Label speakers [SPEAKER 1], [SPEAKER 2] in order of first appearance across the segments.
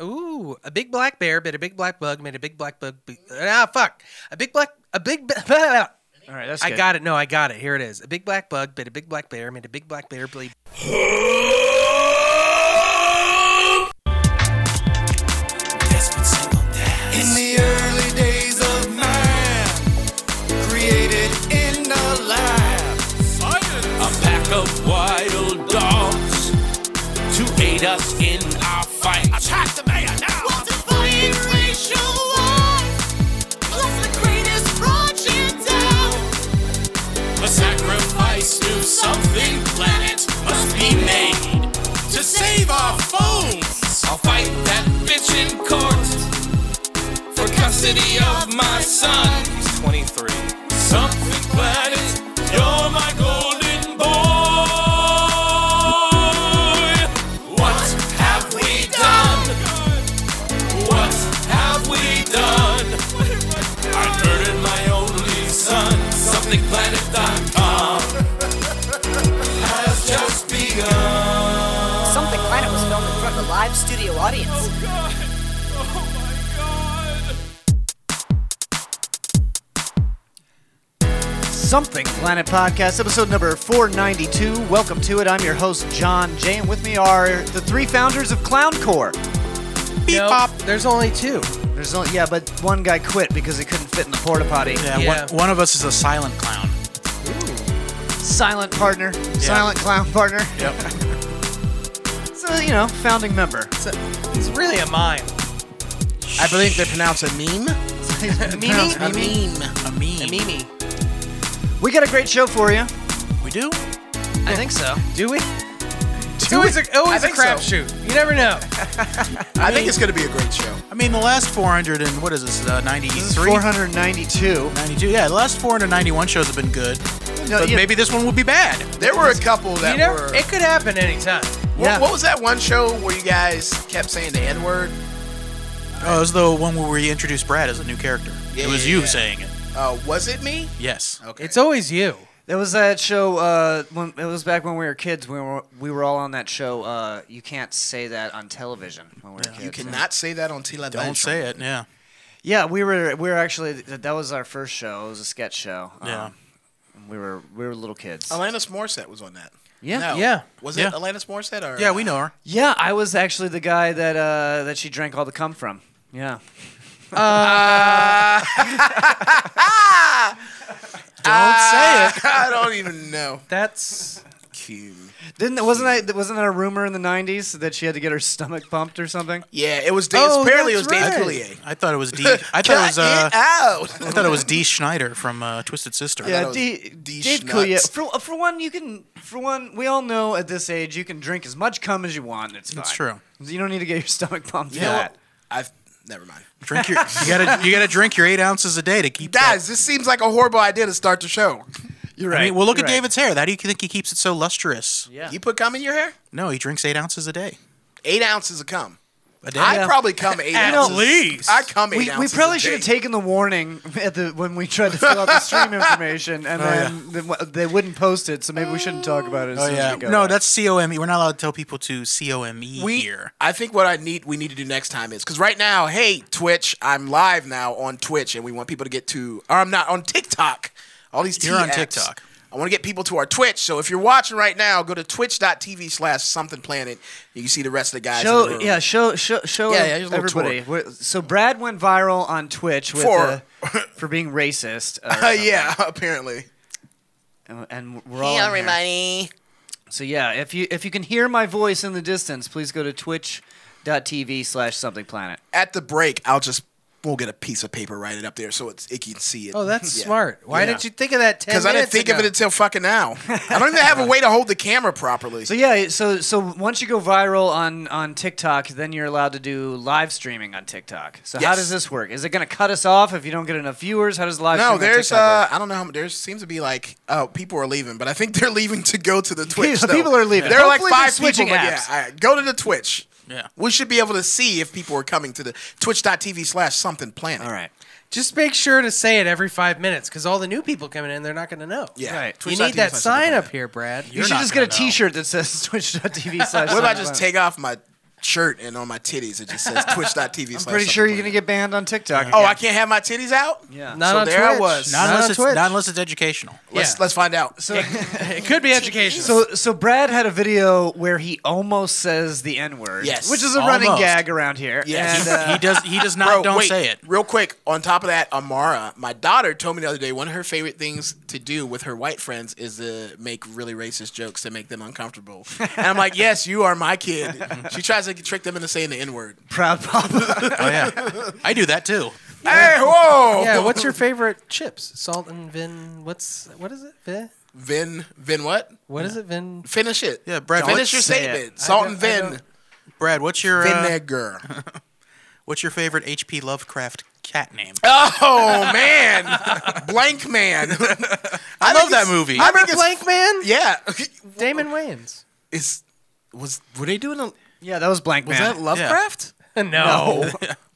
[SPEAKER 1] Ooh, a big black bear bit a big black bug, made a big black bug. Be- ah, fuck. A big black, a big. Be-
[SPEAKER 2] All right, that's
[SPEAKER 1] I
[SPEAKER 2] good.
[SPEAKER 1] got it. No, I got it. Here it is. A big black bug bit a big black bear, made a big black bear bleed.
[SPEAKER 3] In the early days of man, created in the lab.
[SPEAKER 4] A pack of wild dogs to aid us in our fight. Attack the mayor now!
[SPEAKER 5] We'll define racial lies. Plus the greatest project out.
[SPEAKER 4] A sacrifice to something planet must be made to save our phones. I'll fight that bitch in court for custody of my son.
[SPEAKER 2] He's 23.
[SPEAKER 4] Something planet, you're my golden boy. What have we done? What have we done? I murdered my only son. SomethingPlanet.com has just begun.
[SPEAKER 6] Oh,
[SPEAKER 7] Something Planet was filmed in front of a live studio audience.
[SPEAKER 4] God. Oh my God.
[SPEAKER 2] Something Planet Podcast, episode number 492. Welcome to it. I'm your host, John Jay, and with me are the three founders of Clowncore.
[SPEAKER 1] Nope, There's only two.
[SPEAKER 2] There's only, yeah, but one guy quit because it couldn't fit in the porta potty.
[SPEAKER 6] Yeah,
[SPEAKER 1] Yeah.
[SPEAKER 6] One, one of us is a silent clown.
[SPEAKER 2] Silent partner, silent clown partner.
[SPEAKER 6] Yep.
[SPEAKER 2] So, you know, founding member.
[SPEAKER 1] It's, a, it's really a mime.
[SPEAKER 6] I believe they pronounce a meme.
[SPEAKER 2] Pronounce
[SPEAKER 6] A
[SPEAKER 2] Mimi.
[SPEAKER 6] meme. A meme.
[SPEAKER 1] A mimi.
[SPEAKER 2] We got a great show for you.
[SPEAKER 6] We do?
[SPEAKER 2] I think so.
[SPEAKER 1] Do we? It's always a, always a
[SPEAKER 6] think so.
[SPEAKER 1] crapshoot. You never know.
[SPEAKER 8] I think it's going to be a great show.
[SPEAKER 6] I mean, the last 400 and what is this? Uh, 93?
[SPEAKER 2] This is 492.
[SPEAKER 6] 92. Yeah, the last 491 shows have been good.
[SPEAKER 2] No,
[SPEAKER 6] but
[SPEAKER 2] yeah,
[SPEAKER 6] maybe this one will be bad.
[SPEAKER 8] There were a couple that
[SPEAKER 1] You never,
[SPEAKER 8] were.
[SPEAKER 1] it could happen anytime.
[SPEAKER 8] what,
[SPEAKER 2] yeah.
[SPEAKER 8] what was that one show where you guys kept saying the N word?
[SPEAKER 6] Oh, it was the one where we introduced Brad as a new character.
[SPEAKER 8] Yeah,
[SPEAKER 6] it was
[SPEAKER 8] yeah,
[SPEAKER 6] you
[SPEAKER 8] yeah.
[SPEAKER 6] saying it.
[SPEAKER 8] Uh, was it me?
[SPEAKER 6] Yes.
[SPEAKER 8] Okay.
[SPEAKER 1] It's always you.
[SPEAKER 2] There was that show. Uh, when it was back when we were kids. We were we were all on that show. Uh, you can't say that on television when we were kids.
[SPEAKER 8] you cannot say that on Tila
[SPEAKER 6] Don't say it. Yeah.
[SPEAKER 2] Yeah, we were we were actually th- that was our first show. It was a sketch show. Um,
[SPEAKER 6] Yeah.
[SPEAKER 2] we were we were little kids.
[SPEAKER 8] Alanis Morissette was on that.
[SPEAKER 2] yeah.
[SPEAKER 8] Oh, No.
[SPEAKER 1] Yeah.
[SPEAKER 8] Was
[SPEAKER 6] Yeah.
[SPEAKER 8] it Alanis Morissette or?
[SPEAKER 6] Yeah, we know her.
[SPEAKER 2] Yeah, I was actually the guy that uh, that she drank all the cum from. Yeah.
[SPEAKER 6] Don't say it.
[SPEAKER 8] Ah, I don't even know.
[SPEAKER 1] That's
[SPEAKER 8] Cute.
[SPEAKER 2] Didn't wasn't that wasn't that a rumor in the '90s that she had to get her stomach pumped or something?
[SPEAKER 8] Yeah, it was. Dan,
[SPEAKER 1] Oh,
[SPEAKER 8] apparently, it was
[SPEAKER 1] that's
[SPEAKER 8] Dan
[SPEAKER 1] right.
[SPEAKER 8] Coulier.
[SPEAKER 6] I thought it was D. I thought it was. Uh,
[SPEAKER 8] Cut it
[SPEAKER 6] I
[SPEAKER 8] out.
[SPEAKER 6] thought it was D. Schneider from uh, Twisted Sister.
[SPEAKER 8] thought it
[SPEAKER 2] Yeah,
[SPEAKER 8] was
[SPEAKER 2] D,
[SPEAKER 8] D.
[SPEAKER 2] Dave
[SPEAKER 8] Schnutz.
[SPEAKER 2] Coulier. For, for one, you can. For one, we all know at this age you can drink as much cum as you want. And it's
[SPEAKER 6] That's
[SPEAKER 2] fine.
[SPEAKER 6] true.
[SPEAKER 2] You don't need to get your stomach pumped
[SPEAKER 8] You know
[SPEAKER 2] for
[SPEAKER 8] what?
[SPEAKER 2] that.
[SPEAKER 8] I've never mind.
[SPEAKER 6] Drink your. You gotta. You gotta drink your eight ounces a day to keep. that-
[SPEAKER 8] Guys, this seems like a horrible idea to start the show.
[SPEAKER 2] You're
[SPEAKER 6] I
[SPEAKER 2] right.
[SPEAKER 6] mean, well, look
[SPEAKER 2] You're
[SPEAKER 6] at
[SPEAKER 2] right.
[SPEAKER 6] David's hair. How do you think he keeps it so lustrous?
[SPEAKER 2] Yeah.
[SPEAKER 8] You put cum in your hair?
[SPEAKER 6] No, he drinks eight ounces a day.
[SPEAKER 8] Eight ounces of cum.
[SPEAKER 6] A day.
[SPEAKER 8] I probably cum eight
[SPEAKER 1] At
[SPEAKER 8] ounces.
[SPEAKER 1] least.
[SPEAKER 8] I cum eight
[SPEAKER 2] We,
[SPEAKER 8] ounces.
[SPEAKER 2] we probably
[SPEAKER 8] a
[SPEAKER 2] should have
[SPEAKER 8] day.
[SPEAKER 2] taken the warning at the when we tried to fill out the stream information,
[SPEAKER 8] Oh,
[SPEAKER 2] and then the- w- they wouldn't post it, so maybe we shouldn't talk about it. As
[SPEAKER 6] Oh
[SPEAKER 2] soon
[SPEAKER 6] yeah.
[SPEAKER 2] as we go
[SPEAKER 6] No,
[SPEAKER 2] out.
[SPEAKER 6] that's C O M E. We're not allowed to tell people to C O M E
[SPEAKER 8] we,
[SPEAKER 6] here.
[SPEAKER 8] I think what I need we need to do next time is because right now, hey Twitch, I'm live now on Twitch, and we want people to get to. Or I'm not on TikTok. All these
[SPEAKER 6] You're on
[SPEAKER 8] T apps.
[SPEAKER 6] TikTok.
[SPEAKER 8] I want to get people to our Twitch. So if you're watching right now, go to twitch.tv slash something planet. You can see the rest of the guys. in the
[SPEAKER 2] show
[SPEAKER 8] room.
[SPEAKER 2] yeah show show show
[SPEAKER 8] Yeah, yeah, here's a little
[SPEAKER 2] everybody. We're- So Brad went viral on Twitch with,
[SPEAKER 8] For-
[SPEAKER 2] uh, for being racist. or
[SPEAKER 8] Uh,
[SPEAKER 2] something.
[SPEAKER 8] yeah, apparently.
[SPEAKER 2] and- and we're all in here. So yeah, if you if you can hear my voice in the distance, please go to twitch.tv slash something planet.
[SPEAKER 8] At the break, I'll just we'll get a piece of paper, write it up there so it's, it can see it.
[SPEAKER 1] oh, that's
[SPEAKER 8] Yeah.
[SPEAKER 1] smart. Why
[SPEAKER 8] Yeah.
[SPEAKER 1] didn't you think of that ten
[SPEAKER 8] Because I didn't
[SPEAKER 1] minutes
[SPEAKER 8] think of
[SPEAKER 1] ago?
[SPEAKER 8] it until fucking now. I don't even have a way to hold the camera properly.
[SPEAKER 2] So yeah, so so once you go viral on on TikTok, then you're allowed to do live streaming on TikTok. So how
[SPEAKER 8] Yes.
[SPEAKER 2] does this work? Is it going to cut us off if you don't get enough viewers? How does live
[SPEAKER 8] no,
[SPEAKER 2] streaming on
[SPEAKER 8] there's
[SPEAKER 2] TikTok
[SPEAKER 8] uh,
[SPEAKER 2] work?
[SPEAKER 8] I don't know. how There seems to be like oh, people are leaving, but I think they're leaving to go to the Twitch. though.
[SPEAKER 2] people are leaving.
[SPEAKER 8] There are like
[SPEAKER 2] Hopefully they're
[SPEAKER 8] five
[SPEAKER 2] switching
[SPEAKER 8] people. but
[SPEAKER 2] apps.
[SPEAKER 8] Yeah, all right, go to the Twitch.
[SPEAKER 6] Yeah.
[SPEAKER 8] we should be able to see if people are coming to the twitch.tv slash something planet.
[SPEAKER 2] All right.
[SPEAKER 1] Just make sure to say it every five minutes, because all the new people coming in, they're not going to know.
[SPEAKER 8] Yeah.
[SPEAKER 2] Right.
[SPEAKER 1] You
[SPEAKER 8] Twitch.tv
[SPEAKER 1] need that
[SPEAKER 8] slash
[SPEAKER 1] sign
[SPEAKER 8] something
[SPEAKER 1] up here, Brad.
[SPEAKER 2] you
[SPEAKER 6] You're
[SPEAKER 2] should
[SPEAKER 6] not
[SPEAKER 2] just get
[SPEAKER 6] gonna
[SPEAKER 2] a
[SPEAKER 6] know.
[SPEAKER 2] T-shirt that says twitch.tv slash
[SPEAKER 8] planet. What if I just
[SPEAKER 2] something
[SPEAKER 8] take off my shirt and on my titties it just says twitch.tv.
[SPEAKER 2] I'm pretty sure you're gonna get banned on TikTok.
[SPEAKER 8] Oh, I can't have my titties out?
[SPEAKER 2] Yeah.
[SPEAKER 1] Not
[SPEAKER 8] So
[SPEAKER 1] on
[SPEAKER 8] there I
[SPEAKER 1] Twitch.
[SPEAKER 8] was.
[SPEAKER 6] Not
[SPEAKER 1] Not
[SPEAKER 6] unless
[SPEAKER 1] on
[SPEAKER 6] it's
[SPEAKER 1] Twitch.
[SPEAKER 6] not unless it's educational.
[SPEAKER 8] Let's
[SPEAKER 1] Yeah.
[SPEAKER 8] let's find out.
[SPEAKER 2] So,
[SPEAKER 1] It could be educational.
[SPEAKER 2] so, so Brad had a video where he almost says the N word,
[SPEAKER 8] Yes.
[SPEAKER 2] which is a running
[SPEAKER 6] Almost.
[SPEAKER 2] gag around here. And,
[SPEAKER 8] Yes.
[SPEAKER 2] uh,
[SPEAKER 6] he does. He does not.
[SPEAKER 8] Bro,
[SPEAKER 6] don't
[SPEAKER 8] wait,
[SPEAKER 6] say it.
[SPEAKER 8] Real quick, on top of that, Amara, my daughter told me the other day one of her favorite things to do with her white friends is to make really racist jokes to make them uncomfortable. and I'm like, yes, you are my kid. She tries to trick them into saying the N word.
[SPEAKER 2] proud papa.
[SPEAKER 6] Oh yeah, I do that too.
[SPEAKER 8] Hey, whoa!
[SPEAKER 1] yeah, what's your favorite chips? Salt and vin. What's what is it? Vin.
[SPEAKER 8] Vin, Vin, what?
[SPEAKER 1] What is it? Vin.
[SPEAKER 8] Finish it.
[SPEAKER 6] Yeah, Brad,
[SPEAKER 8] Finish
[SPEAKER 6] what's-
[SPEAKER 8] your
[SPEAKER 2] say it.
[SPEAKER 8] statement. Salt and
[SPEAKER 1] don't- I
[SPEAKER 8] Vin.
[SPEAKER 6] Brad, what's your uh,
[SPEAKER 8] Vinegar.
[SPEAKER 6] what's your favorite H.P. Lovecraft cat name?
[SPEAKER 8] Oh man, Blank Man.
[SPEAKER 6] I,
[SPEAKER 8] think
[SPEAKER 6] love that
[SPEAKER 8] it's-
[SPEAKER 6] movie.
[SPEAKER 8] I think
[SPEAKER 1] Robert
[SPEAKER 8] it's-
[SPEAKER 1] Blank Man.
[SPEAKER 8] Yeah,
[SPEAKER 1] Damon Wayans.
[SPEAKER 8] is was were they doing a
[SPEAKER 2] yeah, that was blank
[SPEAKER 8] was
[SPEAKER 2] man.
[SPEAKER 8] that Lovecraft?
[SPEAKER 1] no.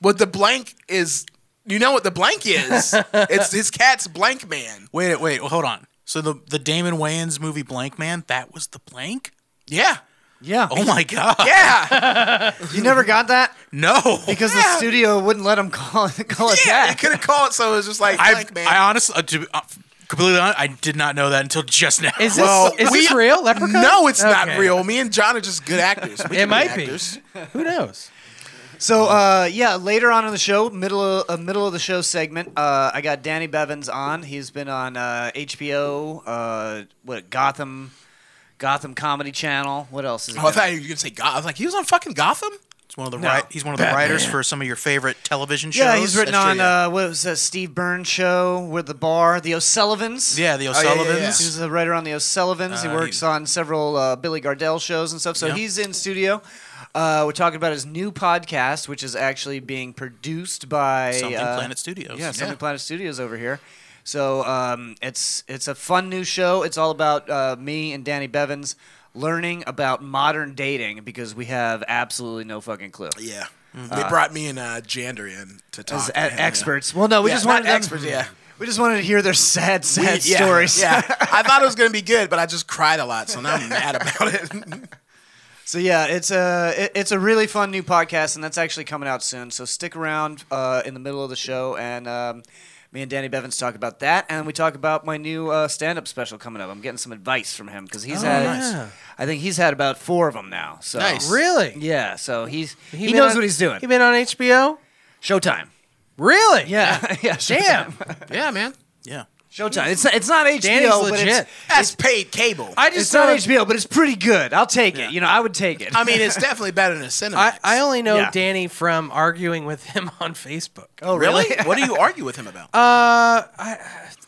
[SPEAKER 8] What the blank is? You know what the blank is? it's his cat's Blank Man.
[SPEAKER 6] Wait, wait, hold on. So the the Damon Wayans movie Blank Man, that was the blank?
[SPEAKER 8] Yeah,
[SPEAKER 2] yeah,
[SPEAKER 6] Oh my god.
[SPEAKER 8] yeah,
[SPEAKER 2] you never got that
[SPEAKER 6] No.
[SPEAKER 2] because the studio wouldn't let him call it, call it
[SPEAKER 8] yeah. He
[SPEAKER 2] that.
[SPEAKER 8] could have called, so it was just like
[SPEAKER 6] I
[SPEAKER 8] Blank Man.
[SPEAKER 6] I honestly uh, to be, uh, completely honest, I did not know that until just now.
[SPEAKER 1] Is this
[SPEAKER 8] Well,
[SPEAKER 1] is this
[SPEAKER 8] we-
[SPEAKER 1] real? Leprechaun?
[SPEAKER 8] no, it's not
[SPEAKER 1] Okay.
[SPEAKER 8] real. Me and John are just good actors. We can
[SPEAKER 1] It might
[SPEAKER 8] be.
[SPEAKER 1] be.
[SPEAKER 8] actors.
[SPEAKER 1] Who knows?
[SPEAKER 2] So uh, yeah, later on in the show, middle of, uh, middle of the show segment, uh, I got Danny Bevins on. He's been on uh, HBO, uh, what Gotham, Gotham Comedy Channel. What else is?
[SPEAKER 8] Oh, I thought you were gonna say God. I was like, he was on fucking Gotham.
[SPEAKER 6] He's one of the wri- he's one of the writers for some of your favorite television shows.
[SPEAKER 2] yeah, he's written
[SPEAKER 8] That's true,
[SPEAKER 2] on
[SPEAKER 8] yeah.
[SPEAKER 2] uh, what was that Steve Burns show with the bar, the O'Sullivans.
[SPEAKER 6] Yeah, the
[SPEAKER 8] yeah, yeah,
[SPEAKER 6] O'Sullivans.
[SPEAKER 8] yeah.
[SPEAKER 2] He was a writer on uh, the O'Sullivans. he
[SPEAKER 6] Uh,
[SPEAKER 2] works
[SPEAKER 6] he-
[SPEAKER 2] on several uh, Billy Gardell shows and stuff. So
[SPEAKER 6] Yeah.
[SPEAKER 2] he's in studio. Uh, we're talking about his new podcast, which is actually being produced by
[SPEAKER 6] Something
[SPEAKER 2] uh,
[SPEAKER 6] Planet Studios.
[SPEAKER 2] Yeah, Something Planet Studios over here. So um, it's it's a fun new show. It's all about uh, me and Danny Bevins learning about modern dating because we have absolutely no fucking clue.
[SPEAKER 8] Yeah, they brought me and uh, Jander in to talk.
[SPEAKER 2] As e-
[SPEAKER 8] Yeah.
[SPEAKER 2] experts, well, no, we
[SPEAKER 8] Yeah,
[SPEAKER 2] just
[SPEAKER 8] not
[SPEAKER 2] wanted them-
[SPEAKER 8] experts, yeah.
[SPEAKER 2] we just wanted to hear their sad,
[SPEAKER 8] We-
[SPEAKER 2] sad
[SPEAKER 8] yeah,
[SPEAKER 2] stories.
[SPEAKER 8] Yeah, I thought it was gonna be good, but I just cried a lot, so now I'm mad about it.
[SPEAKER 2] So yeah, it's a it- it's a really fun new podcast, and that's actually coming out soon. So stick around uh, in the middle of the show, and um, me and Danny Bevins talk about that, and we talk about my new uh, stand up special coming up. I'm getting some advice from him because he's had
[SPEAKER 1] nice.
[SPEAKER 2] I think he's had about four of them now. So
[SPEAKER 8] Nice.
[SPEAKER 1] Really?
[SPEAKER 2] yeah, so he's he,
[SPEAKER 1] been
[SPEAKER 2] knows
[SPEAKER 1] on-
[SPEAKER 2] what he's doing.
[SPEAKER 1] He been on HBO.
[SPEAKER 2] Showtime.
[SPEAKER 1] Really?
[SPEAKER 2] Yeah, yeah.
[SPEAKER 1] Damn.
[SPEAKER 8] yeah, man,
[SPEAKER 6] Yeah.
[SPEAKER 2] Showtime. It's not, it's not HBO,
[SPEAKER 1] Danny's
[SPEAKER 2] but
[SPEAKER 1] legit.
[SPEAKER 2] it's,
[SPEAKER 8] that's paid cable. I,
[SPEAKER 1] I just
[SPEAKER 2] it's not
[SPEAKER 1] know.
[SPEAKER 2] HBO, but it's pretty good. I'll take it. You know, I would take it.
[SPEAKER 8] mean, it's definitely better than cinema.
[SPEAKER 1] I, I only know
[SPEAKER 2] Yeah.
[SPEAKER 1] Danny from arguing with him on Facebook.
[SPEAKER 2] oh
[SPEAKER 8] really. what do you argue with him about?
[SPEAKER 1] Uh, I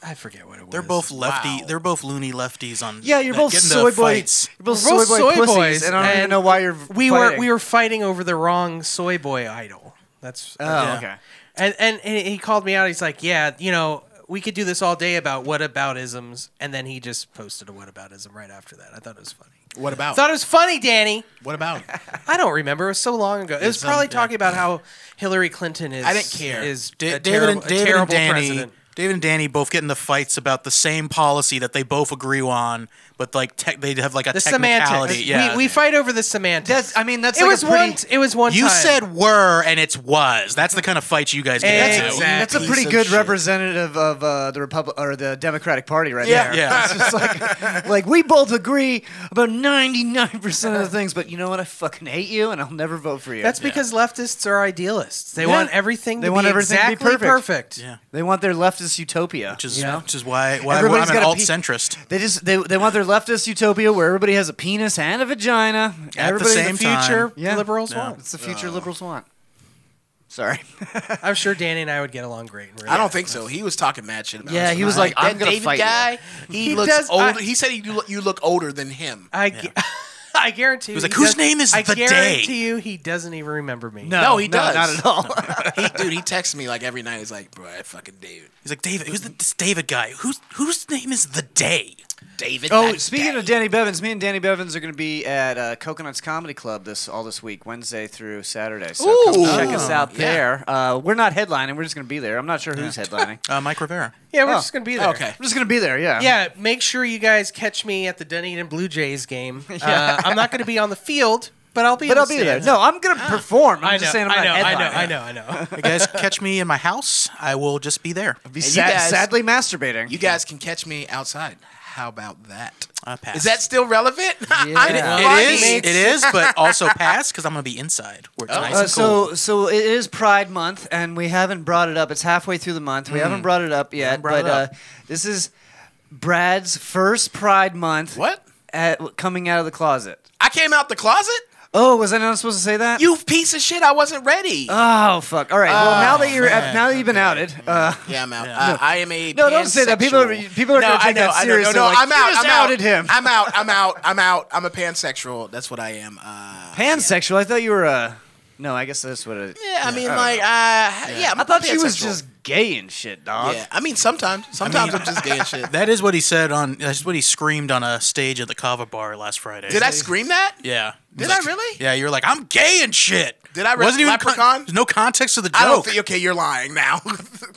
[SPEAKER 1] I forget what it was.
[SPEAKER 6] They're both lefty.
[SPEAKER 8] Wow.
[SPEAKER 6] They're both loony lefties on.
[SPEAKER 2] Yeah, you're
[SPEAKER 6] that
[SPEAKER 2] both
[SPEAKER 6] get into
[SPEAKER 2] soy boys.
[SPEAKER 6] fights.
[SPEAKER 2] You're both
[SPEAKER 1] We're
[SPEAKER 2] soy
[SPEAKER 1] both
[SPEAKER 2] boy
[SPEAKER 1] soy
[SPEAKER 2] pussies,
[SPEAKER 1] boys,
[SPEAKER 2] and I don't even
[SPEAKER 1] and
[SPEAKER 2] know why you're.
[SPEAKER 1] We were
[SPEAKER 2] fighting.
[SPEAKER 1] we were fighting over the wrong soy boy idol. That's uh,
[SPEAKER 2] Oh,
[SPEAKER 6] Yeah.
[SPEAKER 2] okay.
[SPEAKER 1] and, and and he called me out. He's like, yeah, you know, we could do this all day about what about isms, and then he just posted a what about ism right after that. I thought it was funny.
[SPEAKER 8] what
[SPEAKER 1] I
[SPEAKER 8] about?
[SPEAKER 1] thought it was funny, Danny.
[SPEAKER 8] What about?
[SPEAKER 1] I don't remember. It was so long ago. It was
[SPEAKER 6] It's, um,
[SPEAKER 1] probably
[SPEAKER 6] yeah.
[SPEAKER 1] talking about how Hillary Clinton is.
[SPEAKER 8] I didn't care.
[SPEAKER 1] Is
[SPEAKER 6] Da-
[SPEAKER 1] a
[SPEAKER 6] David,
[SPEAKER 1] terrible,
[SPEAKER 6] and, David
[SPEAKER 1] a terrible
[SPEAKER 6] and Danny.
[SPEAKER 1] president.
[SPEAKER 6] David and Danny both get into fights about the same policy that they both agree on, but like tech they have like a
[SPEAKER 1] The
[SPEAKER 6] technicality.
[SPEAKER 1] semantics.
[SPEAKER 6] Yeah,
[SPEAKER 1] We, we fight over the semantics.
[SPEAKER 2] That's- I mean, that's
[SPEAKER 1] it
[SPEAKER 2] like a
[SPEAKER 1] was
[SPEAKER 2] pretty-
[SPEAKER 1] one. It was one.
[SPEAKER 6] you
[SPEAKER 1] time.
[SPEAKER 6] said were and it's was. That's the kind of fight you guys get into.
[SPEAKER 1] Exactly.
[SPEAKER 2] That's a
[SPEAKER 8] Piece
[SPEAKER 2] pretty
[SPEAKER 8] of
[SPEAKER 2] good
[SPEAKER 8] shit.
[SPEAKER 2] representative of uh, the Republic or the Democratic Party, right
[SPEAKER 8] Yeah.
[SPEAKER 2] there.
[SPEAKER 6] Yeah.
[SPEAKER 2] it's just like, like we both agree about ninety nine percent of the things, but you know what? I fucking hate you, and I'll never vote for you.
[SPEAKER 1] That's because leftists are idealists. They
[SPEAKER 2] Yeah.
[SPEAKER 1] want everything.
[SPEAKER 2] They
[SPEAKER 1] to
[SPEAKER 2] want
[SPEAKER 1] be
[SPEAKER 2] everything to be
[SPEAKER 1] exactly
[SPEAKER 2] perfect.
[SPEAKER 1] perfect.
[SPEAKER 6] Yeah.
[SPEAKER 2] they want their leftist utopia,
[SPEAKER 6] Which is
[SPEAKER 1] Yeah.
[SPEAKER 6] which is why why I'm
[SPEAKER 2] Everybody's
[SPEAKER 6] an
[SPEAKER 2] gotta
[SPEAKER 6] alt
[SPEAKER 2] pee-
[SPEAKER 6] centrist.
[SPEAKER 2] They just they, they want their leftist utopia where everybody has a penis and a vagina.
[SPEAKER 6] At the
[SPEAKER 2] everybody
[SPEAKER 6] same Oh.
[SPEAKER 1] The future
[SPEAKER 6] time.
[SPEAKER 2] Yeah.
[SPEAKER 1] liberals
[SPEAKER 6] Yeah.
[SPEAKER 1] want.
[SPEAKER 2] It's the future liberals want. Sorry.
[SPEAKER 1] I'm sure Danny and I would get along great. In real
[SPEAKER 8] I don't
[SPEAKER 1] life.
[SPEAKER 8] think so. He was talking mad shit. About
[SPEAKER 2] Yeah,
[SPEAKER 8] us.
[SPEAKER 2] he was like,
[SPEAKER 8] that
[SPEAKER 2] "I'm gonna
[SPEAKER 8] David
[SPEAKER 2] fight you."
[SPEAKER 8] guy. He,
[SPEAKER 1] He
[SPEAKER 8] looks
[SPEAKER 1] does-
[SPEAKER 8] older.
[SPEAKER 1] I-
[SPEAKER 8] he said he, you, look, you look older than him.
[SPEAKER 1] I. gu- I guarantee. He
[SPEAKER 6] was like, "Whose name is
[SPEAKER 1] I
[SPEAKER 6] the day?"
[SPEAKER 1] guarantee you, he doesn't even remember me.
[SPEAKER 8] No, he does.
[SPEAKER 2] Not at all.
[SPEAKER 8] he, dude, he texts me like every night. He's like, "Bro, I fucking David.
[SPEAKER 6] He's like David. Who's the, this David guy? Whose whose name is the day?
[SPEAKER 8] David."
[SPEAKER 2] Oh,
[SPEAKER 8] that
[SPEAKER 2] speaking
[SPEAKER 8] day.
[SPEAKER 2] of Danny Bevins, me and Danny Bevins are going to be at uh, Coconuts Comedy Club this all this week, Wednesday through Saturday. So come
[SPEAKER 8] Ooh.
[SPEAKER 2] check us out
[SPEAKER 8] Yeah.
[SPEAKER 2] there. Uh, we're not headlining; we're just going to be there. I'm not sure who's headlining.
[SPEAKER 6] Uh, Mike Rivera.
[SPEAKER 1] Yeah, we're
[SPEAKER 2] Oh.
[SPEAKER 1] just gonna be there.
[SPEAKER 8] okay,
[SPEAKER 2] I'm just going to be there. Yeah.
[SPEAKER 1] Yeah, make sure you guys catch me at the Dunedin Blue Jays game. Uh, I'm not going to be on the field, But I'll be.
[SPEAKER 2] But
[SPEAKER 1] in
[SPEAKER 2] I'll
[SPEAKER 1] the
[SPEAKER 2] be there.
[SPEAKER 1] stands.
[SPEAKER 2] No, I'm gonna perform. I'm
[SPEAKER 1] I know.
[SPEAKER 2] just saying I'm
[SPEAKER 1] I know.
[SPEAKER 2] not
[SPEAKER 1] I know.
[SPEAKER 2] headlining.
[SPEAKER 1] I know. I know.
[SPEAKER 6] You guys catch me in my house. I will just be there.
[SPEAKER 2] Be
[SPEAKER 8] you
[SPEAKER 2] sad-
[SPEAKER 8] guys-
[SPEAKER 2] sadly masturbating.
[SPEAKER 8] You guys can catch me outside. How about that?
[SPEAKER 6] I Uh, pass.
[SPEAKER 8] Is that still relevant?
[SPEAKER 2] Yeah.
[SPEAKER 8] I'm
[SPEAKER 6] It is.
[SPEAKER 8] funny.
[SPEAKER 6] It is, but also pass because I'm gonna be inside where
[SPEAKER 8] Oh.
[SPEAKER 6] it's nice
[SPEAKER 2] Uh,
[SPEAKER 6] and cold.
[SPEAKER 2] so so it is Pride Month, and we haven't brought it up. It's halfway through the month. We haven't brought it up yet,
[SPEAKER 6] brought
[SPEAKER 2] but
[SPEAKER 6] it up.
[SPEAKER 2] Uh, this is Brad's first Pride Month.
[SPEAKER 8] What?
[SPEAKER 2] At, coming out of the closet.
[SPEAKER 8] I came out the closet?
[SPEAKER 2] Oh, was I not supposed to say that?
[SPEAKER 8] You piece of shit, I wasn't ready.
[SPEAKER 2] Oh fuck! All right. well, now that you're now that you've been outed, uh,
[SPEAKER 8] yeah, I'm out. Uh, I am a
[SPEAKER 2] No, don't say that. People are-
[SPEAKER 8] pansexual.
[SPEAKER 2] people are gonna
[SPEAKER 8] I
[SPEAKER 2] take that
[SPEAKER 8] know, I know.
[SPEAKER 2] seriously,
[SPEAKER 8] No, no,
[SPEAKER 2] like,
[SPEAKER 8] I'm out.
[SPEAKER 2] "You just
[SPEAKER 8] I'm out.
[SPEAKER 2] outed him."
[SPEAKER 8] I'm out. I'm out. I'm out. I'm a pansexual. That's what I am. Uh,
[SPEAKER 2] pansexual. I thought you were a. No, I guess that's what it.
[SPEAKER 8] yeah, I mean, like, uh, yeah. I'm
[SPEAKER 2] I thought she was
[SPEAKER 8] pansexual.
[SPEAKER 2] just gay and shit, dog.
[SPEAKER 8] Yeah, I mean, sometimes, sometimes I am just gay and shit.
[SPEAKER 6] That is what he said on. That's what he screamed on a stage at the Kava Bar last Friday.
[SPEAKER 8] Did I scream that?
[SPEAKER 6] Yeah.
[SPEAKER 8] Did I really?
[SPEAKER 6] Yeah, you were like, I'm gay and shit.
[SPEAKER 8] Did I re-
[SPEAKER 6] Wasn't even
[SPEAKER 8] Leprechaun?
[SPEAKER 6] there's no context to the joke.
[SPEAKER 8] I don't think. Okay, you're lying now.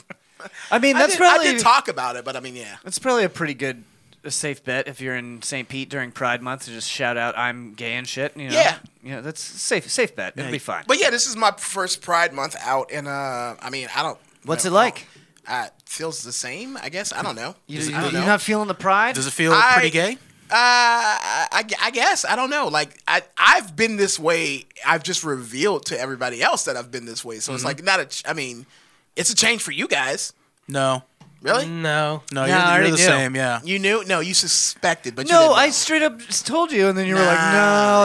[SPEAKER 2] I mean, that's
[SPEAKER 8] I did,
[SPEAKER 2] probably
[SPEAKER 8] I did talk about it, but I mean, yeah.
[SPEAKER 2] that's probably a pretty good, a safe bet if you're in St. Pete during Pride Month to just shout out "I'm gay" and shit. You know?
[SPEAKER 8] Yeah.
[SPEAKER 2] You know, that's safe. Safe bet. It'll be fine.
[SPEAKER 8] But yeah, this is my first Pride Month out, and uh, I mean, I don't.
[SPEAKER 2] What's
[SPEAKER 8] I
[SPEAKER 2] it
[SPEAKER 8] don't
[SPEAKER 2] like?
[SPEAKER 8] know. Uh, it feels the same, I guess. I don't know.
[SPEAKER 2] You,
[SPEAKER 8] Does it-
[SPEAKER 2] you,
[SPEAKER 8] I
[SPEAKER 2] are
[SPEAKER 8] don't know.
[SPEAKER 2] not feeling the pride?
[SPEAKER 6] Does it feel
[SPEAKER 8] I-
[SPEAKER 6] pretty gay?
[SPEAKER 8] Uh, I, I guess I don't know. Like I, I've been this way. I've just revealed to everybody else that I've been this way. So it's
[SPEAKER 2] Mm-hmm.
[SPEAKER 8] like not a. ch- I mean, it's a change for you guys.
[SPEAKER 6] No.
[SPEAKER 8] Really?
[SPEAKER 2] Mm.
[SPEAKER 1] No.
[SPEAKER 6] No,
[SPEAKER 2] I
[SPEAKER 6] you're,
[SPEAKER 2] already
[SPEAKER 6] you're the
[SPEAKER 2] do.
[SPEAKER 6] same. Yeah.
[SPEAKER 8] You knew? No, you suspected, but you
[SPEAKER 2] no,
[SPEAKER 8] didn't
[SPEAKER 2] I
[SPEAKER 8] know.
[SPEAKER 2] straight up s- told you, and then you were
[SPEAKER 8] Nah,
[SPEAKER 2] like,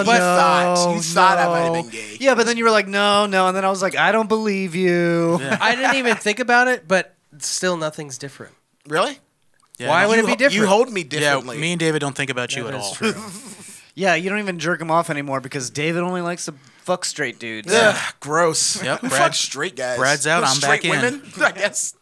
[SPEAKER 2] "No,
[SPEAKER 8] you
[SPEAKER 2] no,
[SPEAKER 8] thought- you thought I might have
[SPEAKER 2] no."
[SPEAKER 8] been gay.
[SPEAKER 2] Yeah, but then you were like, "No, no," and then I was like, "I don't believe you."
[SPEAKER 1] I didn't even think about it, but still, nothing's different.
[SPEAKER 8] really.
[SPEAKER 6] Yeah.
[SPEAKER 1] Why would
[SPEAKER 6] You-
[SPEAKER 1] it be different?
[SPEAKER 8] You hold me
[SPEAKER 6] Yeah,
[SPEAKER 8] differently.
[SPEAKER 6] me and David don't think about you
[SPEAKER 1] That
[SPEAKER 6] at
[SPEAKER 1] is
[SPEAKER 6] all.
[SPEAKER 1] true.
[SPEAKER 2] Yeah, you don't even jerk him off anymore because David only likes to fuck straight dudes.
[SPEAKER 8] Ugh, gross.
[SPEAKER 6] Yep,
[SPEAKER 8] Who
[SPEAKER 6] Brad-
[SPEAKER 8] fucks straight guys.
[SPEAKER 6] Brad's out,
[SPEAKER 8] Who,
[SPEAKER 6] I'm
[SPEAKER 8] straight
[SPEAKER 6] back in.
[SPEAKER 8] women? I guess.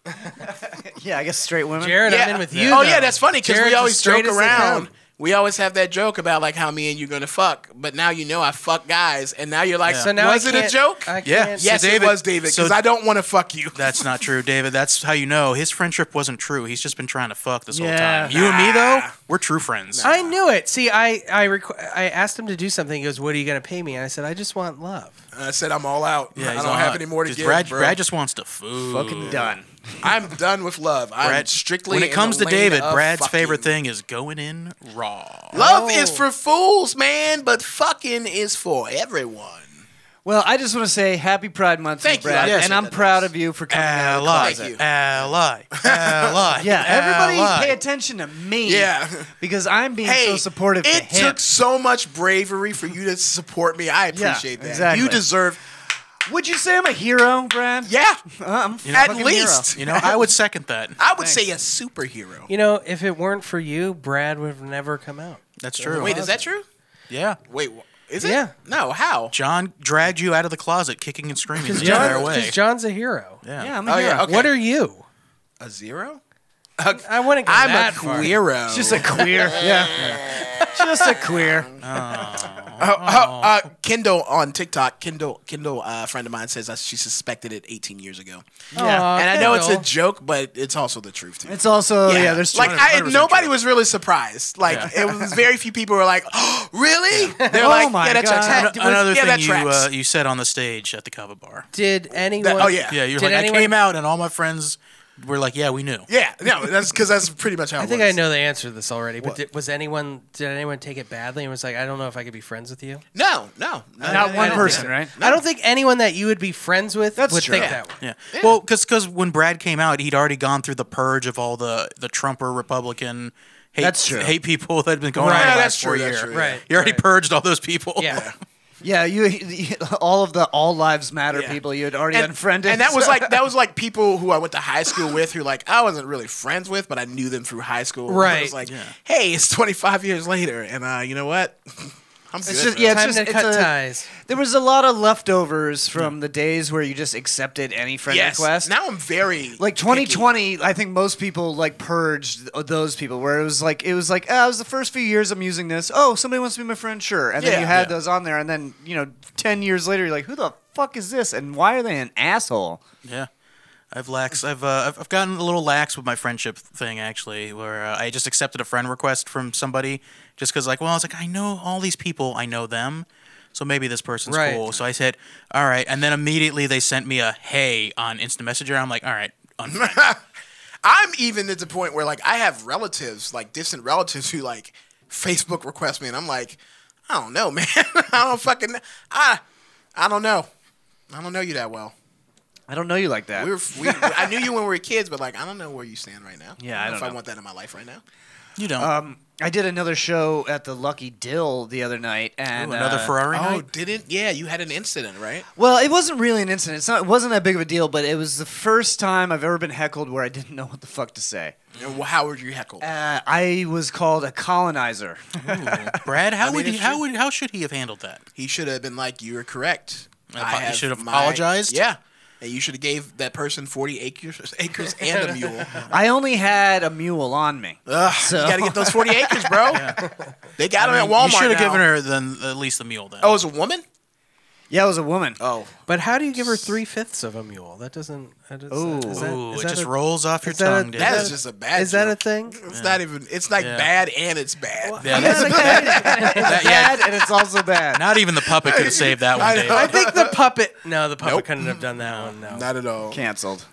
[SPEAKER 2] Yeah, I guess straight women.
[SPEAKER 1] Jared, I'm
[SPEAKER 8] Yeah.
[SPEAKER 1] in with you.
[SPEAKER 8] Oh
[SPEAKER 1] though.
[SPEAKER 8] yeah, that's funny because
[SPEAKER 1] Jared's
[SPEAKER 8] we
[SPEAKER 1] the
[SPEAKER 8] always joke
[SPEAKER 1] straightest they
[SPEAKER 8] around.
[SPEAKER 1] come.
[SPEAKER 8] We always have that joke about like how me and you're gonna fuck, but now you know I fuck guys, and now you're like,
[SPEAKER 1] So now
[SPEAKER 8] was
[SPEAKER 1] I
[SPEAKER 8] it a
[SPEAKER 1] can't-
[SPEAKER 8] joke?
[SPEAKER 1] I
[SPEAKER 6] Yeah.
[SPEAKER 1] can't-
[SPEAKER 8] yes,
[SPEAKER 6] So
[SPEAKER 8] it
[SPEAKER 6] David-
[SPEAKER 8] was, David,
[SPEAKER 6] so-
[SPEAKER 8] because I don't want to fuck you.
[SPEAKER 6] That's not true, David. That's how you know his friendship wasn't true. He's just been trying to fuck this whole
[SPEAKER 2] Yeah.
[SPEAKER 6] time. You and me though, we're true friends.
[SPEAKER 1] I knew it. See, I I requ- I asked him to do something. He goes, "What are you going to pay me?" And I said, "I just want love."
[SPEAKER 8] And I said I'm all out.
[SPEAKER 6] Yeah,
[SPEAKER 8] I
[SPEAKER 6] he's
[SPEAKER 8] don't
[SPEAKER 6] all
[SPEAKER 8] have
[SPEAKER 6] hot.
[SPEAKER 8] any more to
[SPEAKER 6] 'Cause
[SPEAKER 8] give.
[SPEAKER 6] Brad,
[SPEAKER 8] bro.
[SPEAKER 6] Brad just wants to food.
[SPEAKER 2] fucking done.
[SPEAKER 8] I'm done with love. I'm
[SPEAKER 6] Brad-
[SPEAKER 8] strictly.
[SPEAKER 6] when it
[SPEAKER 8] in the
[SPEAKER 6] comes to
[SPEAKER 8] lane
[SPEAKER 6] David,
[SPEAKER 8] of
[SPEAKER 6] Brad's
[SPEAKER 8] fucking.
[SPEAKER 6] favorite thing is going in raw.
[SPEAKER 8] Love is for fools, man, but fucking is for everyone.
[SPEAKER 2] Well, I just want to say happy Pride Month, to
[SPEAKER 8] Thank you.
[SPEAKER 2] Brad,
[SPEAKER 8] Yes,
[SPEAKER 2] and I'm
[SPEAKER 8] that
[SPEAKER 2] proud
[SPEAKER 8] is.
[SPEAKER 2] of you for coming out. of the
[SPEAKER 6] Ally,
[SPEAKER 8] Thank you.
[SPEAKER 6] ally, ally.
[SPEAKER 2] Yeah, everybody
[SPEAKER 6] ally.
[SPEAKER 2] pay attention to me.
[SPEAKER 8] Yeah.
[SPEAKER 2] Because I'm being so supportive
[SPEAKER 8] It
[SPEAKER 2] to him.
[SPEAKER 8] took so much bravery for you to support me. I appreciate that.
[SPEAKER 2] exactly.
[SPEAKER 8] You deserve.
[SPEAKER 2] Would you say I'm a hero, Brad?
[SPEAKER 8] Yeah,
[SPEAKER 2] Uh, I'm a
[SPEAKER 8] at
[SPEAKER 2] fucking
[SPEAKER 8] least.
[SPEAKER 6] You know, I would second that.
[SPEAKER 8] I would say a superhero.
[SPEAKER 1] You know, if it weren't for you, Brad would have never come out.
[SPEAKER 6] That's true.
[SPEAKER 8] Wait, is that true?
[SPEAKER 6] Yeah.
[SPEAKER 8] Wait, wha- is it?
[SPEAKER 1] Yeah.
[SPEAKER 8] No, how?
[SPEAKER 6] John dragged you out of the closet, kicking and screaming the
[SPEAKER 1] John-
[SPEAKER 6] entire way.
[SPEAKER 1] John's a hero.
[SPEAKER 6] yeah.
[SPEAKER 2] hero. Yeah, I'm a
[SPEAKER 8] Oh
[SPEAKER 2] hero.
[SPEAKER 8] yeah. Okay.
[SPEAKER 1] What are you?
[SPEAKER 8] a zero?
[SPEAKER 1] I wouldn't go
[SPEAKER 8] I'm
[SPEAKER 1] that
[SPEAKER 8] a
[SPEAKER 1] far.
[SPEAKER 8] queero.
[SPEAKER 2] Just a queer. yeah. Just a queer.
[SPEAKER 8] Uh,
[SPEAKER 2] "Oh."
[SPEAKER 8] uh, uh, Kendall on TikTok. Kendall, Kendall, uh, a friend of mine says that she suspected it 18 years ago,
[SPEAKER 2] Uh,
[SPEAKER 1] Aw,
[SPEAKER 8] and I know it's a
[SPEAKER 1] Kendall.
[SPEAKER 8] joke, but it's also the truth. Too.
[SPEAKER 2] It's also Oh, yeah. there's
[SPEAKER 8] like
[SPEAKER 2] like
[SPEAKER 8] I,
[SPEAKER 6] 100%
[SPEAKER 8] nobody
[SPEAKER 6] true.
[SPEAKER 8] was really surprised. Like it was very few people were like, oh, "Really?" They're
[SPEAKER 2] Oh
[SPEAKER 8] like,
[SPEAKER 2] my
[SPEAKER 8] "Yeah, that
[SPEAKER 2] God.
[SPEAKER 8] tracks."
[SPEAKER 2] Ano-
[SPEAKER 8] That was-
[SPEAKER 6] Another
[SPEAKER 8] yeah, that
[SPEAKER 6] thing you uh,
[SPEAKER 8] tracks.
[SPEAKER 6] you said on the stage at the Kava Bar.
[SPEAKER 1] Did anyone?
[SPEAKER 8] oh, yeah.
[SPEAKER 6] Yeah, you're
[SPEAKER 1] Did
[SPEAKER 6] like
[SPEAKER 1] anyone-
[SPEAKER 6] I came out and all my friends were like, "Yeah, we knew."
[SPEAKER 8] yeah, no, that's because that's pretty much how
[SPEAKER 1] I
[SPEAKER 8] it
[SPEAKER 1] think
[SPEAKER 8] was.
[SPEAKER 1] I know the answer to this already. But did, was anyone? Did anyone take it badly and was like, "I don't know if I could be friends with you"?
[SPEAKER 8] No, no, no.
[SPEAKER 2] not one
[SPEAKER 1] don't
[SPEAKER 2] person,
[SPEAKER 1] think
[SPEAKER 2] right?
[SPEAKER 1] I don't think anyone that you would be friends with
[SPEAKER 2] That's
[SPEAKER 1] would
[SPEAKER 2] true.
[SPEAKER 1] think
[SPEAKER 2] Yeah.
[SPEAKER 1] that way.
[SPEAKER 6] Yeah. Well, because when Brad came out, he'd already gone through the purge of all the the Trumper Republican hate
[SPEAKER 2] That's true.
[SPEAKER 6] hate people that had been going
[SPEAKER 1] Right.
[SPEAKER 6] on
[SPEAKER 1] Yeah,
[SPEAKER 6] the
[SPEAKER 8] that's
[SPEAKER 6] last four
[SPEAKER 8] true, that's
[SPEAKER 6] years.
[SPEAKER 8] true,
[SPEAKER 1] yeah. Right,
[SPEAKER 6] You already
[SPEAKER 1] right.
[SPEAKER 6] purged all those people.
[SPEAKER 1] Yeah.
[SPEAKER 2] Yeah, you, you all of the all lives matter
[SPEAKER 8] Yeah.
[SPEAKER 2] people you had already
[SPEAKER 8] and,
[SPEAKER 2] unfriended.
[SPEAKER 8] and that was
[SPEAKER 2] so-
[SPEAKER 8] like that was like people who I went to high school with who like I wasn't really friends with, but I knew them through high school. And I
[SPEAKER 1] Right.
[SPEAKER 8] was like, hey, it's 25 years later, and uh, you know what? I'm good.
[SPEAKER 2] just-
[SPEAKER 8] bro.
[SPEAKER 2] yeah, It's
[SPEAKER 1] Time to
[SPEAKER 2] it's
[SPEAKER 1] cut
[SPEAKER 2] a-
[SPEAKER 1] ties.
[SPEAKER 2] there was a lot of leftovers from the days where you just accepted any friend
[SPEAKER 8] yes.
[SPEAKER 2] request.
[SPEAKER 8] Now I'm very
[SPEAKER 2] like
[SPEAKER 8] picky.
[SPEAKER 2] 2020, I think most people like purged th- those people where it was like it was like oh, it was the first few years I'm using this. Oh, somebody wants to be my friend, sure. And then
[SPEAKER 8] Yeah.
[SPEAKER 2] you had
[SPEAKER 6] Yeah.
[SPEAKER 2] those on there, and then you know, ten years later, you're like, who the fuck is this, and why are they an asshole?
[SPEAKER 6] Yeah. I've lax. I've uh, I've- I've gotten a little lax with my friendship thing actually, where uh, I just accepted a friend request from somebody just because like, well, I was like, I know all these people, I know them, so maybe this person's
[SPEAKER 1] Right.
[SPEAKER 6] cool. So I said, all right. And then immediately they sent me a hey on Instant Messenger. I'm like, all right, unfriend.
[SPEAKER 8] I'm even at the point where like I have relatives, like distant relatives, who like Facebook request me, and I'm like, I don't know, man. I don't fucking, I, I don't know. I don't know you that well.
[SPEAKER 2] I don't know you like that.
[SPEAKER 8] We were, we, I knew you when we were kids, but like, I don't know where you stand right now.
[SPEAKER 2] Yeah, I
[SPEAKER 8] know
[SPEAKER 2] don't
[SPEAKER 8] if I
[SPEAKER 2] know.
[SPEAKER 8] want that in my life right now.
[SPEAKER 6] you don't.
[SPEAKER 2] um, I did another show at the Lucky Dill the other night, and
[SPEAKER 6] Ooh, another
[SPEAKER 2] uh,
[SPEAKER 6] Ferrari
[SPEAKER 8] Oh,
[SPEAKER 6] night?
[SPEAKER 8] didn't? Yeah, you had an incident, right?
[SPEAKER 2] Well, it wasn't really an incident. It's not, it wasn't that big of a deal, but it was the first time I've ever been heckled where I didn't know what the fuck to say.
[SPEAKER 8] And wh- how were you heckled?
[SPEAKER 2] Uh, I was called a colonizer.
[SPEAKER 6] Brad, how
[SPEAKER 8] mean,
[SPEAKER 6] would he,
[SPEAKER 8] it's
[SPEAKER 6] how
[SPEAKER 8] true.
[SPEAKER 6] would how should he have handled that?
[SPEAKER 8] he should have been like, "You were correct.
[SPEAKER 6] Apo- you should have
[SPEAKER 8] my-"
[SPEAKER 6] apologized?
[SPEAKER 8] Yeah, and you should have gave that person forty acres, acres and a mule.
[SPEAKER 2] I only had a mule on me.
[SPEAKER 8] Ugh,
[SPEAKER 2] So-
[SPEAKER 8] You gotta get those forty acres, bro. They got them at Walmart.
[SPEAKER 6] you should have
[SPEAKER 8] now.
[SPEAKER 6] given her then at least the mule then.
[SPEAKER 8] Oh, it's a woman.
[SPEAKER 2] Yeah, it was a woman.
[SPEAKER 8] Oh,
[SPEAKER 1] But how do you give her three fifths of a mule? That doesn't. That is,
[SPEAKER 2] Ooh.
[SPEAKER 1] is that,
[SPEAKER 6] Ooh,
[SPEAKER 1] is
[SPEAKER 6] it
[SPEAKER 1] that
[SPEAKER 6] just
[SPEAKER 1] a-
[SPEAKER 6] rolls off your
[SPEAKER 1] is that a-
[SPEAKER 6] tongue, dude.
[SPEAKER 8] that
[SPEAKER 1] that
[SPEAKER 8] is
[SPEAKER 1] a-
[SPEAKER 8] just a bad.
[SPEAKER 1] Is that a
[SPEAKER 8] joke.
[SPEAKER 1] thing?
[SPEAKER 8] It's not even. It's like
[SPEAKER 6] Yeah.
[SPEAKER 8] bad and it's bad.
[SPEAKER 6] yeah,
[SPEAKER 2] It's
[SPEAKER 6] that's, that- yeah,
[SPEAKER 2] bad and it's also bad.
[SPEAKER 6] not even the puppet could have saved that one,
[SPEAKER 8] know.
[SPEAKER 1] I
[SPEAKER 6] Dave.
[SPEAKER 1] think the puppet. No, the puppet
[SPEAKER 8] Nope.
[SPEAKER 1] couldn't have done that one. No,
[SPEAKER 8] Not at all.
[SPEAKER 2] Cancelled.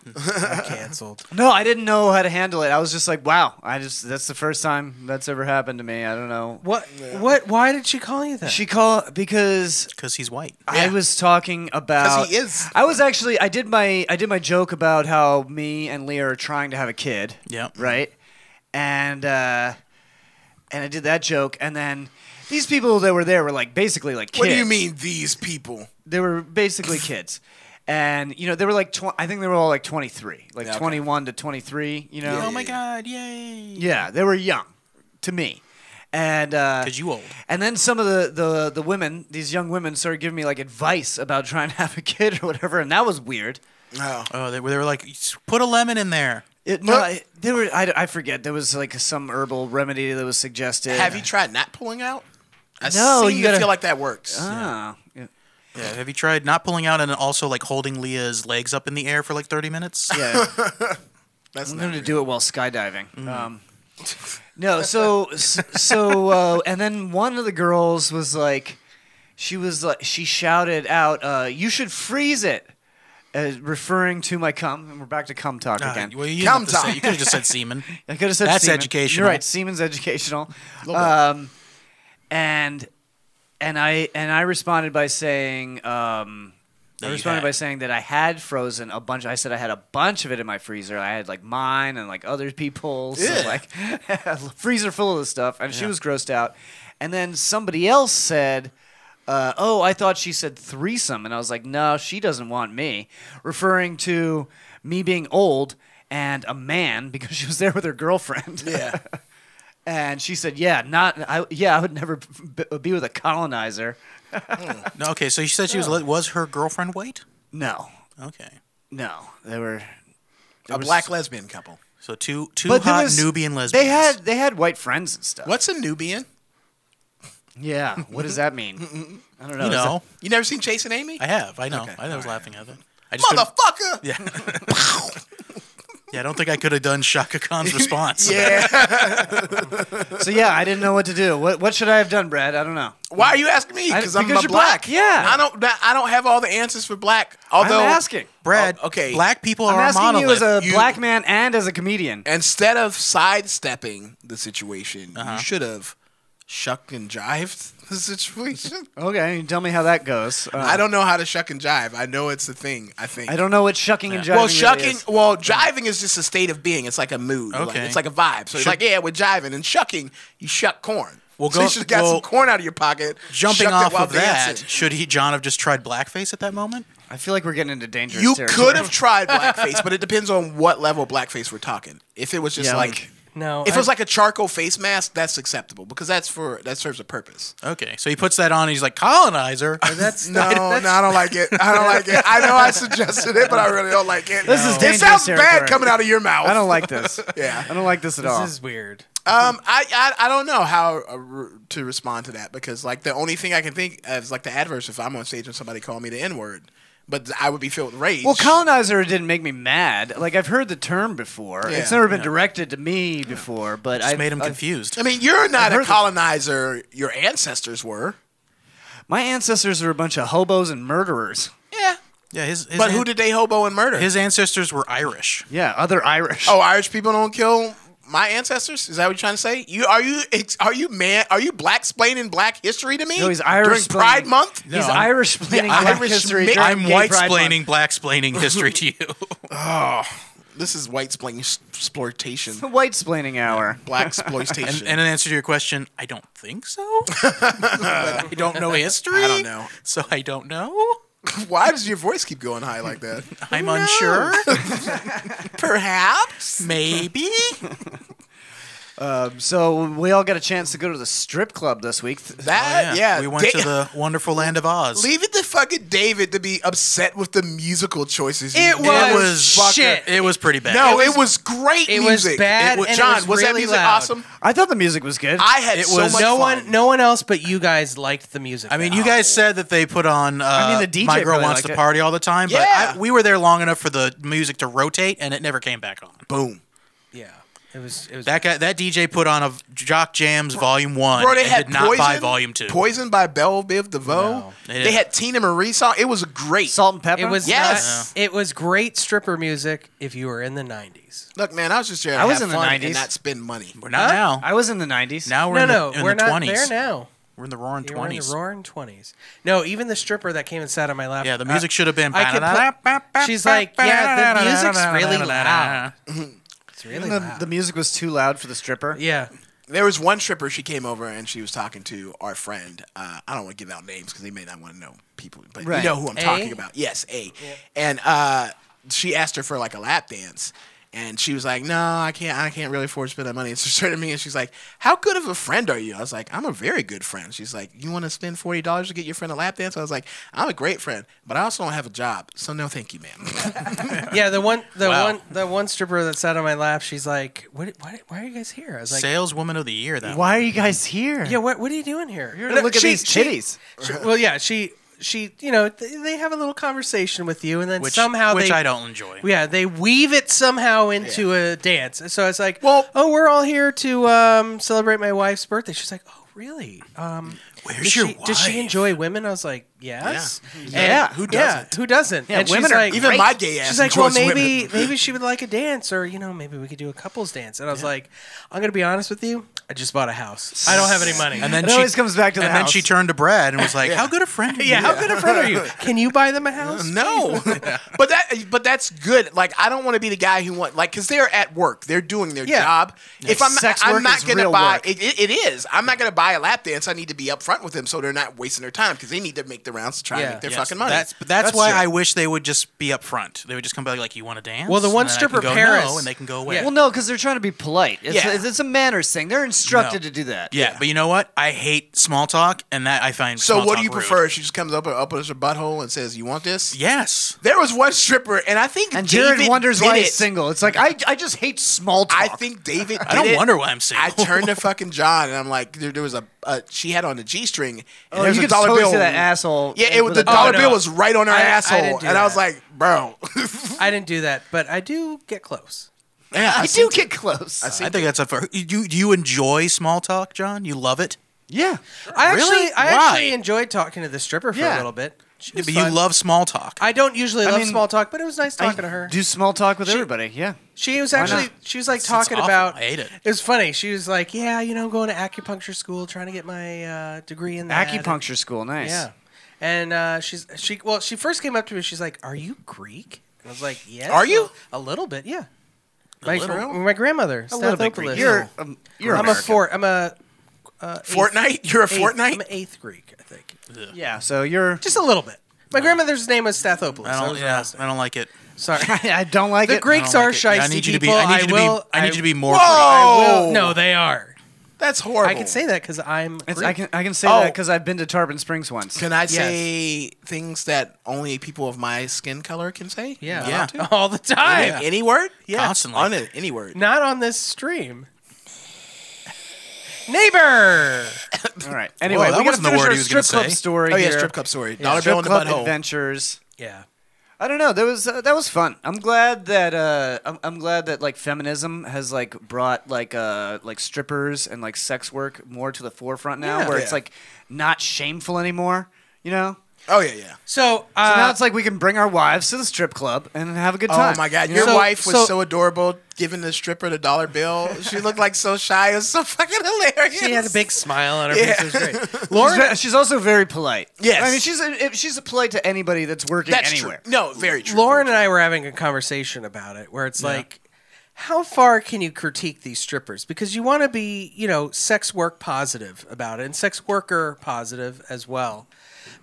[SPEAKER 1] canceled.
[SPEAKER 2] No, I didn't know how to handle it. I was just like, wow. I just that's the first time that's ever happened to me. I don't know.
[SPEAKER 1] What? What? Why did she call you that?
[SPEAKER 2] She called because
[SPEAKER 6] Because he's white.
[SPEAKER 2] I
[SPEAKER 8] Yeah.
[SPEAKER 2] was talking about.
[SPEAKER 8] he is.
[SPEAKER 2] I was actually. I did my. I did my joke about how me and Leah are trying to have a kid.
[SPEAKER 6] Yep.
[SPEAKER 2] Right. And uh, and I did that joke, and then these people that were there were like basically like kids.
[SPEAKER 8] What do you mean these people?
[SPEAKER 2] They were basically kids. And you know they were like tw- I think they were all like 23, like
[SPEAKER 8] Yeah, okay.
[SPEAKER 2] 21 to 23. You know,
[SPEAKER 8] Yeah,
[SPEAKER 6] Oh my god, yay.
[SPEAKER 2] yeah, they were young to me, and uh,
[SPEAKER 6] Because you old.
[SPEAKER 2] and then some of the, the, the women, these young women, started giving me like advice about trying to have a kid or whatever, and that was weird.
[SPEAKER 8] Oh,
[SPEAKER 6] Oh, they, were- they were like, "S- put a lemon in there.
[SPEAKER 2] It, no, I, there were I, I forget there was like some herbal remedy that was suggested.
[SPEAKER 8] have you tried not pulling out? I
[SPEAKER 2] No,
[SPEAKER 8] seem
[SPEAKER 2] you
[SPEAKER 8] to
[SPEAKER 2] gotta-
[SPEAKER 8] feel like that works.
[SPEAKER 2] Ah. yeah.
[SPEAKER 6] Yeah. Have you tried not pulling out and also like holding Leah's legs up in the air for like 30 minutes?
[SPEAKER 2] Yeah,
[SPEAKER 8] That's
[SPEAKER 2] I'm
[SPEAKER 8] not
[SPEAKER 2] going to
[SPEAKER 8] real.
[SPEAKER 2] do it while skydiving.
[SPEAKER 6] Mm-hmm.
[SPEAKER 2] Um, no, so s- so uh, and then one of the girls was like, she was like, she shouted out, uh, "You should freeze it," uh, referring to my cum. And we're back to cum talk
[SPEAKER 6] Ah,
[SPEAKER 2] again.
[SPEAKER 6] well, you,
[SPEAKER 8] Come
[SPEAKER 6] could have
[SPEAKER 8] time.
[SPEAKER 6] just said semen.
[SPEAKER 2] I could have said
[SPEAKER 6] That's
[SPEAKER 2] Seaman.
[SPEAKER 6] educational.
[SPEAKER 2] You're right. Siemens educational.
[SPEAKER 8] bit.
[SPEAKER 2] Um, and and I and I responded by saying um,
[SPEAKER 6] That
[SPEAKER 2] I
[SPEAKER 6] you
[SPEAKER 2] responded
[SPEAKER 6] had.
[SPEAKER 2] by saying that I had frozen a bunch. I said I had a bunch of it in my freezer. I had like mine and like other people's, and,
[SPEAKER 8] Yeah.
[SPEAKER 2] like a freezer full of this stuff. And she was grossed out. And then somebody else said. Uh, oh, I thought she said threesome, and I was like, no, she doesn't want me, referring to me being old and a man because she was there with her girlfriend.
[SPEAKER 8] Yeah.
[SPEAKER 2] And she said, "Yeah, not I. Yeah, I would never b- be with a colonizer.
[SPEAKER 6] No, okay, so you said she was le- was her girlfriend white?
[SPEAKER 2] No,
[SPEAKER 6] Okay.
[SPEAKER 2] no, they were
[SPEAKER 8] a black lesbian couple.
[SPEAKER 6] So two two
[SPEAKER 2] But there
[SPEAKER 6] hot
[SPEAKER 2] was-
[SPEAKER 6] Nubian lesbians.
[SPEAKER 2] They had they had white friends and stuff.
[SPEAKER 8] What's a Nubian?
[SPEAKER 2] Yeah, what does that mean? I don't know.
[SPEAKER 6] you
[SPEAKER 2] oh, Is
[SPEAKER 6] know.
[SPEAKER 8] You never seen Chasing Amy?
[SPEAKER 6] I have. I know. I was laughing at it. I just couldn't-
[SPEAKER 8] Motherfucker!
[SPEAKER 6] yeah, I don't think I could have done Shaka Khan's response.
[SPEAKER 8] Yeah.
[SPEAKER 2] that- so yeah, I didn't know what to do. What what should I have done, Brad? I don't know.
[SPEAKER 8] Why are you asking me?
[SPEAKER 2] I-
[SPEAKER 8] Because I'm
[SPEAKER 2] because
[SPEAKER 8] a
[SPEAKER 2] you're
[SPEAKER 8] black.
[SPEAKER 2] black, yeah.
[SPEAKER 8] I don't. I don't have all the answers for black. Although
[SPEAKER 2] I'm asking.
[SPEAKER 6] Brad,
[SPEAKER 8] Oh, okay.
[SPEAKER 6] black people
[SPEAKER 2] I'm
[SPEAKER 6] are a
[SPEAKER 2] asking you
[SPEAKER 6] monolith.
[SPEAKER 2] as a
[SPEAKER 8] You-
[SPEAKER 2] black man and as a comedian.
[SPEAKER 8] instead of sidestepping the situation,
[SPEAKER 6] Uh-huh.
[SPEAKER 8] you should have shuck and jived the situation.
[SPEAKER 2] Okay, you tell me how that goes. Uh,
[SPEAKER 8] I don't know how to shuck and jive. I know it's a thing. I think.
[SPEAKER 2] I don't know what shucking and jiving.
[SPEAKER 8] Well,
[SPEAKER 2] really
[SPEAKER 8] shucking.
[SPEAKER 2] is.
[SPEAKER 8] well, jiving is just a state of being. It's like a mood. Like,
[SPEAKER 6] Okay.
[SPEAKER 8] it's like a vibe. So it's
[SPEAKER 6] Shuck-
[SPEAKER 8] like, yeah, we're jiving and shucking. You shuck corn.
[SPEAKER 6] Well,
[SPEAKER 8] so
[SPEAKER 6] go-
[SPEAKER 8] you should have got
[SPEAKER 6] well,
[SPEAKER 8] some corn out of your pocket.
[SPEAKER 6] Jumping
[SPEAKER 8] shucked it
[SPEAKER 6] off
[SPEAKER 8] while
[SPEAKER 6] of that,
[SPEAKER 8] dancing.
[SPEAKER 6] should he John have just tried blackface at that moment?
[SPEAKER 2] I feel like we're getting into dangerous.
[SPEAKER 8] You
[SPEAKER 2] territory.
[SPEAKER 8] could have tried blackface, but it depends on what level of blackface we're talking. If it was just
[SPEAKER 2] Yeah,
[SPEAKER 8] like,
[SPEAKER 1] No.
[SPEAKER 8] if it
[SPEAKER 1] I-
[SPEAKER 8] was like a charcoal face mask, that's acceptable because that's for that serves a purpose.
[SPEAKER 6] Okay, so he puts that on and he's like colonizer.
[SPEAKER 1] that's
[SPEAKER 8] No, no, I don't like it. I don't like it. I know I suggested it, but I really don't like it.
[SPEAKER 2] This is
[SPEAKER 8] it
[SPEAKER 2] dangerous
[SPEAKER 8] sounds
[SPEAKER 2] territory.
[SPEAKER 8] bad coming out of your mouth.
[SPEAKER 2] I don't like this.
[SPEAKER 8] Yeah.
[SPEAKER 2] I don't like this at all.
[SPEAKER 1] This is weird.
[SPEAKER 8] Um, I, I I don't know how uh, r- to respond to that because like the only thing I can think of is like the adverse if I'm on stage and somebody called me the N word, but th- I would be filled with rage.
[SPEAKER 2] Well, colonizer didn't make me mad. Like I've heard the term before.
[SPEAKER 8] Yeah.
[SPEAKER 2] It's never been directed to me before, but I
[SPEAKER 6] Just made him confused.
[SPEAKER 8] I mean, you're not
[SPEAKER 2] heard
[SPEAKER 8] a
[SPEAKER 2] of-
[SPEAKER 8] colonizer. Your ancestors were.
[SPEAKER 2] My ancestors were a bunch of hobos and murderers.
[SPEAKER 8] Yeah.
[SPEAKER 6] Yeah, his, his
[SPEAKER 8] But
[SPEAKER 6] an-
[SPEAKER 8] who did they hobo and murder?
[SPEAKER 6] his ancestors were Irish.
[SPEAKER 2] Yeah, other Irish.
[SPEAKER 8] oh, Irish people don't kill my ancestors. Is that what you're trying to say? You are you ex- are you man are you black splaining Black history to me?
[SPEAKER 2] No, he's Irish.
[SPEAKER 8] during Pride
[SPEAKER 2] splaining-
[SPEAKER 8] Month.
[SPEAKER 2] He's
[SPEAKER 6] I'm-
[SPEAKER 2] Irish explaining
[SPEAKER 8] Yeah,
[SPEAKER 2] Black
[SPEAKER 8] Irish
[SPEAKER 2] history.
[SPEAKER 8] mi-
[SPEAKER 2] during
[SPEAKER 6] I'm
[SPEAKER 2] Gay
[SPEAKER 6] white
[SPEAKER 2] Pride Month.
[SPEAKER 6] splaining, black splaining history to you.
[SPEAKER 8] This is white splaining s- exploitation.
[SPEAKER 2] The white splaining hour.
[SPEAKER 8] Black exploitation.
[SPEAKER 6] and, and in answer to your question, I don't think so. but I don't know history.
[SPEAKER 8] I don't know.
[SPEAKER 6] So I don't know.
[SPEAKER 8] Why does your voice keep going high like that?
[SPEAKER 6] I'm unsure.
[SPEAKER 8] Perhaps.
[SPEAKER 6] Maybe. Oh,
[SPEAKER 2] So we all got a chance to go to the strip club this week. Th-
[SPEAKER 8] That yeah.
[SPEAKER 6] Oh, We went
[SPEAKER 8] Da-
[SPEAKER 6] to the wonderful land of Oz.
[SPEAKER 8] Leave it to fucking David to be upset with the musical choices. he
[SPEAKER 1] It
[SPEAKER 8] made.
[SPEAKER 1] was
[SPEAKER 6] it was
[SPEAKER 1] Fucker.
[SPEAKER 6] shit. It was pretty bad.
[SPEAKER 8] No,
[SPEAKER 1] It
[SPEAKER 8] it
[SPEAKER 1] was-
[SPEAKER 8] was great
[SPEAKER 1] it was
[SPEAKER 8] music.
[SPEAKER 1] bad and it
[SPEAKER 8] John,
[SPEAKER 1] was
[SPEAKER 8] that
[SPEAKER 1] really
[SPEAKER 8] music
[SPEAKER 1] loud.
[SPEAKER 8] awesome?
[SPEAKER 2] I thought the music was good.
[SPEAKER 8] I had
[SPEAKER 6] It
[SPEAKER 8] so
[SPEAKER 6] was-
[SPEAKER 8] much
[SPEAKER 1] no
[SPEAKER 8] fun.
[SPEAKER 1] one, no one else but you guys liked the music.
[SPEAKER 6] I mean,
[SPEAKER 1] though.
[SPEAKER 6] you guys said that they put on. Uh,
[SPEAKER 2] I mean, the DJ
[SPEAKER 6] My girl
[SPEAKER 2] probably
[SPEAKER 6] wants
[SPEAKER 2] liked
[SPEAKER 6] to
[SPEAKER 2] it.
[SPEAKER 6] party all the time,
[SPEAKER 8] Yeah.
[SPEAKER 6] but I, we were there long enough for the music to rotate, and it never came back on.
[SPEAKER 8] Boom.
[SPEAKER 1] yeah, it was, it was.
[SPEAKER 6] That guy, that DJ, put on a Jock Jams Volume One.
[SPEAKER 8] Bro, they
[SPEAKER 6] and
[SPEAKER 8] had
[SPEAKER 6] did not
[SPEAKER 8] Poison,
[SPEAKER 6] buy Volume Two.
[SPEAKER 8] Poison by Belle Biv DeVoe.
[SPEAKER 6] They
[SPEAKER 8] They
[SPEAKER 6] didn't.
[SPEAKER 8] had Tina Marie song. It was great.
[SPEAKER 2] Salt and pepper.
[SPEAKER 1] it was
[SPEAKER 8] Yes.
[SPEAKER 1] yes. It was great stripper music if you were in the '90s.
[SPEAKER 8] Look, man, I was just there. To
[SPEAKER 2] I was
[SPEAKER 8] have
[SPEAKER 2] in the
[SPEAKER 8] fun
[SPEAKER 2] 90s.
[SPEAKER 8] and not spend money.
[SPEAKER 6] We're not now.
[SPEAKER 2] I was in the '90s.
[SPEAKER 6] now we're
[SPEAKER 1] no,
[SPEAKER 6] in
[SPEAKER 1] no,
[SPEAKER 6] the, in
[SPEAKER 1] we're
[SPEAKER 6] the
[SPEAKER 1] not
[SPEAKER 6] 20s.
[SPEAKER 1] there now.
[SPEAKER 6] We're in the roaring
[SPEAKER 1] You were in the
[SPEAKER 6] 20s.
[SPEAKER 1] roaring twenties. No, even the stripper that came and sat on my lap.
[SPEAKER 6] Yeah, the music
[SPEAKER 1] uh,
[SPEAKER 6] should have been.
[SPEAKER 1] I could put- She's like, yeah, the music's really loud. It's really
[SPEAKER 2] And the,
[SPEAKER 1] loud.
[SPEAKER 2] the music was too loud for the stripper.
[SPEAKER 1] yeah,
[SPEAKER 8] There was one stripper. She came over and she was talking to our friend. Uh, I don't want to give out names because they may not want to know people, but
[SPEAKER 2] Right.
[SPEAKER 8] you know who I'm
[SPEAKER 1] A?
[SPEAKER 8] talking about. Yes, A. And uh, she asked her for like a lap dance, and she was like, "No, I can't. I can't really afford to spend that money." And she turned to me and she's like, "How good of a friend are you?" I was like, "I'm a very good friend." She's like, "You want to spend forty dollars to get your friend a lap dance?" I was like, "I'm a great friend, but I also don't have a job, so no, thank you, ma'am."
[SPEAKER 1] yeah. The one, the
[SPEAKER 6] Wow.
[SPEAKER 1] one, the one stripper that sat on my lap. She's like, what, why, why are you guys here? I was like,
[SPEAKER 6] Saleswoman of the year. That
[SPEAKER 2] Why are you guys here?
[SPEAKER 1] yeah, what, what are you doing here?
[SPEAKER 2] You're gonna
[SPEAKER 1] No,
[SPEAKER 2] look at
[SPEAKER 1] she-
[SPEAKER 2] these
[SPEAKER 1] she-
[SPEAKER 2] titties.
[SPEAKER 1] she- well, yeah, she, she, you know, th- they have a little conversation with you, and then
[SPEAKER 6] which,
[SPEAKER 1] somehow
[SPEAKER 6] which
[SPEAKER 1] they,
[SPEAKER 6] I don't enjoy.
[SPEAKER 1] Yeah, they weave it somehow into a dance. So it's like,
[SPEAKER 8] Well-
[SPEAKER 1] oh, we're all here to um, celebrate my wife's birthday. She's like, oh, really? Um,
[SPEAKER 6] Where's
[SPEAKER 1] does,
[SPEAKER 6] your
[SPEAKER 1] she,
[SPEAKER 6] wife?
[SPEAKER 1] does she enjoy women? I was like, yes. And-
[SPEAKER 2] Yeah,
[SPEAKER 8] who doesn't?
[SPEAKER 1] who doesn't?
[SPEAKER 2] Yeah,
[SPEAKER 1] and
[SPEAKER 2] women
[SPEAKER 1] she's
[SPEAKER 2] are
[SPEAKER 1] like,
[SPEAKER 8] Even my gay ass.
[SPEAKER 1] She's like, well,
[SPEAKER 8] enjoys women."
[SPEAKER 1] maybe maybe she would like a dance, or you know, maybe we could do a couples dance. And I was like, I'm gonna be honest with you, I just bought a house. I don't have any money.
[SPEAKER 6] And then
[SPEAKER 2] It
[SPEAKER 6] she
[SPEAKER 2] always comes back to the
[SPEAKER 6] And then
[SPEAKER 2] house.
[SPEAKER 6] she turned to Brad and was like, "How good a friend? Are you?
[SPEAKER 1] yeah, how good a friend are you? Can you buy them a house?
[SPEAKER 8] No, but that but that's good. Like I don't want to be the guy who want like because they're at work, they're doing their
[SPEAKER 1] Yeah.
[SPEAKER 8] job. If I'm not,
[SPEAKER 2] Sex
[SPEAKER 8] I'm
[SPEAKER 2] work
[SPEAKER 8] not
[SPEAKER 2] is
[SPEAKER 8] gonna
[SPEAKER 2] real
[SPEAKER 8] buy
[SPEAKER 2] work.
[SPEAKER 8] it, it, it is. I'm not gonna buy a lap dance. I need to be upfront with them so they're not wasting their time because they need to make the rounds to try
[SPEAKER 1] Yeah.
[SPEAKER 8] and make their
[SPEAKER 6] Yes,
[SPEAKER 8] fucking money.
[SPEAKER 6] That's but that's, why
[SPEAKER 8] true.
[SPEAKER 6] I wish they would just be up front. They would just come back like, "You want to dance?"
[SPEAKER 1] Well, the
[SPEAKER 6] And
[SPEAKER 1] one
[SPEAKER 6] then I
[SPEAKER 1] stripper,
[SPEAKER 6] can go,
[SPEAKER 1] Paris-
[SPEAKER 6] no, and they can go away.
[SPEAKER 1] Yeah.
[SPEAKER 2] Well, no, because they're trying to be polite. It's,
[SPEAKER 8] Yeah.
[SPEAKER 2] it's, it's a manners thing. They're instructed
[SPEAKER 6] No.
[SPEAKER 2] to do that.
[SPEAKER 6] Yeah, but you know what? I hate small talk, and that I find.
[SPEAKER 8] So
[SPEAKER 6] small
[SPEAKER 8] what do
[SPEAKER 6] talk
[SPEAKER 8] you
[SPEAKER 6] rude.
[SPEAKER 8] prefer? She just comes up and opens her butthole and says, "You want this?"
[SPEAKER 6] Yes.
[SPEAKER 8] There was one stripper, and I think
[SPEAKER 2] And Jared
[SPEAKER 8] David
[SPEAKER 2] wonders
[SPEAKER 8] did
[SPEAKER 2] why
[SPEAKER 8] it.
[SPEAKER 2] he's single. It's like I, I just hate small talk.
[SPEAKER 8] I think David.
[SPEAKER 6] I don't
[SPEAKER 8] did it.
[SPEAKER 6] wonder why I'm single.
[SPEAKER 8] I turned to fucking John and I'm like, there, there was a, a she had on a G string.
[SPEAKER 2] Oh,
[SPEAKER 8] there's
[SPEAKER 2] you
[SPEAKER 8] a
[SPEAKER 2] could
[SPEAKER 8] dollar
[SPEAKER 2] totally
[SPEAKER 8] bill.
[SPEAKER 2] see that asshole
[SPEAKER 8] Yeah, it was
[SPEAKER 2] with
[SPEAKER 8] the
[SPEAKER 2] a
[SPEAKER 1] dollar
[SPEAKER 8] dollar bill
[SPEAKER 1] bill.
[SPEAKER 8] was right on her
[SPEAKER 1] I- I
[SPEAKER 8] asshole,
[SPEAKER 1] didn't
[SPEAKER 8] and
[SPEAKER 1] do
[SPEAKER 8] I was
[SPEAKER 1] that.
[SPEAKER 8] like, bro.
[SPEAKER 1] I didn't do that, but I do get close.
[SPEAKER 8] yeah,
[SPEAKER 2] I do get close.
[SPEAKER 6] I think that's up for you. Do you enjoy small talk, John? You love it,
[SPEAKER 2] yeah.
[SPEAKER 1] I
[SPEAKER 6] Really?
[SPEAKER 1] actually, I
[SPEAKER 6] Why?
[SPEAKER 1] actually enjoyed talking to the stripper for
[SPEAKER 2] Yeah.
[SPEAKER 1] a little bit. She
[SPEAKER 6] Yeah,
[SPEAKER 1] was
[SPEAKER 6] but you
[SPEAKER 1] fun.
[SPEAKER 6] love small talk.
[SPEAKER 1] I don't usually love
[SPEAKER 2] mean,
[SPEAKER 1] small talk, but it was nice talking to her.
[SPEAKER 2] Do small talk with everybody. Yeah.
[SPEAKER 1] She was
[SPEAKER 2] not?
[SPEAKER 1] actually she was like
[SPEAKER 6] it's
[SPEAKER 1] talking
[SPEAKER 6] awful.
[SPEAKER 1] about.
[SPEAKER 6] I hate it.
[SPEAKER 1] It was funny. She was like, "Yeah, you know, I'm going to acupuncture school, trying to get my uh, degree in that."
[SPEAKER 2] Acupuncture school. Nice.
[SPEAKER 1] Yeah. And uh, she's she well, she first came up to me. She's like, "Are you Greek?" And I was like, "Yes."
[SPEAKER 8] Are you?
[SPEAKER 1] A, a little bit, yeah. My,
[SPEAKER 6] little?
[SPEAKER 1] my grandmother,
[SPEAKER 2] A little bit Greek.
[SPEAKER 1] Stathopolis.
[SPEAKER 2] You're, um, you're
[SPEAKER 1] I'm
[SPEAKER 2] American.
[SPEAKER 1] a four. I'm a uh, eighth-
[SPEAKER 8] Fortnite? You're a
[SPEAKER 1] eighth-
[SPEAKER 8] Fortnite?
[SPEAKER 1] I'm an eighth Greek, I think.
[SPEAKER 2] Yeah. So you're.
[SPEAKER 1] Just a little bit. My grandmother's name was Stathopoulos.
[SPEAKER 6] I
[SPEAKER 1] That
[SPEAKER 6] don't.
[SPEAKER 1] was her
[SPEAKER 6] Yeah,
[SPEAKER 1] last name.
[SPEAKER 6] I don't like it.
[SPEAKER 1] Sorry.
[SPEAKER 2] I don't like
[SPEAKER 1] The
[SPEAKER 2] it.
[SPEAKER 1] Greeks
[SPEAKER 6] I
[SPEAKER 1] are
[SPEAKER 6] don't like it. Yeah,
[SPEAKER 1] shisty
[SPEAKER 6] I need you to be.
[SPEAKER 1] people.
[SPEAKER 6] I need you to be.
[SPEAKER 1] will.
[SPEAKER 6] I need you to be more.
[SPEAKER 1] I
[SPEAKER 2] Oh.
[SPEAKER 8] Whoa!
[SPEAKER 1] will. No, they are.
[SPEAKER 8] that's horrible.
[SPEAKER 1] I can say that because I'm.
[SPEAKER 2] It's,
[SPEAKER 1] Greek.
[SPEAKER 2] I can I can say
[SPEAKER 8] Oh.
[SPEAKER 2] that that because I've been to Tarpon Springs once.
[SPEAKER 8] Can I say things that only people of my skin color can say?
[SPEAKER 1] Yeah.
[SPEAKER 8] Allowed to?
[SPEAKER 1] All the time.
[SPEAKER 8] Any- Any word? Yeah.
[SPEAKER 6] Constantly.
[SPEAKER 8] On it, any word.
[SPEAKER 1] Not on this stream. Neighbor.
[SPEAKER 2] All right. Anyway,
[SPEAKER 6] that
[SPEAKER 2] we got to
[SPEAKER 6] wasn't the
[SPEAKER 2] finish
[SPEAKER 6] word
[SPEAKER 2] our
[SPEAKER 6] he was gonna
[SPEAKER 2] strip club
[SPEAKER 6] say.
[SPEAKER 2] story
[SPEAKER 8] Oh yeah,
[SPEAKER 2] here.
[SPEAKER 8] strip club story. Dollar
[SPEAKER 2] Strip
[SPEAKER 8] bill in the
[SPEAKER 2] club
[SPEAKER 8] butthole.
[SPEAKER 2] adventures.
[SPEAKER 1] Yeah.
[SPEAKER 2] I don't know. That was uh, that was fun. I'm glad that uh, I'm, I'm glad that like feminism has like brought like uh like strippers and like sex work more to the forefront now,
[SPEAKER 1] Yeah.
[SPEAKER 2] where
[SPEAKER 8] Yeah.
[SPEAKER 2] it's like not shameful anymore. You know.
[SPEAKER 8] Oh yeah, yeah.
[SPEAKER 1] So, uh,
[SPEAKER 2] So now it's like we can bring our wives to the strip club and have a good time.
[SPEAKER 8] Oh my god, your
[SPEAKER 1] So-
[SPEAKER 8] wife was
[SPEAKER 1] so-
[SPEAKER 8] so, adorable giving the stripper the dollar bill. She looked like so shy. It was so fucking hilarious.
[SPEAKER 1] she had a big smile on her
[SPEAKER 8] Yeah.
[SPEAKER 1] face. It was great.
[SPEAKER 2] She's, ve- she's also very polite.
[SPEAKER 8] Yes.
[SPEAKER 2] I mean she's a, if- she's polite to anybody that's working
[SPEAKER 8] That's
[SPEAKER 2] anywhere.
[SPEAKER 8] true. No, very true.
[SPEAKER 1] Lauren and I were having a conversation about it where it's like, how far can you critique these strippers? Because you want to be, you know, sex work positive about it and sex worker positive as well.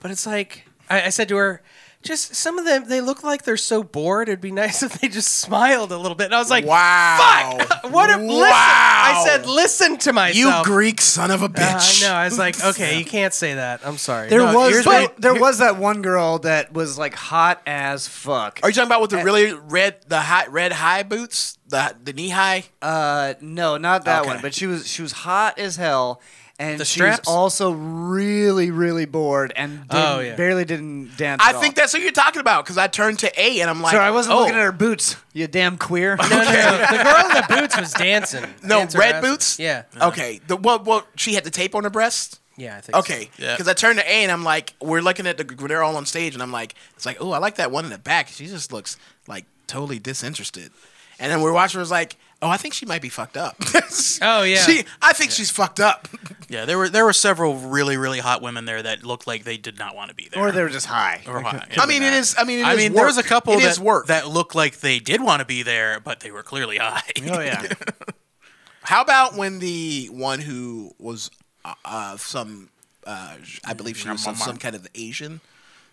[SPEAKER 1] But it's like, I, I said to her, just some of them, they look like they're so bored. It'd be nice if they just smiled a little bit. And I was like,
[SPEAKER 8] Wow.
[SPEAKER 1] fuck. What a, listen. I said, listen to
[SPEAKER 8] You
[SPEAKER 1] myself.
[SPEAKER 8] Greek son of a
[SPEAKER 1] Uh,
[SPEAKER 8] bitch.
[SPEAKER 1] I know. I was like, okay, you can't say that. I'm sorry.
[SPEAKER 2] There
[SPEAKER 1] No,
[SPEAKER 2] was
[SPEAKER 1] here's
[SPEAKER 2] that,
[SPEAKER 1] my-
[SPEAKER 2] there was that one girl that was like hot as fuck.
[SPEAKER 8] Are you talking about
[SPEAKER 2] Uh,
[SPEAKER 8] with the really red, the hot red high boots, the the knee high?
[SPEAKER 2] Uh, no, not that
[SPEAKER 8] Okay.
[SPEAKER 2] one. But she was she was hot as hell, and
[SPEAKER 1] The
[SPEAKER 2] she was
[SPEAKER 1] straps?
[SPEAKER 2] also really really bored and didn't,
[SPEAKER 1] Oh, yeah.
[SPEAKER 2] barely didn't dance.
[SPEAKER 8] I
[SPEAKER 2] at
[SPEAKER 8] think
[SPEAKER 2] all.
[SPEAKER 8] that's what you're talking about because I turned to A and I'm like,
[SPEAKER 2] Sorry, I wasn't
[SPEAKER 8] oh,
[SPEAKER 2] looking at her boots. You damn queer.
[SPEAKER 1] No, no, no. The girl in the boots was dancing.
[SPEAKER 8] No,
[SPEAKER 1] Dancer
[SPEAKER 8] red
[SPEAKER 1] ass-
[SPEAKER 8] boots?
[SPEAKER 1] Yeah.
[SPEAKER 8] Okay, the well, well, she had the tape on her breast.
[SPEAKER 1] Yeah, I think.
[SPEAKER 8] Okay,
[SPEAKER 6] Yeah.
[SPEAKER 8] because I turned to A and I'm like, we're looking at the they're all on stage and I'm like, it's like, oh, I like that one in the back. She just looks like totally disinterested. And then we're watching. Was like, oh, I think she might be fucked up.
[SPEAKER 1] Oh, yeah.
[SPEAKER 8] she, I think she's fucked up.
[SPEAKER 6] Yeah, there were there were several really really hot women there that looked like they did not want to be there.
[SPEAKER 2] or they were just high.
[SPEAKER 6] Or hot.
[SPEAKER 8] I mean, it is. I mean, it is
[SPEAKER 6] I mean, there was a
[SPEAKER 8] work.
[SPEAKER 6] couple
[SPEAKER 8] It
[SPEAKER 6] that
[SPEAKER 8] is work.
[SPEAKER 6] that looked like they did want to be there, but they were clearly high.
[SPEAKER 2] Oh yeah.
[SPEAKER 8] How about when the one who was uh, uh, some, uh, I believe she was some, some kind of Asian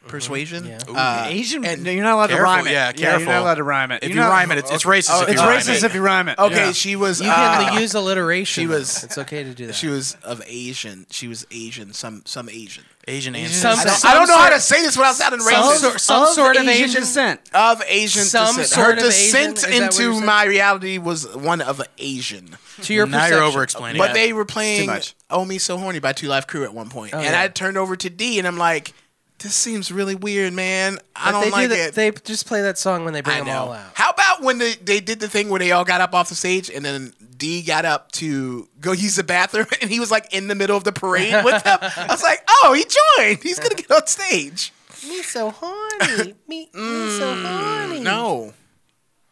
[SPEAKER 8] persuasion? Uh,
[SPEAKER 2] Asian.
[SPEAKER 8] and-
[SPEAKER 2] no, you're not allowed
[SPEAKER 6] Careful,
[SPEAKER 2] to rhyme it.
[SPEAKER 6] yeah,
[SPEAKER 2] you're
[SPEAKER 6] careful.
[SPEAKER 2] not allowed to rhyme it.
[SPEAKER 6] If
[SPEAKER 2] You're
[SPEAKER 6] you
[SPEAKER 2] not-
[SPEAKER 6] rhyme it, it's, it's racist. if
[SPEAKER 2] it's
[SPEAKER 6] you rhyme
[SPEAKER 2] racist
[SPEAKER 6] it.
[SPEAKER 2] if you rhyme it.
[SPEAKER 8] okay,
[SPEAKER 2] Yeah.
[SPEAKER 8] she was.
[SPEAKER 1] You can
[SPEAKER 8] uh,
[SPEAKER 1] use alliteration.
[SPEAKER 8] she
[SPEAKER 1] though.
[SPEAKER 8] was-
[SPEAKER 1] It's okay to do that.
[SPEAKER 8] she was of Asian. She was Asian. Some some Asian.
[SPEAKER 6] Asian and
[SPEAKER 1] Some-
[SPEAKER 8] I
[SPEAKER 6] Asian.
[SPEAKER 8] don't, I don't know how
[SPEAKER 1] sort-
[SPEAKER 8] to say this without sounding
[SPEAKER 1] some,
[SPEAKER 8] racist.
[SPEAKER 1] sort, some sort of Asian.
[SPEAKER 2] descent.
[SPEAKER 8] of Asian
[SPEAKER 1] some
[SPEAKER 8] descent.
[SPEAKER 1] sort
[SPEAKER 8] Her
[SPEAKER 1] of Asian?
[SPEAKER 8] descent
[SPEAKER 1] Is that what you're
[SPEAKER 8] into
[SPEAKER 1] saying?
[SPEAKER 8] my reality was one of Asian.
[SPEAKER 1] To your
[SPEAKER 6] now
[SPEAKER 1] perception.
[SPEAKER 6] you're over explaining.
[SPEAKER 8] But they were playing
[SPEAKER 2] much.
[SPEAKER 8] "Oh Me So Horny" by Two Live Crew at one point, and
[SPEAKER 1] Oh, yeah.
[SPEAKER 8] I turned over to D, and I'm like, "This seems really weird, man.
[SPEAKER 1] But
[SPEAKER 8] I don't
[SPEAKER 1] they do
[SPEAKER 8] like
[SPEAKER 1] that-
[SPEAKER 8] it."
[SPEAKER 1] They just play that song when they bring
[SPEAKER 8] I
[SPEAKER 1] them
[SPEAKER 8] know.
[SPEAKER 1] all out.
[SPEAKER 8] How about when they, they did the thing where they all got up off the stage, and then D got up to go use the bathroom, and he was like in the middle of the parade with them. I was like, "Oh, he joined. He's gonna get on stage."
[SPEAKER 1] Me so horny. Me, me so horny.
[SPEAKER 8] Mm. No,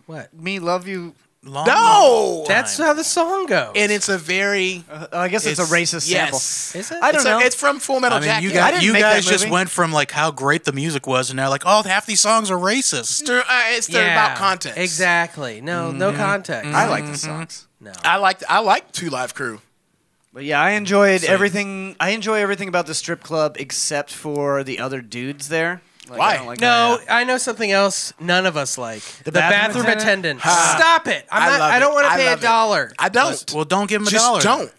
[SPEAKER 1] What?
[SPEAKER 2] Me love you.
[SPEAKER 6] Long-
[SPEAKER 8] no,
[SPEAKER 1] That's how the song goes.
[SPEAKER 8] and it's a very
[SPEAKER 2] Uh, I guess it's,
[SPEAKER 8] It's-
[SPEAKER 2] a racist
[SPEAKER 8] yes.
[SPEAKER 1] Is it?
[SPEAKER 2] sample. I don't
[SPEAKER 8] It's, a-
[SPEAKER 2] know.
[SPEAKER 8] it's from Full Metal
[SPEAKER 6] I mean,
[SPEAKER 8] Jacket.
[SPEAKER 6] you
[SPEAKER 2] I
[SPEAKER 6] guys,
[SPEAKER 2] didn't
[SPEAKER 6] you
[SPEAKER 2] make that
[SPEAKER 6] guys just
[SPEAKER 2] movie.
[SPEAKER 6] went from like how great the music was, and now like, oh, half these songs are racist.
[SPEAKER 8] It's, uh, it's
[SPEAKER 1] yeah.
[SPEAKER 8] about context. Mm-hmm.
[SPEAKER 1] Exactly. No, no context.
[SPEAKER 2] I like the songs.
[SPEAKER 1] No.
[SPEAKER 8] I like I like Two Live Crew.
[SPEAKER 2] But yeah, I enjoyed everything. I enjoy everything about the strip club except for the other dudes there. Like,
[SPEAKER 8] Why?
[SPEAKER 2] I don't like
[SPEAKER 1] No,
[SPEAKER 2] that.
[SPEAKER 1] I know something else. None of us like the, bathroom,
[SPEAKER 2] bathroom
[SPEAKER 1] attendant.
[SPEAKER 2] attendant?
[SPEAKER 1] Stop it! I'm
[SPEAKER 8] I
[SPEAKER 1] not,
[SPEAKER 8] love
[SPEAKER 1] I don't
[SPEAKER 8] it.
[SPEAKER 1] want to
[SPEAKER 8] I
[SPEAKER 1] pay a
[SPEAKER 8] love it.
[SPEAKER 1] dollar.
[SPEAKER 8] I don't.
[SPEAKER 6] Well, don't give him a
[SPEAKER 8] just
[SPEAKER 6] dollar.
[SPEAKER 8] don't.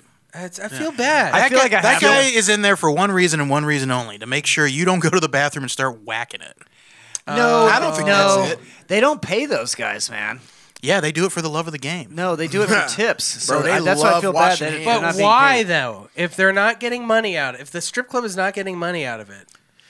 [SPEAKER 1] It's- I feel bad.
[SPEAKER 2] I feel like I
[SPEAKER 6] that
[SPEAKER 2] have
[SPEAKER 6] guy
[SPEAKER 2] to.
[SPEAKER 6] is in there for one reason and one reason only to make sure you don't go to the bathroom and start whacking it.
[SPEAKER 2] no,
[SPEAKER 8] I don't think
[SPEAKER 2] no.
[SPEAKER 8] that's it.
[SPEAKER 2] They don't pay those guys, man.
[SPEAKER 6] Yeah, they do it for the love of the game.
[SPEAKER 2] No, they do it for tips. So
[SPEAKER 8] Bro, they
[SPEAKER 2] I- that's why I
[SPEAKER 8] love
[SPEAKER 2] feel bad.
[SPEAKER 8] washing
[SPEAKER 2] That
[SPEAKER 8] hands.
[SPEAKER 2] they're
[SPEAKER 1] But
[SPEAKER 2] not being
[SPEAKER 1] why
[SPEAKER 2] paid.
[SPEAKER 1] though? If they're not getting money out, if the strip club is not getting money out of it,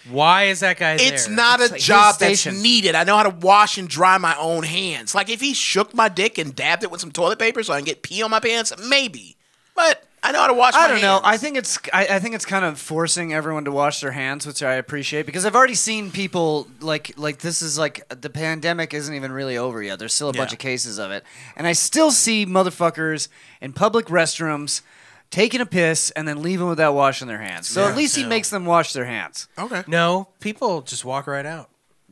[SPEAKER 1] why is that guy there?
[SPEAKER 8] It's not a
[SPEAKER 2] like his
[SPEAKER 8] job that's
[SPEAKER 2] station.
[SPEAKER 8] needed. I know how to wash and dry my own hands. Like if he shook my dick and dabbed it with some toilet paper so I can get pee on my pants, maybe. But I know how to wash.
[SPEAKER 2] I
[SPEAKER 8] my
[SPEAKER 2] don't know.
[SPEAKER 8] hands.
[SPEAKER 2] I think it's I, I think it's kind of forcing everyone to wash their hands, which I appreciate because I've already seen people like like this is like the pandemic isn't even really over yet. There's still a bunch
[SPEAKER 6] Yeah.
[SPEAKER 2] of cases of it, and I still see motherfuckers in public restrooms taking a piss and then leaving without washing their hands. So at least he makes them wash their hands.
[SPEAKER 8] Okay.
[SPEAKER 1] No, people just walk right out.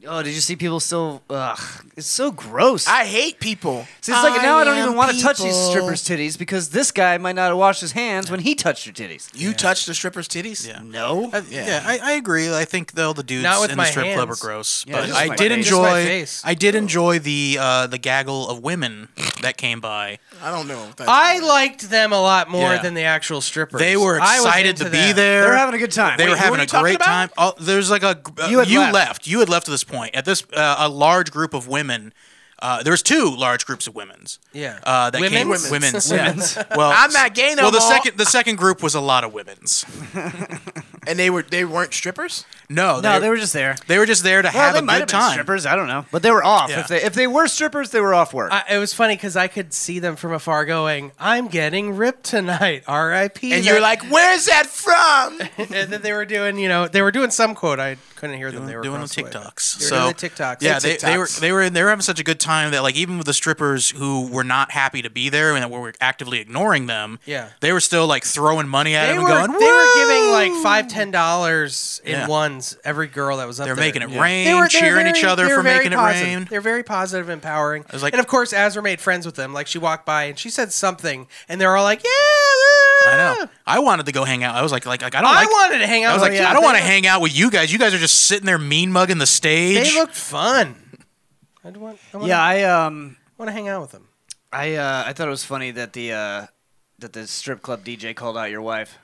[SPEAKER 2] Oh, did you see people still? Ugh, it's so gross.
[SPEAKER 8] I hate people.
[SPEAKER 2] so it's like now I don't
[SPEAKER 8] am
[SPEAKER 2] even want to touch these
[SPEAKER 8] people.
[SPEAKER 2] strippers' titties because this guy might not have washed his hands when he touched her titties.
[SPEAKER 8] You touch the strippers' titties?
[SPEAKER 6] Yeah.
[SPEAKER 2] No.
[SPEAKER 6] Uh, yeah, I, I agree. I think though the dudes
[SPEAKER 1] Not with
[SPEAKER 6] in
[SPEAKER 1] my
[SPEAKER 6] the strip club are
[SPEAKER 1] hands.
[SPEAKER 6] gross,
[SPEAKER 2] Yeah,
[SPEAKER 6] but
[SPEAKER 2] just
[SPEAKER 6] I
[SPEAKER 2] my
[SPEAKER 6] did
[SPEAKER 2] face.
[SPEAKER 1] Just my
[SPEAKER 6] enjoy.
[SPEAKER 1] face.
[SPEAKER 6] I did enjoy the uh, the gaggle of women that came by.
[SPEAKER 8] I don't know. That's-
[SPEAKER 1] I liked them a lot more
[SPEAKER 6] Yeah.
[SPEAKER 1] than the actual strippers.
[SPEAKER 6] They were
[SPEAKER 1] I was
[SPEAKER 6] excited
[SPEAKER 1] into
[SPEAKER 6] to be
[SPEAKER 1] them.
[SPEAKER 6] there.
[SPEAKER 2] They were having a good time.
[SPEAKER 6] They
[SPEAKER 2] Wait,
[SPEAKER 6] were
[SPEAKER 2] who
[SPEAKER 6] having
[SPEAKER 2] are
[SPEAKER 6] a
[SPEAKER 2] you talking
[SPEAKER 6] great
[SPEAKER 2] about?
[SPEAKER 6] time. Oh, there's like a uh,
[SPEAKER 2] You had
[SPEAKER 6] you
[SPEAKER 2] left.
[SPEAKER 6] You had left at this point. At this, uh, a large group of women. Uh, there was two large groups of women's.
[SPEAKER 1] Yeah.
[SPEAKER 6] uh, that came.
[SPEAKER 1] Women's?
[SPEAKER 6] Women's. Women's.
[SPEAKER 2] Women's.
[SPEAKER 6] Well,
[SPEAKER 8] I'm not gay no
[SPEAKER 6] well, the
[SPEAKER 8] more.
[SPEAKER 6] second the second group was a lot of women's.
[SPEAKER 8] and they were they weren't strippers.
[SPEAKER 6] No,
[SPEAKER 2] No, they were just there.
[SPEAKER 6] they were just there to
[SPEAKER 2] Well,
[SPEAKER 6] have
[SPEAKER 2] they
[SPEAKER 6] a
[SPEAKER 2] might
[SPEAKER 6] good
[SPEAKER 2] have been
[SPEAKER 6] time.
[SPEAKER 2] strippers. I don't know, but they were off.
[SPEAKER 6] Yeah.
[SPEAKER 2] If they if they were strippers, they were off work.
[SPEAKER 1] I, it was funny because I could see them from afar going, I'm getting ripped tonight, R.I.P.
[SPEAKER 8] And you're like, where's that from?
[SPEAKER 1] and then they were doing, you know, they were doing some quote. I couldn't hear them. They were
[SPEAKER 6] doing the
[SPEAKER 1] across way, but-
[SPEAKER 6] TikToks.
[SPEAKER 1] They were
[SPEAKER 6] so
[SPEAKER 1] doing the TikToks.
[SPEAKER 6] Yeah,
[SPEAKER 1] They
[SPEAKER 6] they, they were they were they were having such a good time that like even with the strippers who were not happy to be there and that were actively ignoring them,
[SPEAKER 1] Yeah.
[SPEAKER 6] they were still like throwing money at
[SPEAKER 1] They
[SPEAKER 6] them
[SPEAKER 1] were,
[SPEAKER 6] and going,
[SPEAKER 1] they were
[SPEAKER 6] "Woo!"
[SPEAKER 1] giving like five, ten dollars in
[SPEAKER 6] Yeah.
[SPEAKER 1] ones every girl that was up
[SPEAKER 6] They're
[SPEAKER 1] there.
[SPEAKER 6] making it rain,
[SPEAKER 1] They were- they were
[SPEAKER 6] cheering each
[SPEAKER 1] very-
[SPEAKER 6] other
[SPEAKER 1] they were
[SPEAKER 6] for
[SPEAKER 1] very
[SPEAKER 6] making it
[SPEAKER 1] positive.
[SPEAKER 6] rain.
[SPEAKER 1] They're very positive, empowering.
[SPEAKER 6] was like-
[SPEAKER 1] and of course, Azra made friends with them. Like she walked by and she said something, and they're all like, "Yeah." I
[SPEAKER 6] I know. I wanted to go hang out. I was like, like, like I don't
[SPEAKER 1] I
[SPEAKER 6] like.
[SPEAKER 1] wanted to hang out.
[SPEAKER 6] I was
[SPEAKER 1] with
[SPEAKER 6] like,
[SPEAKER 1] them.
[SPEAKER 6] I don't
[SPEAKER 1] They
[SPEAKER 6] want to
[SPEAKER 1] looked-
[SPEAKER 6] hang out with you guys. You guys are just sitting there mean mugging the stage.
[SPEAKER 1] They looked fun. I'd want. I want
[SPEAKER 2] yeah, I um,
[SPEAKER 1] want to hang out with them.
[SPEAKER 2] I uh, I thought it was funny that the uh, that the strip club DJ called out your wife.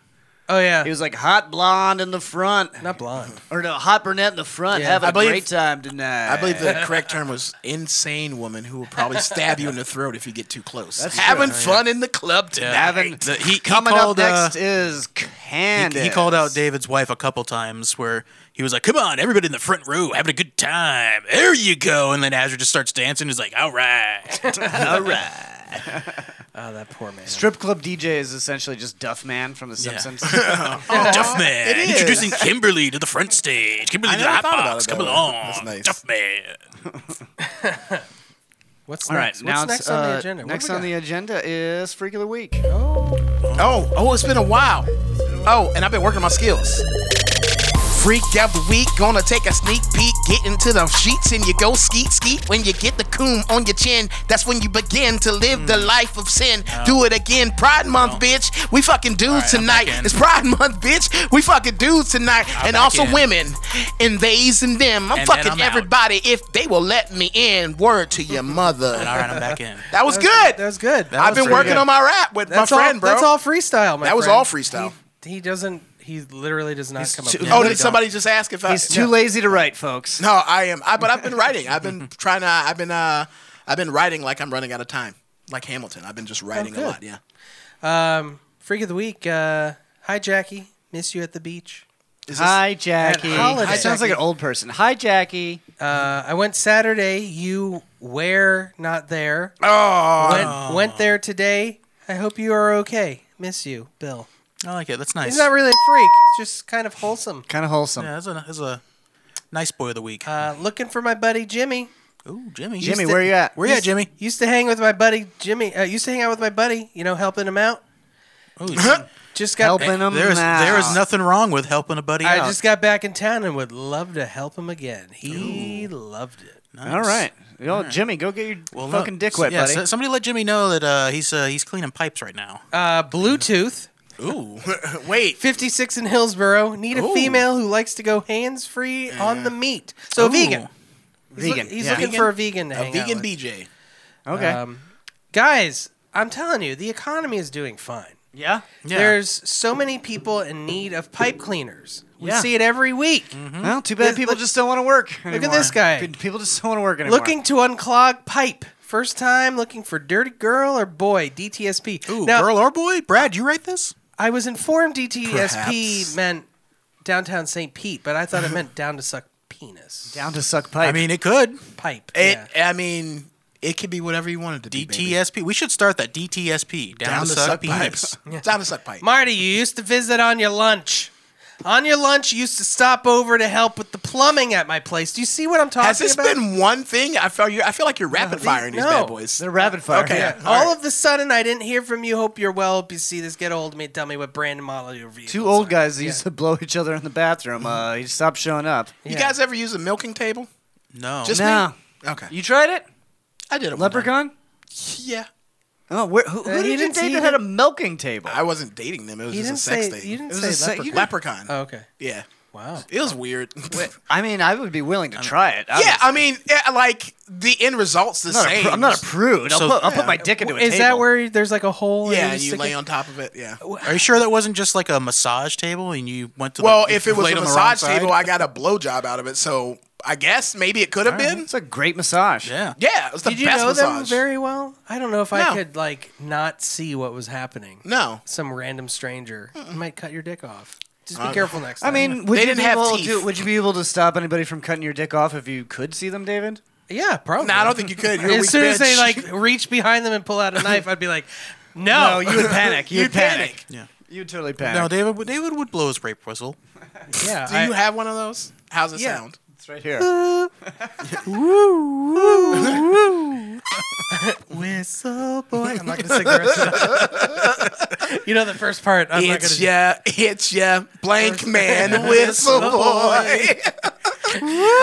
[SPEAKER 1] Oh yeah.
[SPEAKER 2] He was like hot blonde in the front,
[SPEAKER 1] not blonde.
[SPEAKER 2] or no, hot brunette in the front,
[SPEAKER 1] Yeah.
[SPEAKER 2] having
[SPEAKER 1] I
[SPEAKER 2] a
[SPEAKER 8] believe-
[SPEAKER 2] great time tonight.
[SPEAKER 8] I believe the correct term was insane woman who will probably stab you in the throat if you get too close.
[SPEAKER 2] That's
[SPEAKER 8] Having
[SPEAKER 2] true.
[SPEAKER 8] fun in the club
[SPEAKER 6] Yeah.
[SPEAKER 8] tonight.
[SPEAKER 6] The- he, he
[SPEAKER 2] Coming
[SPEAKER 6] called,
[SPEAKER 2] up
[SPEAKER 6] uh,
[SPEAKER 2] next is Candace.
[SPEAKER 6] he, he called out David's wife a couple times where he was like, "Come on, everybody in the front row, having a good time. There you go." And then Azure just starts dancing. He's like, "All right."
[SPEAKER 2] All right.
[SPEAKER 1] Oh, that poor man.
[SPEAKER 2] Strip club DJ is essentially just Duff Man from The
[SPEAKER 6] Yeah.
[SPEAKER 2] Simpsons.
[SPEAKER 6] Duffman introducing Kimberly to the front stage. Kimberly
[SPEAKER 8] I
[SPEAKER 6] to the
[SPEAKER 8] never
[SPEAKER 6] hot
[SPEAKER 8] thought about
[SPEAKER 6] box.
[SPEAKER 8] it
[SPEAKER 6] Come
[SPEAKER 8] that way.
[SPEAKER 6] along,
[SPEAKER 8] That's nice.
[SPEAKER 6] Duffman.
[SPEAKER 1] What's
[SPEAKER 2] All right,
[SPEAKER 1] next?
[SPEAKER 2] now
[SPEAKER 1] What's next
[SPEAKER 2] it's,
[SPEAKER 1] on the
[SPEAKER 2] uh,
[SPEAKER 1] agenda? What
[SPEAKER 2] Next
[SPEAKER 1] do we
[SPEAKER 2] on the agenda is Freak of the Week.
[SPEAKER 1] got? Oh.
[SPEAKER 8] Oh, oh, it's been a while. Oh, and I've been working on my skills. Freak of the week, gonna take a sneak peek, get into the sheets and you go skeet skeet. When you get the coom on your chin, that's when you begin to live the
[SPEAKER 6] Mm.
[SPEAKER 8] life of sin. Do it again, Pride Month, bitch. We fucking dudes
[SPEAKER 6] I'm back
[SPEAKER 8] tonight.
[SPEAKER 6] in.
[SPEAKER 8] It's Pride Month, bitch. We fucking dudes tonight, and
[SPEAKER 6] back
[SPEAKER 8] also
[SPEAKER 6] in.
[SPEAKER 8] women, and theys and them. I'm
[SPEAKER 6] And then
[SPEAKER 8] fucking
[SPEAKER 6] I'm out.
[SPEAKER 8] everybody if they will let me in. Word to your mother.
[SPEAKER 6] All right, I'm back in.
[SPEAKER 8] That was
[SPEAKER 1] That
[SPEAKER 8] good.
[SPEAKER 1] was good.
[SPEAKER 8] I've been working on my rap with
[SPEAKER 1] That's
[SPEAKER 8] my
[SPEAKER 1] all,
[SPEAKER 8] friend, bro.
[SPEAKER 1] That's all freestyle, my
[SPEAKER 8] That was
[SPEAKER 1] friend.
[SPEAKER 8] all freestyle.
[SPEAKER 1] He, he doesn't. He literally does not come up.
[SPEAKER 8] Too-
[SPEAKER 1] with
[SPEAKER 8] oh,
[SPEAKER 1] it.
[SPEAKER 8] did somebody just ask if I?
[SPEAKER 2] He's too lazy to write, folks.
[SPEAKER 8] No, I am. I, but I've been writing. I've been trying to. I've been. Uh, I've been writing like I'm running out of time, like Hamilton. I've been just writing
[SPEAKER 1] Oh, good.
[SPEAKER 8] a lot. Yeah.
[SPEAKER 1] Freak of the week. Uh, hi, Jackie. Miss you at the beach.
[SPEAKER 8] Is this,
[SPEAKER 2] Hi, Jackie.
[SPEAKER 1] At holiday.
[SPEAKER 2] It sounds like an old person. Hi, Jackie.
[SPEAKER 1] Uh, I went Saturday. You were not there.
[SPEAKER 8] oh,
[SPEAKER 1] Went, went there today. I hope you are okay. Miss you, Bill.
[SPEAKER 6] I like it. That's nice.
[SPEAKER 1] He's not really a freak. It's just kind of wholesome.
[SPEAKER 2] Kind of wholesome.
[SPEAKER 6] yeah, that's a that's a nice boy of the week.
[SPEAKER 1] Uh, looking for my buddy Jimmy.
[SPEAKER 6] Ooh, Jimmy.
[SPEAKER 2] Jimmy, where you at?
[SPEAKER 6] Where you at, Jimmy?
[SPEAKER 1] Used to hang with my buddy Jimmy. Uh, used to hang out with my buddy. You know, helping him out.
[SPEAKER 6] Ooh,
[SPEAKER 1] Just got
[SPEAKER 2] Helping him
[SPEAKER 6] There is
[SPEAKER 2] out.
[SPEAKER 6] there is nothing wrong with helping a buddy
[SPEAKER 1] I
[SPEAKER 6] out.
[SPEAKER 1] just got back in town and would love to help him again. He loved it.
[SPEAKER 6] Nice.
[SPEAKER 2] All right. Yo, Jimmy, go get your
[SPEAKER 6] Well,
[SPEAKER 2] fucking
[SPEAKER 6] look,
[SPEAKER 2] dick wet,
[SPEAKER 6] yeah,
[SPEAKER 2] buddy.
[SPEAKER 6] so- somebody let Jimmy know that uh, he's uh, he's cleaning pipes right now.
[SPEAKER 1] Uh, Bluetooth,
[SPEAKER 6] Ooh,
[SPEAKER 8] wait.
[SPEAKER 1] 56 in Hillsboro. Need a female who likes to go hands free on the meat. So,
[SPEAKER 6] Ooh.
[SPEAKER 1] vegan. He's,
[SPEAKER 2] Vegan,
[SPEAKER 1] look- he's
[SPEAKER 2] yeah.
[SPEAKER 1] looking
[SPEAKER 8] Vegan?
[SPEAKER 1] for a vegan to
[SPEAKER 8] A
[SPEAKER 1] hang out
[SPEAKER 8] vegan
[SPEAKER 1] with.
[SPEAKER 8] BJ.
[SPEAKER 2] okay.
[SPEAKER 1] Um, guys, I'm telling you, the economy is doing fine.
[SPEAKER 2] yeah.
[SPEAKER 6] Yeah.
[SPEAKER 1] There's so many people in need of pipe cleaners. We
[SPEAKER 2] Yeah. Mm-hmm.
[SPEAKER 1] see it every week.
[SPEAKER 2] Well, too bad
[SPEAKER 1] Look-
[SPEAKER 2] people just don't want to work.
[SPEAKER 1] at
[SPEAKER 2] anymore.
[SPEAKER 1] this guy.
[SPEAKER 2] Pe- People just don't want to work anymore.
[SPEAKER 1] Looking to unclog pipe. First time looking for dirty girl or boy, DTSP.
[SPEAKER 6] Ooh,
[SPEAKER 1] Now-
[SPEAKER 6] girl or boy? Brad, you write this?
[SPEAKER 1] I was informed DTSP
[SPEAKER 6] Perhaps.
[SPEAKER 1] meant downtown St. Pete, but I thought it meant down to suck penis.
[SPEAKER 2] down to suck pipe.
[SPEAKER 6] I mean, it could.
[SPEAKER 1] pipe.
[SPEAKER 8] It.
[SPEAKER 1] yeah.
[SPEAKER 8] I mean, it could be whatever you wanted to be. baby.
[SPEAKER 6] DTSP. We should start that DTSP. Down,
[SPEAKER 8] Down
[SPEAKER 6] to
[SPEAKER 8] the
[SPEAKER 6] suck,
[SPEAKER 8] suck
[SPEAKER 6] penis.
[SPEAKER 8] pipes. Down the suck pipe.
[SPEAKER 1] Marty, you used to visit on your lunch. On your lunch, you used to stop over to help with the plumbing at my place. Do you see what I'm talking
[SPEAKER 8] Has this
[SPEAKER 1] about?
[SPEAKER 8] been one thing? I feel. You're, I feel like you're rapid firing these
[SPEAKER 1] no.
[SPEAKER 8] bad boys.
[SPEAKER 2] They're rapid fire.
[SPEAKER 8] Okay.
[SPEAKER 1] Yeah. All of a sudden, I didn't hear from you. Hope you're well. If you see this, get a hold of me. Tell me what brand and model you're reviewing.
[SPEAKER 2] Two old guys that used to blow each other in the bathroom. Uh, you stopped showing up.
[SPEAKER 8] You guys ever use a milking table?
[SPEAKER 6] No.
[SPEAKER 8] Just
[SPEAKER 2] No.
[SPEAKER 8] me. Okay.
[SPEAKER 2] You tried it?
[SPEAKER 8] I did it. one time.
[SPEAKER 2] Leprechaun?
[SPEAKER 8] Yeah.
[SPEAKER 2] Oh, where, who, who
[SPEAKER 1] he
[SPEAKER 2] did you
[SPEAKER 1] didn't
[SPEAKER 2] date
[SPEAKER 1] say-
[SPEAKER 2] that had a milking table?
[SPEAKER 8] I wasn't dating them. It was
[SPEAKER 1] You
[SPEAKER 8] just a
[SPEAKER 1] didn't
[SPEAKER 8] sex
[SPEAKER 1] say.
[SPEAKER 8] thing.
[SPEAKER 1] You didn't
[SPEAKER 2] was
[SPEAKER 1] say.
[SPEAKER 2] a se- you
[SPEAKER 1] leprechaun.
[SPEAKER 2] didn't-
[SPEAKER 8] Leprechaun.
[SPEAKER 1] oh, okay.
[SPEAKER 8] Yeah.
[SPEAKER 1] Wow.
[SPEAKER 8] It was weird.
[SPEAKER 2] I mean, I would be willing to try it. I
[SPEAKER 8] Yeah,
[SPEAKER 2] was-
[SPEAKER 8] I mean, yeah, like the end result's the
[SPEAKER 2] I'm not, a
[SPEAKER 8] same.
[SPEAKER 2] pr- I'm not a prude. I'll,
[SPEAKER 6] So-
[SPEAKER 2] put, I'll put my dick into a
[SPEAKER 1] Is
[SPEAKER 2] table.
[SPEAKER 1] that where there's like a hole?
[SPEAKER 8] yeah,
[SPEAKER 1] and
[SPEAKER 8] and you
[SPEAKER 1] stick
[SPEAKER 8] lay
[SPEAKER 1] it-
[SPEAKER 8] on top of it. Yeah.
[SPEAKER 6] Are you sure that wasn't just like a massage table and you went to the
[SPEAKER 8] Well, if
[SPEAKER 6] you
[SPEAKER 8] it was
[SPEAKER 6] laid
[SPEAKER 8] a
[SPEAKER 6] on the wrong
[SPEAKER 8] massage
[SPEAKER 6] side?
[SPEAKER 8] table, I got a blowjob out of it. So I guess maybe it could have been.
[SPEAKER 2] It's a great massage.
[SPEAKER 6] Yeah.
[SPEAKER 8] Yeah, it was the
[SPEAKER 1] Did you
[SPEAKER 8] best
[SPEAKER 1] know them
[SPEAKER 8] massage.
[SPEAKER 1] very well? I don't know if I
[SPEAKER 8] No.
[SPEAKER 1] could like not see what was happening.
[SPEAKER 8] no.
[SPEAKER 1] Some random stranger might cut your dick off. Just be careful next time.
[SPEAKER 2] I mean, would
[SPEAKER 8] They
[SPEAKER 2] you
[SPEAKER 8] didn't
[SPEAKER 2] be
[SPEAKER 8] have
[SPEAKER 2] able
[SPEAKER 8] teeth.
[SPEAKER 2] To, would you be able to stop anybody from cutting your dick off if you could see them, David?
[SPEAKER 1] yeah, probably.
[SPEAKER 8] No, I don't think you could. You're a
[SPEAKER 1] as
[SPEAKER 8] weak
[SPEAKER 1] soon as they
[SPEAKER 8] bitch.
[SPEAKER 1] like reach behind them and pull out a knife, I'd be like, no.
[SPEAKER 2] you would panic. You'd, panic.
[SPEAKER 6] Yeah.
[SPEAKER 2] You'd totally panic.
[SPEAKER 6] No, David. would- David would blow his rape whistle.
[SPEAKER 1] yeah,
[SPEAKER 8] Do you have one of those? How's it
[SPEAKER 1] Yeah.
[SPEAKER 8] sound?
[SPEAKER 2] it's right here.
[SPEAKER 1] whistle boy? I'm not gonna sing the rest of it. You know the first part. I'm not gonna.
[SPEAKER 8] it's yeah, it's yeah, blank man, whistle boy.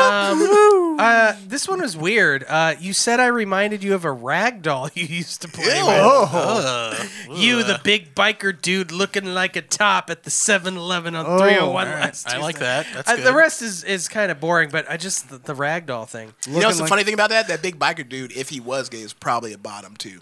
[SPEAKER 1] Uh, this one was weird. Uh, you said I reminded you of a rag doll you used to play
[SPEAKER 8] Oh.
[SPEAKER 1] with. You, the big biker dude, looking like a top at the 7-Eleven
[SPEAKER 8] Oh.
[SPEAKER 1] on 301 last
[SPEAKER 6] I
[SPEAKER 1] Tuesday.
[SPEAKER 6] like that. That's
[SPEAKER 1] Uh,
[SPEAKER 6] good.
[SPEAKER 1] the rest is, is kind of boring, but I just the, the rag doll thing.
[SPEAKER 8] you know what's the funny thing about that? That big biker dude, if he was gay, is probably a bottom too.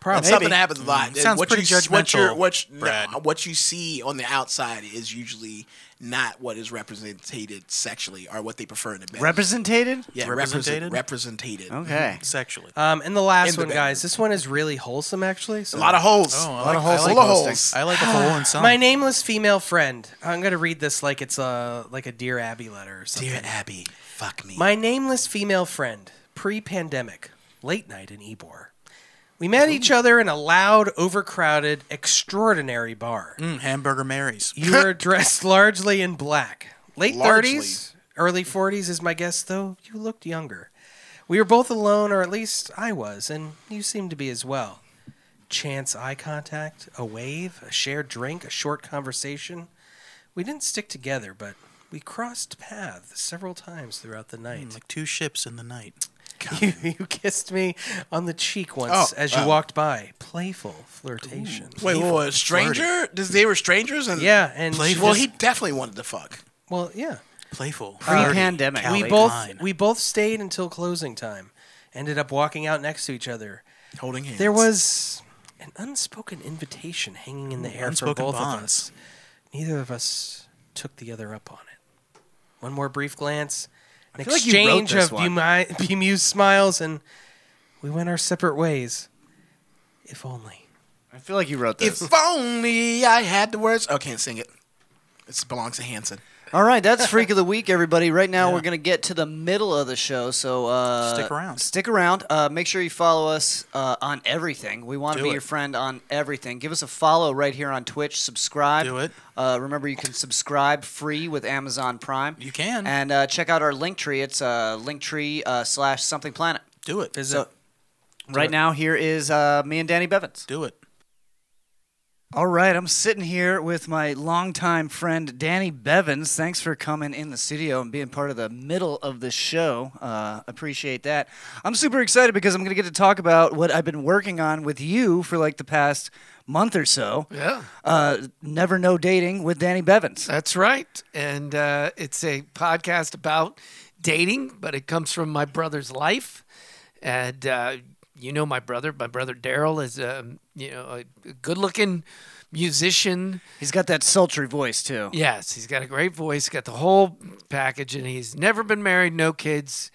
[SPEAKER 1] Probably.
[SPEAKER 8] Something that happens a lot.
[SPEAKER 6] Mm-hmm. Sounds
[SPEAKER 8] what
[SPEAKER 6] pretty
[SPEAKER 8] you, What, you're-
[SPEAKER 6] judgmental,
[SPEAKER 8] what, you- no,
[SPEAKER 6] Brad.
[SPEAKER 8] what you see on the outside is usually not what is represented sexually or what they prefer in the bed.
[SPEAKER 2] Representated?
[SPEAKER 8] yeah,
[SPEAKER 6] Representated?
[SPEAKER 8] represent- representated.
[SPEAKER 2] Okay.
[SPEAKER 6] sexually.
[SPEAKER 8] Uh,
[SPEAKER 1] Um, and the last
[SPEAKER 8] In the
[SPEAKER 1] one,
[SPEAKER 8] bedroom.
[SPEAKER 1] guys. This one is really wholesome, actually. So.
[SPEAKER 8] Mm-hmm. A lot of holes.
[SPEAKER 6] Oh, I
[SPEAKER 8] a lot
[SPEAKER 6] like-
[SPEAKER 8] of holes.
[SPEAKER 6] I like
[SPEAKER 8] full of
[SPEAKER 2] hosting.
[SPEAKER 8] holes.
[SPEAKER 6] I like a hole in some.
[SPEAKER 1] My nameless female friend. I'm gonna read this like it's a like a Dear Abby letter or something.
[SPEAKER 8] Dear Abby, fuck me.
[SPEAKER 1] My nameless female friend, pre pandemic, late night in Ebor. We met each other in a loud, overcrowded, extraordinary bar.
[SPEAKER 6] Mm, hamburger Marys.
[SPEAKER 1] You were dressed largely in black. Late
[SPEAKER 8] Largely.
[SPEAKER 1] 30s, early 40s is my guess, though you looked younger. We were both alone, or at least I was, and you seemed to be as well. Chance eye contact, a wave, a shared drink, a short conversation. We didn't stick together, but we crossed paths several times throughout the night.
[SPEAKER 6] Mm, Like two ships in the night.
[SPEAKER 1] You, you kissed me on the cheek once
[SPEAKER 8] Oh,
[SPEAKER 1] as you
[SPEAKER 8] wow.
[SPEAKER 1] walked by. Playful flirtation.
[SPEAKER 8] Wait, what was stranger? Does they were strangers and
[SPEAKER 1] Yeah, and
[SPEAKER 6] Playful.
[SPEAKER 1] well,
[SPEAKER 8] Well, he definitely wanted to fuck.
[SPEAKER 1] well, yeah.
[SPEAKER 6] Playful.
[SPEAKER 2] Pre-pandemic.
[SPEAKER 6] Dirty,
[SPEAKER 1] We
[SPEAKER 2] Allie
[SPEAKER 1] both
[SPEAKER 6] Klein.
[SPEAKER 1] we both stayed until closing time. Ended up walking out next to each other.
[SPEAKER 8] Holding hands.
[SPEAKER 1] There was an unspoken invitation hanging in the air for
[SPEAKER 6] unspoken
[SPEAKER 1] both of
[SPEAKER 6] bonds.
[SPEAKER 1] us. Neither of us took the other up on it. One more brief glance, an
[SPEAKER 2] feel like you wrote
[SPEAKER 1] exchange
[SPEAKER 2] this
[SPEAKER 1] of
[SPEAKER 2] one.
[SPEAKER 1] bemi- bemused smiles, and we went our separate ways. If only.
[SPEAKER 2] I feel like you wrote this.
[SPEAKER 8] If only I had the words. Oh, can't sing it. This belongs to Hanson.
[SPEAKER 2] All right, that's Freak of the Week, everybody. Right now, we're going to get to the middle of the show, so uh,
[SPEAKER 6] Stick around.
[SPEAKER 2] Stick around. Uh, make sure you follow us uh, on everything. We want to
[SPEAKER 6] Do
[SPEAKER 2] be
[SPEAKER 6] it.
[SPEAKER 2] your friend on everything. Give us a follow right here on Twitch. Subscribe.
[SPEAKER 6] Do it.
[SPEAKER 2] Uh, remember, you can subscribe free with Amazon Prime.
[SPEAKER 6] You can.
[SPEAKER 2] And uh, check out our link tree. It's uh, linktree uh, slash something planet.
[SPEAKER 6] Do it.
[SPEAKER 1] Is
[SPEAKER 2] So,
[SPEAKER 1] it-
[SPEAKER 2] right now, here is uh, me and Danny Bevins.
[SPEAKER 6] Do it.
[SPEAKER 2] All right, I'm sitting here with my longtime friend Danny Bevins. Thanks for coming in the studio and being part of the middle of the show. Uh, appreciate that. I'm super excited because I'm going to get to talk about what I've been working on with you for like the past month or so.
[SPEAKER 9] Yeah,
[SPEAKER 2] Uh, Never Know Dating with Danny Bevins.
[SPEAKER 9] that's right. And uh, it's a podcast about dating, but it comes from my brother's life. And uh, you know my brother. My brother Daryl is a you know a good-looking musician.
[SPEAKER 2] He's got that sultry voice too.
[SPEAKER 9] Yes, he's got a great voice, got the whole package, and he's never been married, no kids.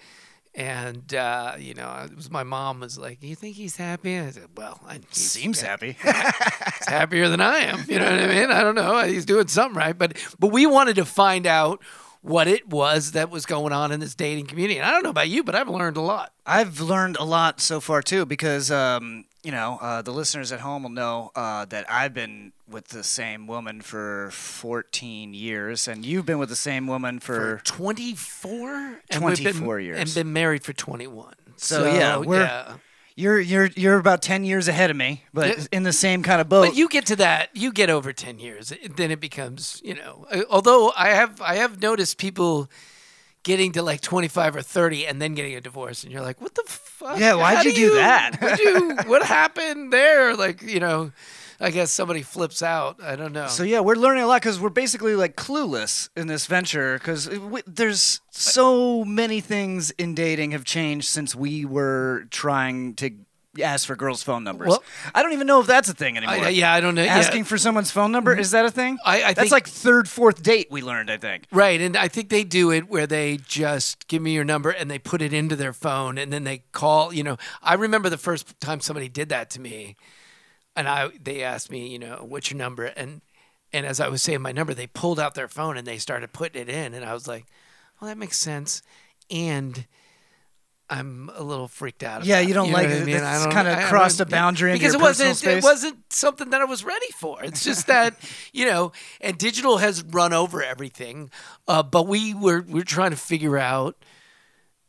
[SPEAKER 9] And uh, you know, it was my mom was like, "You think he's happy?" I said, "Well, I, he's
[SPEAKER 2] Seems happy.
[SPEAKER 9] happier than I am. You know what I mean? I don't know. He's doing something right, but but we wanted to find out what it was that was going on in this dating community. And I don't know about you, but I've learned a lot.
[SPEAKER 2] I've learned a lot so far too, because um, you know uh, the listeners at home will know uh, that I've been with the same woman for 14 years, and you've been with the same woman for.
[SPEAKER 9] 24 and we've been-
[SPEAKER 2] 24 years.
[SPEAKER 9] and been married for 21.
[SPEAKER 2] So, yeah, we're- You're you're you're about 10 years ahead of me, but
[SPEAKER 9] Yeah.
[SPEAKER 2] in the same kind of boat.
[SPEAKER 9] But you get to that, you get over ten years, it- then it becomes, you know. uh, Although I have, I have noticed people getting to like twenty five or thirty and then getting a divorce, and you're like, what the fuck?
[SPEAKER 2] Yeah, why'd
[SPEAKER 9] How
[SPEAKER 2] you do that?"
[SPEAKER 9] what'd you, what happened there? Like, you know, I guess somebody flips out. I don't know.
[SPEAKER 2] so yeah, we're learning a lot because we're basically like clueless in this venture because there's so many things in dating have changed since we were trying to ask for girls' phone numbers.
[SPEAKER 9] Well-
[SPEAKER 2] I don't even know if that's a thing anymore.
[SPEAKER 9] I, I- yeah, I don't know. yeah. Mm-hmm.
[SPEAKER 2] asking for someone's phone number is that a thing
[SPEAKER 9] I- I
[SPEAKER 2] that's
[SPEAKER 9] think-
[SPEAKER 2] like third fourth date we learned i think
[SPEAKER 9] Right, and I think they do it where they just give me your number and they put it into their phone and then they call. You know, I remember the first time somebody did that to me, and I they asked me, you know, what's your number, and And as I was saying my number, they pulled out their phone and they started putting it in. And I was like, well, that makes sense. And I'm a little freaked out.
[SPEAKER 2] Yeah,
[SPEAKER 9] about
[SPEAKER 2] you don't
[SPEAKER 9] know
[SPEAKER 2] like
[SPEAKER 9] what
[SPEAKER 2] it.
[SPEAKER 9] I mean? I
[SPEAKER 2] It's
[SPEAKER 9] don't-
[SPEAKER 2] kinda
[SPEAKER 9] I- I
[SPEAKER 2] crossed
[SPEAKER 9] don't-
[SPEAKER 2] a boundary into
[SPEAKER 9] because
[SPEAKER 2] your
[SPEAKER 9] it wasn't.
[SPEAKER 2] personal space.
[SPEAKER 9] It wasn't something that I was ready for. It's just that you know, and digital has run over everything. Uh, but we were we're trying to figure out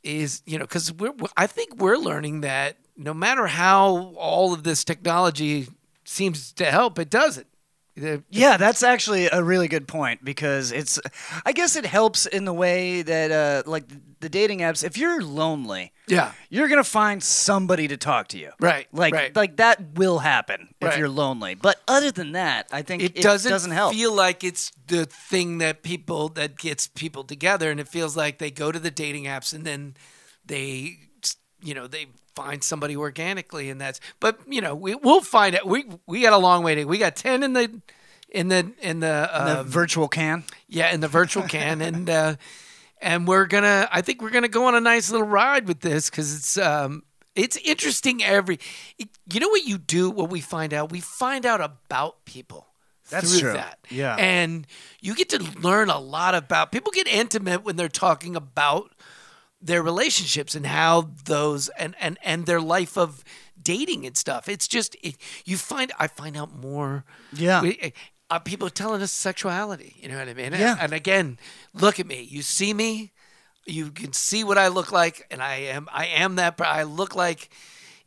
[SPEAKER 9] is you know because we're we're- I think we're learning that no matter how all of this technology seems to help, it doesn't. The-
[SPEAKER 2] Yeah, that's actually a really good point because it's, I guess it helps in the way that, uh, like, the dating apps, if you're lonely,
[SPEAKER 9] Yeah.
[SPEAKER 2] you're going to find somebody to talk to you.
[SPEAKER 9] Right,
[SPEAKER 2] Like,
[SPEAKER 9] right.
[SPEAKER 2] like that will happen
[SPEAKER 9] Right.
[SPEAKER 2] if you're lonely. But other than that, I think
[SPEAKER 9] it,
[SPEAKER 2] it,
[SPEAKER 9] doesn't,
[SPEAKER 2] help.
[SPEAKER 9] feel like it's the thing that people that gets people together and it feels like they go to the dating apps and then they you know they find somebody organically and that's but you know we, we'll find it we we got a long way to we got 10 in the in the in the, um,
[SPEAKER 2] the Uh, virtual can.
[SPEAKER 9] yeah in the virtual can and uh and we're gonna i think we're gonna go on a nice little ride with this because it's um it's interesting every it- you know what you do what we find out we find out about people
[SPEAKER 2] That's
[SPEAKER 9] through
[SPEAKER 2] true.
[SPEAKER 9] that
[SPEAKER 2] Yeah.
[SPEAKER 9] and you get to learn a lot about people get intimate when they're talking about their relationships and how those and and and their life of dating and stuff it's just it, you find i find out more
[SPEAKER 2] Yeah.
[SPEAKER 9] we- uh, people telling us sexuality you know what i mean
[SPEAKER 2] Yeah.
[SPEAKER 9] and again look at me you see me you can see what i look like and i am i am that per- i look like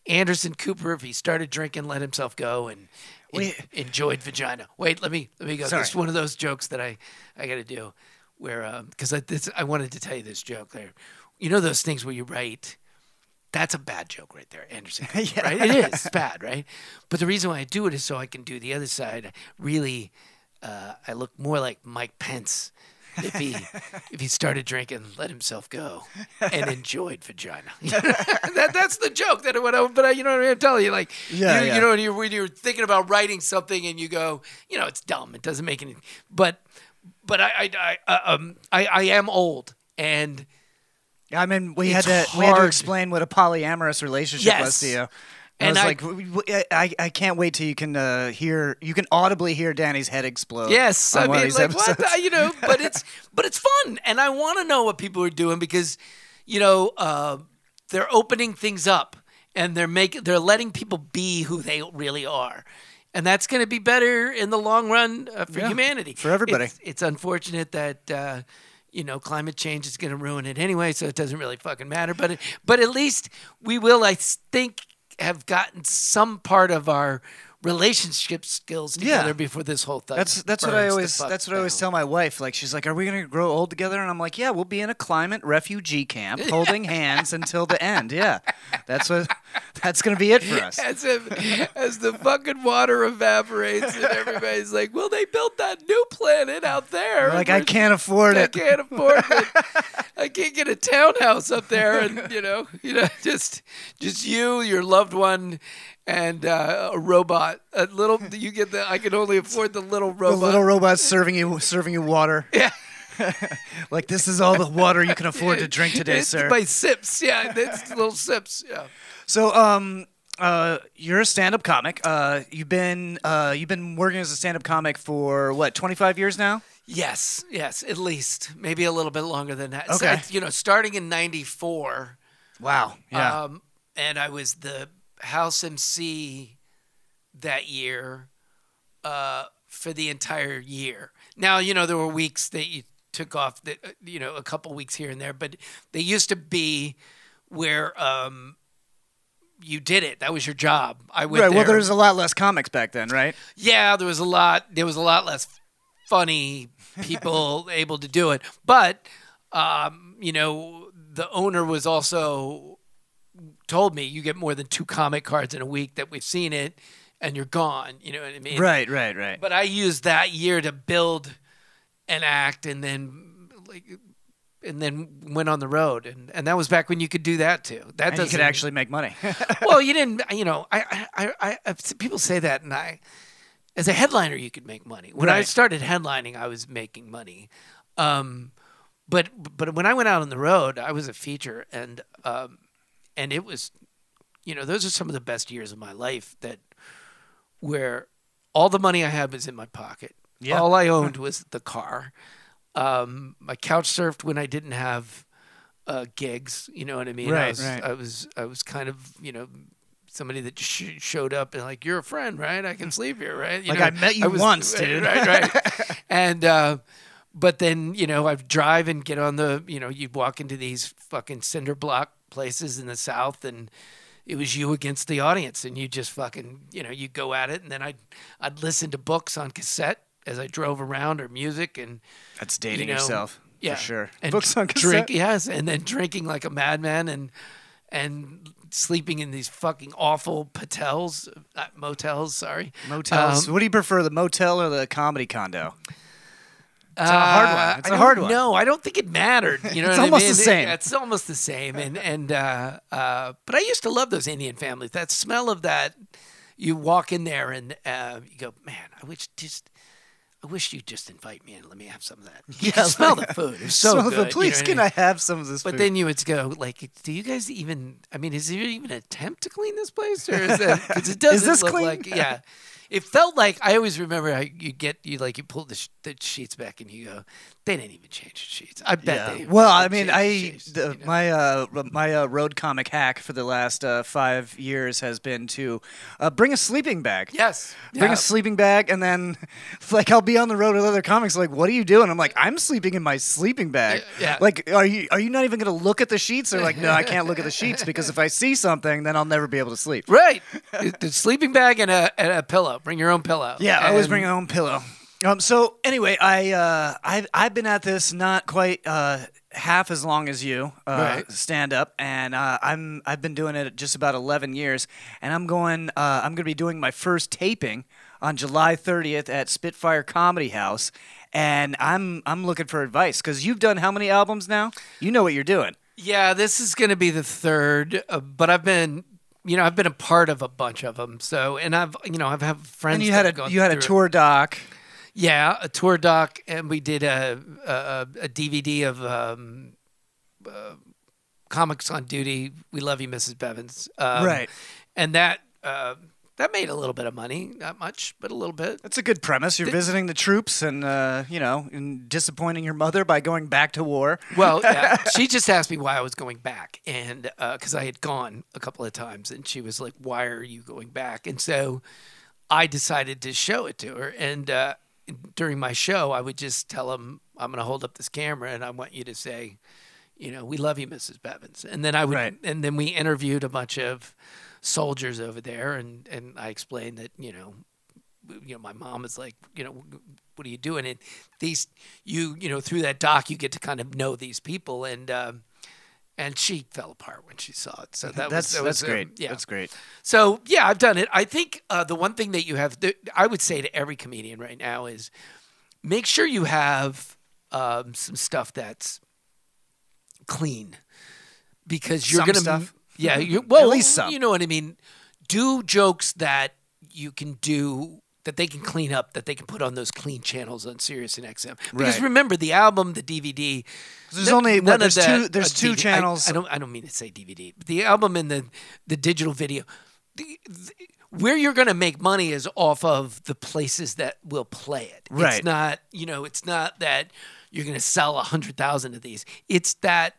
[SPEAKER 9] anderson cooper if he started drinking let himself go and en- enjoyed vagina wait let me let me go
[SPEAKER 2] Sorry.
[SPEAKER 9] it's one of those jokes that i i gotta do where because i this i wanted to tell you this joke there you know those things where you write that's a bad joke right there, Anderson. Right? It is it's bad, right? But the reason why I do it is so I can do the other side. Really, uh, I look more like Mike Pence if he if he started drinking, let himself go, and enjoyed vagina. that, that's the joke that it went over. But I, you know what I mean? I'm telling you, like,
[SPEAKER 2] Yeah,
[SPEAKER 9] you,
[SPEAKER 2] yeah.
[SPEAKER 9] you know, when you're, when you're thinking about writing something and you go, you know, it's dumb. It doesn't make any. But but I I I, uh, um, I, I am old and.
[SPEAKER 2] I mean, we
[SPEAKER 9] It's
[SPEAKER 2] had to we had to
[SPEAKER 9] hard.
[SPEAKER 2] explain what a polyamorous relationship was to
[SPEAKER 9] Yes.
[SPEAKER 2] you. And I
[SPEAKER 9] And
[SPEAKER 2] was
[SPEAKER 9] I-
[SPEAKER 2] like, w- w- I, I can't wait till you can uh, hear, you can audibly hear Danny's head explode.
[SPEAKER 9] Yes,
[SPEAKER 2] on
[SPEAKER 9] I
[SPEAKER 2] one of
[SPEAKER 9] mean,
[SPEAKER 2] these
[SPEAKER 9] like what
[SPEAKER 2] episodes.
[SPEAKER 9] the, you know, but it's but it's fun, and I want to know what people are doing because, you know, uh, they're opening things up and they're making they're letting people be who they really are, and that's going to be better in the long run uh, for humanity
[SPEAKER 2] for everybody.
[SPEAKER 9] It's, it's unfortunate that. Uh, you know, climate change is going to ruin it anyway, so it doesn't really fucking matter. But it, but at least we will, I think, have gotten some part of our relationship skills
[SPEAKER 2] Yeah.
[SPEAKER 9] together before this whole thing.
[SPEAKER 2] That's that's what I always that's what I always tell my wife. Like she's like, "Are we gonna grow old together?" And I'm like, "Yeah, we'll be in a climate refugee camp, holding hands until the end." Yeah, that's what that's gonna be it for us.
[SPEAKER 9] As if, as the fucking water evaporates and everybody's like, "Well, they built that new planet out there."
[SPEAKER 2] Like
[SPEAKER 9] and
[SPEAKER 2] I
[SPEAKER 9] we're-
[SPEAKER 2] can't afford
[SPEAKER 9] I
[SPEAKER 2] it.
[SPEAKER 9] can't afford it. I can't get a townhouse up there, and you know, you know, just just you, your loved one, and uh, a robot. A little, you get the. I can only afford the little
[SPEAKER 2] The
[SPEAKER 9] robot.
[SPEAKER 2] little robot's serving you serving you water. Yeah. like this is all the water you can afford to drink today,
[SPEAKER 9] It's
[SPEAKER 2] sir.
[SPEAKER 9] by sips, yeah. It's little sips, yeah.
[SPEAKER 2] So, um, uh, you're a stand-up comic. Uh, you've been uh, you've been working as a stand-up comic for what 25 years now.
[SPEAKER 9] Yes, yes, at least maybe a little bit longer than that. So,
[SPEAKER 2] Okay.
[SPEAKER 9] it's, you know, starting in '94,
[SPEAKER 2] Wow. Yeah.
[SPEAKER 9] um, and I was the house MC that year uh, for the entire year. Now, you know, there were weeks that you took off, that uh, you know, a couple weeks here and there, but they used to be where um, you did it. That was your job. I went
[SPEAKER 2] right.
[SPEAKER 9] there.
[SPEAKER 2] Well, there's a lot less comics back then, right?
[SPEAKER 9] Yeah, there was a lot. There was a lot less funny people able to do it, but um, you know, the owner was also told me you get more than two comic cards in a week that we've seen it, and you're gone. You know what I mean?
[SPEAKER 2] Right. Right. Right.
[SPEAKER 9] But I used that year to build an act, and then like, and then went on the road, and and that was back when you could do that too. That
[SPEAKER 2] and you
[SPEAKER 9] doesn't
[SPEAKER 2] could actually make money.
[SPEAKER 9] well, you didn't. uh, You know, I, I, I, I, people say that, and I, as a headliner, you could make money. When I
[SPEAKER 2] Right.
[SPEAKER 9] started headlining, I was making money, um, but but when I went out on the road, I was a feature, and um, and it was, you know, those are some of the best years of my life. That where all the money I had was in my pocket.
[SPEAKER 6] Yeah.
[SPEAKER 9] All I owned was the car. Um, I couch surfed when I didn't have uh, gigs. You know what I mean? I
[SPEAKER 2] Right,
[SPEAKER 9] was,
[SPEAKER 2] right.
[SPEAKER 9] I was, I was kind of, you know, somebody that sh- showed up and like, you're a friend, right? I can sleep here, right? You
[SPEAKER 2] Mm. Like,
[SPEAKER 9] know,
[SPEAKER 2] I met you once, dude.
[SPEAKER 9] Right, right. and, uh, but then, you know, I drive and get on the, you know, you walk into these fucking cinder block places in the South and it was you against the audience and you just fucking, you know, you go at it. And then I'd, I'd listen to books on cassette as I drove around or music and,
[SPEAKER 2] That's dating
[SPEAKER 9] you know,
[SPEAKER 2] yourself
[SPEAKER 9] yeah.
[SPEAKER 2] for sure.
[SPEAKER 9] And
[SPEAKER 2] Books on
[SPEAKER 9] drink,
[SPEAKER 2] cassette.
[SPEAKER 9] yes, and then drinking like a madman and and sleeping in these fucking awful patels, uh, motels. Sorry,
[SPEAKER 2] Motels.
[SPEAKER 9] Um,
[SPEAKER 2] what do you prefer, the motel or the comedy condo?
[SPEAKER 9] it's
[SPEAKER 2] a hard one. It's a hard one.
[SPEAKER 9] No, Uh, I don't think it mattered. You know,
[SPEAKER 2] It's
[SPEAKER 9] what I
[SPEAKER 2] almost the
[SPEAKER 9] mean? It-
[SPEAKER 2] same.
[SPEAKER 9] it's almost the same. And and uh, uh, but I used to love those Indian families. That smell of that. You walk in there and uh, you go, man, I wish just. I wish you'd just invite me and let me have some of that. You yeah, smell the food. It was so
[SPEAKER 2] Smell the-
[SPEAKER 9] good. you know
[SPEAKER 2] please,
[SPEAKER 9] what I
[SPEAKER 2] can
[SPEAKER 9] mean?
[SPEAKER 2] I have some of this?
[SPEAKER 9] But
[SPEAKER 2] food?
[SPEAKER 9] then you would go like, do you guys even? I mean, is there even an attempt to clean this place, or is it? 'cause it doesn't
[SPEAKER 2] this
[SPEAKER 9] look
[SPEAKER 2] clean?
[SPEAKER 9] like. Yeah, it felt like I always remember. How you get you like you pull the, sh- the sheets back and you go, they didn't even change the sheets. I bet they. didn't
[SPEAKER 2] Well, I mean,
[SPEAKER 9] even change the
[SPEAKER 2] I
[SPEAKER 9] sheets,
[SPEAKER 2] the,
[SPEAKER 9] you know?
[SPEAKER 2] my uh, r- my uh, road comic hack for the last uh, five years has been to uh, bring a sleeping bag.
[SPEAKER 9] yes,
[SPEAKER 2] Bring
[SPEAKER 9] yeah.
[SPEAKER 2] a sleeping bag, and then, like, I'll be on the road with other comics. Like, what are you doing? I'm like, I'm sleeping in my sleeping bag.
[SPEAKER 9] Yeah.
[SPEAKER 2] Like, are you are you not even gonna look at the sheets? They're like, no, I can't look at the sheets because if I see something, then I'll never be able to sleep.
[SPEAKER 9] Right, the the sleeping bag and a, and a pillow. Bring your own pillow.
[SPEAKER 2] Yeah, I always
[SPEAKER 9] And-
[SPEAKER 2] bring my own pillow. Um, so anyway, I uh, I've I've been at this not quite uh, half as long as you uh,
[SPEAKER 9] Right.
[SPEAKER 2] stand up, and uh, I'm I've been doing it just about eleven years, and I'm going uh, I'm going to be doing my first taping on July 30th at Spitfire Comedy House, and I'm I'm looking for advice because you've done how many albums now? You know what you're doing.
[SPEAKER 9] Yeah, this is going to be the third, uh, but I've been, you know, I've been a part of a bunch of them. So, and I've, you know, I've had friends.
[SPEAKER 2] And you
[SPEAKER 9] that
[SPEAKER 2] had
[SPEAKER 9] have
[SPEAKER 2] a
[SPEAKER 9] gone
[SPEAKER 2] you had a
[SPEAKER 9] through it.
[SPEAKER 2] tour doc.
[SPEAKER 9] Yeah, a tour doc, and we did a a, a DVD of um, uh, comics on duty. We love you, Mrs. Bevins. Um,
[SPEAKER 2] Right.
[SPEAKER 9] and that uh, that made a little bit of money, not much, but a little bit.
[SPEAKER 2] That's a good premise. You're visiting the troops and, uh, you know, and disappointing your mother by going back to war.
[SPEAKER 9] Well, yeah, she just asked me why I was going back, and because I had gone a couple of times, and she was like, "Why are you going back?" And so I decided to show it to her, and uh, during my show, I would just tell them, "I'm going to hold up this camera, and I want you to say, you know, we love you, Mrs. Bevins," and then I would,
[SPEAKER 2] Right.
[SPEAKER 9] and then we interviewed a bunch of soldiers over there, and and I explained that you know you know, my mom is like, you know, what are you doing? And these, you, you know, through that doc, you get to kind of know these people, and um, and she fell apart when she saw it. So that
[SPEAKER 2] That's
[SPEAKER 9] was, that was,
[SPEAKER 2] that's
[SPEAKER 9] um,
[SPEAKER 2] great.
[SPEAKER 9] yeah,
[SPEAKER 2] That's great.
[SPEAKER 9] So yeah, I've done it. I think uh, the one thing that you have, that I would say to every comedian right now is, make sure you have um, some stuff that's clean, because you're
[SPEAKER 2] Some
[SPEAKER 9] gonna
[SPEAKER 2] stuff?
[SPEAKER 9] yeah you well
[SPEAKER 2] At least some.
[SPEAKER 9] you know what I mean. Do jokes that you can do that they can clean up that they can put on those clean channels on Sirius and XM. Because
[SPEAKER 2] Right.
[SPEAKER 9] remember the album, the DVD.
[SPEAKER 2] There's
[SPEAKER 9] no-
[SPEAKER 2] only- what,
[SPEAKER 9] none of
[SPEAKER 2] there's
[SPEAKER 9] that-
[SPEAKER 2] two- there's
[SPEAKER 9] uh,
[SPEAKER 2] two
[SPEAKER 9] DVD I-
[SPEAKER 2] channels.
[SPEAKER 9] I, don't I don't mean to say DVD. But the album and the the digital video. The, the, where you're going to make money is off of the places that will play it.
[SPEAKER 2] Right.
[SPEAKER 9] It's not, you know, it's not that you're going to sell 100,000 of these. It's that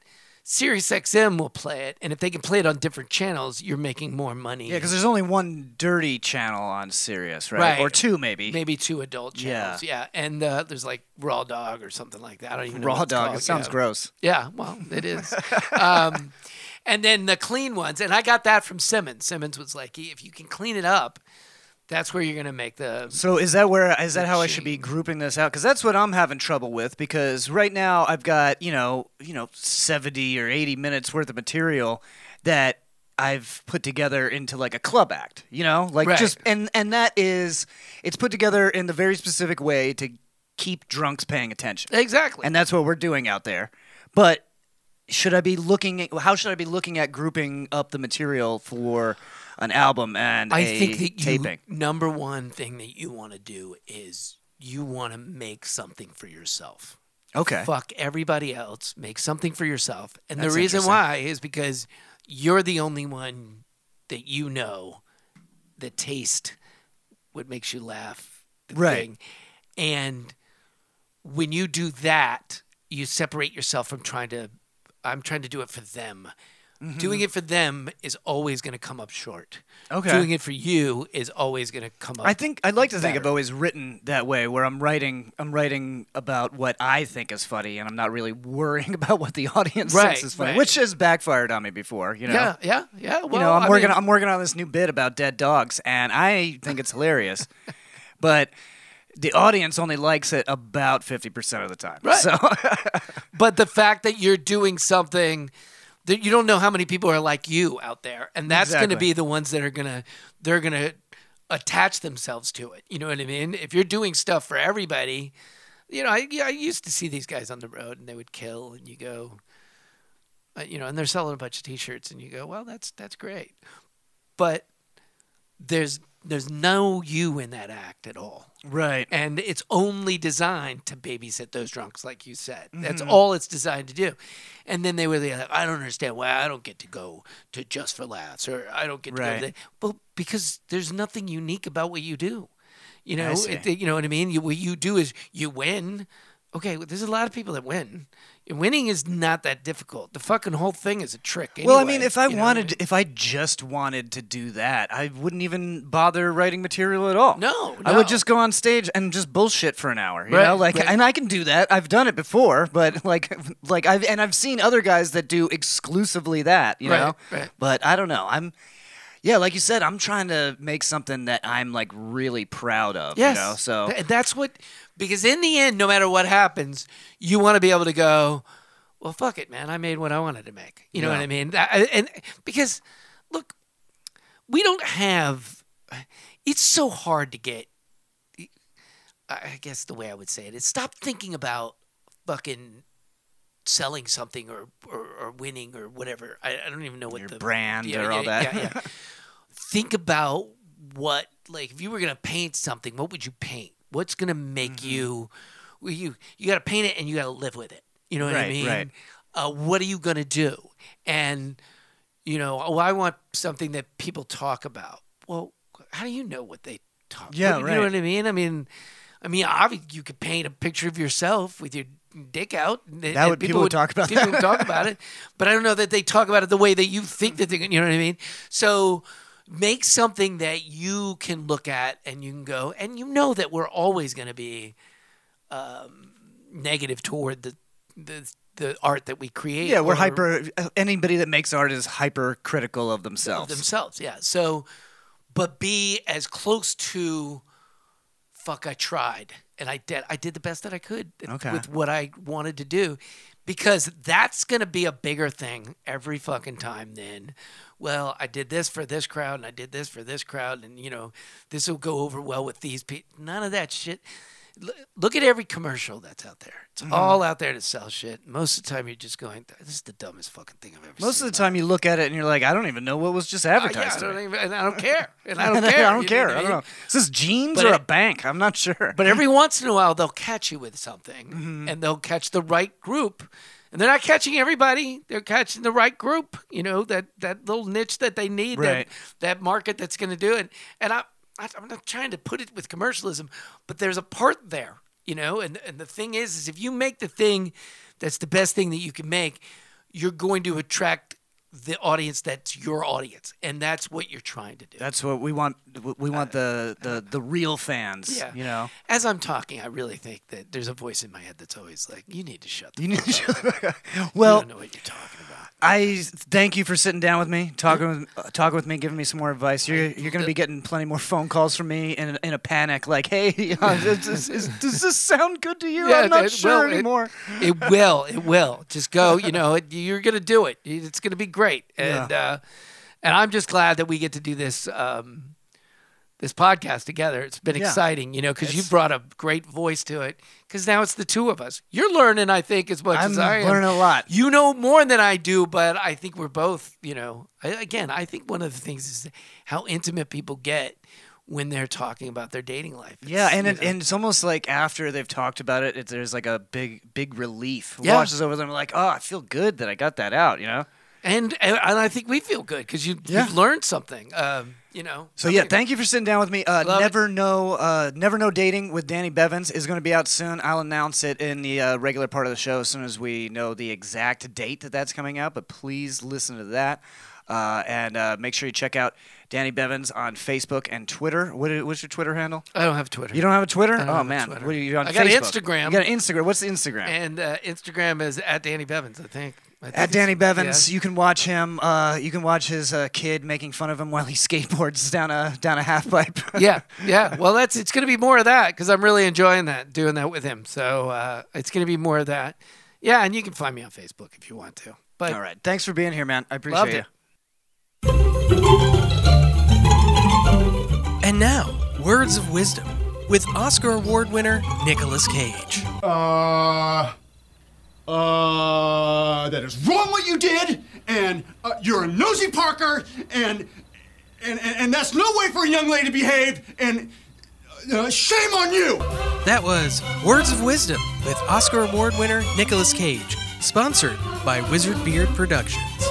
[SPEAKER 9] SiriusXM will play it. And if they can play it on different channels, you're making more money.
[SPEAKER 2] Yeah, because there's only one dirty channel on Sirius, right?
[SPEAKER 9] Right.
[SPEAKER 2] Or two, maybe.
[SPEAKER 9] maybe two adult channels. Yeah. And uh, there's like Raw Dog or something like that. I don't even know. what
[SPEAKER 2] Raw
[SPEAKER 9] it's
[SPEAKER 2] dog.
[SPEAKER 9] called.
[SPEAKER 2] It sounds
[SPEAKER 9] Yeah.
[SPEAKER 2] gross.
[SPEAKER 9] Yeah, well, it is. um, and then the clean ones, and I got that from Simmons. Simmons was like, if you can clean it up, that's where you're gonna make the.
[SPEAKER 2] So is that where is that how I should be grouping this out? Because that's what I'm having trouble with. Because right now I've got you know you know 70 or 80 minutes worth of material that I've put together into like a club act. You know, like
[SPEAKER 9] Right.
[SPEAKER 2] just and and that is it's put together in the very specific way to keep drunks paying attention.
[SPEAKER 9] Exactly.
[SPEAKER 2] and that's what we're doing out there. But should I be looking? At, how should I be looking at grouping up the material for an album and
[SPEAKER 9] I
[SPEAKER 2] a
[SPEAKER 9] think that you
[SPEAKER 2] taping?
[SPEAKER 9] number one thing that you want to do is you want to make something for yourself.
[SPEAKER 2] Okay.
[SPEAKER 9] Fuck everybody else. Make something for yourself. And
[SPEAKER 2] That's
[SPEAKER 9] the reason
[SPEAKER 2] interesting.
[SPEAKER 9] why is because you're the only one that you know that taste what makes you laugh. The
[SPEAKER 2] Right.
[SPEAKER 9] Thing. And when you do that, you separate yourself from trying to, I'm trying to do it for them.
[SPEAKER 2] Mm-hmm.
[SPEAKER 9] Doing it for them is always going to come up short.
[SPEAKER 2] Okay.
[SPEAKER 9] Doing it for you is always going to come up.
[SPEAKER 2] I think I'd like to think I've
[SPEAKER 9] better.
[SPEAKER 2] always written that way, where I'm writing, I'm writing about what I think is funny, and I'm not really worrying about what the audience
[SPEAKER 9] Right,
[SPEAKER 2] thinks is funny,
[SPEAKER 9] right.
[SPEAKER 2] which has backfired on me before. You know,
[SPEAKER 9] Yeah, yeah, yeah. Well,
[SPEAKER 2] you know, I'm
[SPEAKER 9] I
[SPEAKER 2] working,
[SPEAKER 9] mean-
[SPEAKER 2] I'm working on this new bit about dead dogs, and I think it's hilarious, but the audience only likes it about 50 percent of the time.
[SPEAKER 9] Right.
[SPEAKER 2] So
[SPEAKER 9] but the fact that you're doing something that you don't know how many people are like you out there and that's going to
[SPEAKER 2] Exactly.
[SPEAKER 9] be the ones that are going to they're going to attach themselves to it you know what i mean if you're doing stuff for everybody you know i, yeah, I used to see these guys on the road and they would kill and you go uh, you know and they're selling a bunch of t-shirts and you go well that's that's great but there's there's no you in that act at all
[SPEAKER 2] right.
[SPEAKER 9] and it's only designed to babysit those drunks, like you said. That's
[SPEAKER 2] Mm-hmm.
[SPEAKER 9] all it's designed to do. And then they were like, I don't understand why I don't get to go to Just for Laughs or I don't get to
[SPEAKER 2] Right.
[SPEAKER 9] go to that. Well, because there's nothing unique about what you do. You know,
[SPEAKER 2] see.
[SPEAKER 9] it, you know what I mean? You, what you do is you win. Okay, well, there's a lot of people that win. Winning is not that difficult. The fucking whole thing is a trick.
[SPEAKER 2] Well, I
[SPEAKER 9] anyway,
[SPEAKER 2] mean, if I
[SPEAKER 9] you know what
[SPEAKER 2] wanted, if I just wanted to do that, I wouldn't even bother writing material at all.
[SPEAKER 9] No,
[SPEAKER 2] I would
[SPEAKER 9] no.
[SPEAKER 2] just go on stage and just bullshit for an hour. You
[SPEAKER 9] Right,
[SPEAKER 2] know, like,
[SPEAKER 9] right.
[SPEAKER 2] and I can do that. I've done it before, but like, like I've and I've seen other guys that do exclusively that. You
[SPEAKER 9] Right,
[SPEAKER 2] know,
[SPEAKER 9] right.
[SPEAKER 2] but I don't know. I'm. Yeah, like you said, I'm trying to make something that I'm like really proud of.
[SPEAKER 9] Yes.
[SPEAKER 2] You know, so
[SPEAKER 9] Th- that's what because in the end, no matter what happens, you want to be able to go, well, fuck it, man. I made what I wanted to make. You know what I mean? That- I- and because look, we don't have. It's so hard to get. I I guess the way I would say it is stop thinking about fucking selling something or, or, or winning or whatever. I, I don't even know what
[SPEAKER 2] Your
[SPEAKER 9] the
[SPEAKER 2] brand or all that.
[SPEAKER 9] yeah, yeah think about what like if you were gonna paint something, what would you paint? What's gonna make you well, you you gotta paint it and you gotta live with it. You know what I
[SPEAKER 2] Right,
[SPEAKER 9] mean?
[SPEAKER 2] right.
[SPEAKER 9] Uh, what are you gonna do? And you know, oh, I want something that people talk about. Well, how do you know what they talk?
[SPEAKER 2] Yeah,
[SPEAKER 9] what- You
[SPEAKER 2] right.
[SPEAKER 9] know what I mean? I mean, I mean, obviously you could paint a picture of yourself with your dick out. and- and
[SPEAKER 2] would- people would talk about
[SPEAKER 9] people
[SPEAKER 2] that.
[SPEAKER 9] would talk about it, but I don't know that they talk about it the way that you think that they. You know what I mean? So make something that you can look at and you can go, and you know that we're always going to be um, negative toward the the the art that we create.
[SPEAKER 2] yeah, we're
[SPEAKER 9] or-
[SPEAKER 2] hyper. Anybody that makes art is hyper critical of
[SPEAKER 9] of
[SPEAKER 2] themselves.
[SPEAKER 9] themselves. Yeah. So, but be as close to fuck. I tried, and I did. I did the best that I could at-
[SPEAKER 2] Okay.
[SPEAKER 9] with what I wanted to do, because that's gonna be a bigger thing every fucking time. Then, well, I did this for this crowd, and I did this for this crowd, and you know, this will go over well with these people. None of that shit. L- Look at every commercial that's out there. It's
[SPEAKER 2] Mm-hmm.
[SPEAKER 9] all out there to sell shit. Most of the time, you're just going, "This is the dumbest fucking thing I've ever seen."
[SPEAKER 2] Most
[SPEAKER 9] in
[SPEAKER 2] of the
[SPEAKER 9] my
[SPEAKER 2] time, you look at it and you're like, I don't even know what was just
[SPEAKER 9] uh, yeah, I
[SPEAKER 2] advertised. to me."
[SPEAKER 9] don't even, and I don't care. And I don't
[SPEAKER 2] And
[SPEAKER 9] care.
[SPEAKER 2] I
[SPEAKER 9] you
[SPEAKER 2] don't
[SPEAKER 9] know
[SPEAKER 2] care.
[SPEAKER 9] what
[SPEAKER 2] I don't
[SPEAKER 9] mean?
[SPEAKER 2] know. Is this jeans
[SPEAKER 9] But
[SPEAKER 2] or a
[SPEAKER 9] it-
[SPEAKER 2] bank? I'm not sure.
[SPEAKER 9] But every once in a while, they'll catch you with something,
[SPEAKER 2] Mm-hmm.
[SPEAKER 9] and they'll catch the right group. And they're not catching everybody; they're catching the right group. You know that that little niche that they need,
[SPEAKER 2] Right.
[SPEAKER 9] that, that market that's going to do it. And I, I, I'm not trying to put it with commercialism, but there's a part there, you know. And and the thing is, is if you make the thing that's the best thing that you can make, you're going to attract the audience that's your audience, and that's what you're trying to do.
[SPEAKER 2] that's what we want. We want the the, the real fans.
[SPEAKER 9] Yeah.
[SPEAKER 2] You know.
[SPEAKER 9] As I'm talking, I really think that there's a voice in my head that's always like, "You need to shut the.
[SPEAKER 2] You
[SPEAKER 9] You,
[SPEAKER 2] need to-
[SPEAKER 9] you
[SPEAKER 2] well,
[SPEAKER 9] don't know what you're talking about."
[SPEAKER 2] I thank you for sitting down with me, talking with, uh, talking with me, giving me some more advice. You're you're gonna be getting plenty more phone calls from me in, in a panic, like, hey, uh, does, this- is- does this sound good to you? I'm not
[SPEAKER 9] it-
[SPEAKER 2] sure
[SPEAKER 9] well, it-
[SPEAKER 2] anymore.
[SPEAKER 9] It, will. It will. Just go. You know, it, you're gonna do it. It's gonna be great. And uh, and I'm just glad that we get to do this um, this podcast together. It's been
[SPEAKER 2] Yeah.
[SPEAKER 9] exciting. You know, because you brought a great voice to it. Because now it's the two of us. You're learning, I think, as much
[SPEAKER 2] I'm
[SPEAKER 9] as I am.
[SPEAKER 2] learning a lot.
[SPEAKER 9] You know more than I do, but I think we're both. You know, I, again, I think one of the things is how intimate people get when they're talking about their dating life.
[SPEAKER 2] Yeah,
[SPEAKER 9] It's,
[SPEAKER 2] and
[SPEAKER 9] you
[SPEAKER 2] it,
[SPEAKER 9] know.
[SPEAKER 2] and it's almost like after they've talked about it, it there's like a big big relief
[SPEAKER 9] Yeah.
[SPEAKER 2] washes over them. Like, oh, I feel good that I got that out. You know.
[SPEAKER 9] and and I think we feel good because you
[SPEAKER 2] Yeah.
[SPEAKER 9] you've learned something. Um, you know.
[SPEAKER 2] So yeah, thank you for sitting down with me. Uh,
[SPEAKER 9] Love it.
[SPEAKER 2] never know, uh, never know dating with Danny Bevins is going to be out soon. I'll announce it in the uh, regular part of the show as soon as we know the exact date that that's coming out. But please listen to that, uh, and uh, make sure you check out Danny Bevins on Facebook and Twitter. What is, what's your Twitter handle?
[SPEAKER 9] I don't have Twitter.
[SPEAKER 2] You don't have a Twitter?
[SPEAKER 9] don't
[SPEAKER 2] oh
[SPEAKER 9] have a
[SPEAKER 2] man,
[SPEAKER 9] Twitter.
[SPEAKER 2] What are you on
[SPEAKER 9] I got an
[SPEAKER 2] Facebook?
[SPEAKER 9] Instagram.
[SPEAKER 2] You got an Instagram. What's the Instagram?
[SPEAKER 9] And uh, Instagram is at Danny Bevins, I think. I think
[SPEAKER 2] At
[SPEAKER 9] it's-
[SPEAKER 2] Danny Bevins,
[SPEAKER 9] yeah.
[SPEAKER 2] you can watch him. Uh, you can watch his uh, kid making fun of him while he skateboards down a down a half pipe.
[SPEAKER 9] yeah, yeah. Well, that's it's going to be more of that because I'm really enjoying that doing that with him. So uh, it's going to be more of that. Yeah, and you can find me on Facebook if you want to. But
[SPEAKER 2] All right. Thanks for being here, man. I appreciate
[SPEAKER 9] Loved
[SPEAKER 2] you.
[SPEAKER 9] it.
[SPEAKER 1] And now, words of wisdom with Oscar Award winner Nicolas Cage.
[SPEAKER 10] uh, uh, that is wrong what you did, and uh, you're a nosy Parker, and, and and and that's no way for a young lady to behave, and uh, shame on you.
[SPEAKER 1] That was Words of Wisdom with Oscar Award winner Nicolas Cage, sponsored by Wizard Beard Productions.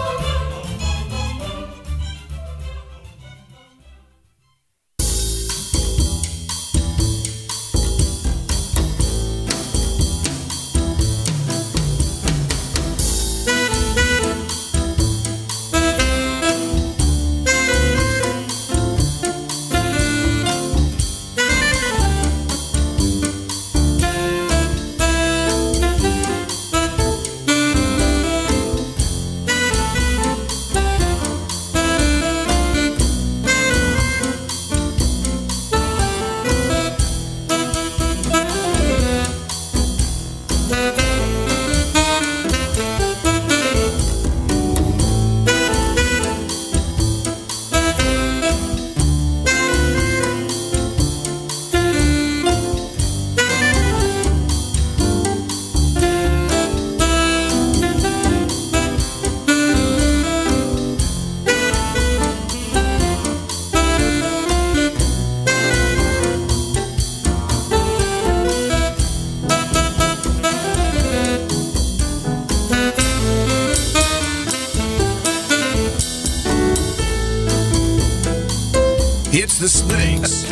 [SPEAKER 3] It's the snakes.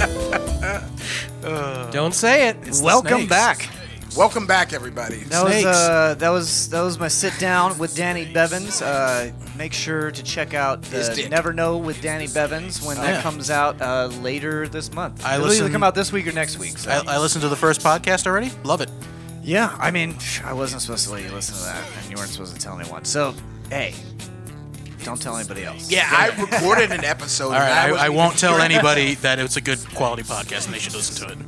[SPEAKER 1] Don't say it.
[SPEAKER 2] Welcome back.
[SPEAKER 8] Welcome back, everybody.
[SPEAKER 2] That
[SPEAKER 1] Snakes.
[SPEAKER 2] was uh, that was that was my sit down with Danny Bevins. Uh, make sure to check out
[SPEAKER 8] His
[SPEAKER 2] the
[SPEAKER 8] dick.
[SPEAKER 2] Never Know with Danny Bevins when that
[SPEAKER 6] yeah.
[SPEAKER 2] comes out uh, later this month.
[SPEAKER 6] I
[SPEAKER 2] It'll either
[SPEAKER 6] listened-
[SPEAKER 2] come out this week or next week. So.
[SPEAKER 6] I, I listened to the first podcast already. Love it.
[SPEAKER 2] yeah, I mean, pff, I wasn't supposed to let you listen to that, and you weren't supposed to tell anyone. So, hey, don't tell anybody else.
[SPEAKER 8] Yeah, I recorded an episode.
[SPEAKER 6] All right, I, I,
[SPEAKER 8] wasn't
[SPEAKER 6] won't
[SPEAKER 8] even
[SPEAKER 6] tell
[SPEAKER 8] here.
[SPEAKER 6] anybody that it's a good quality podcast and they should listen to it.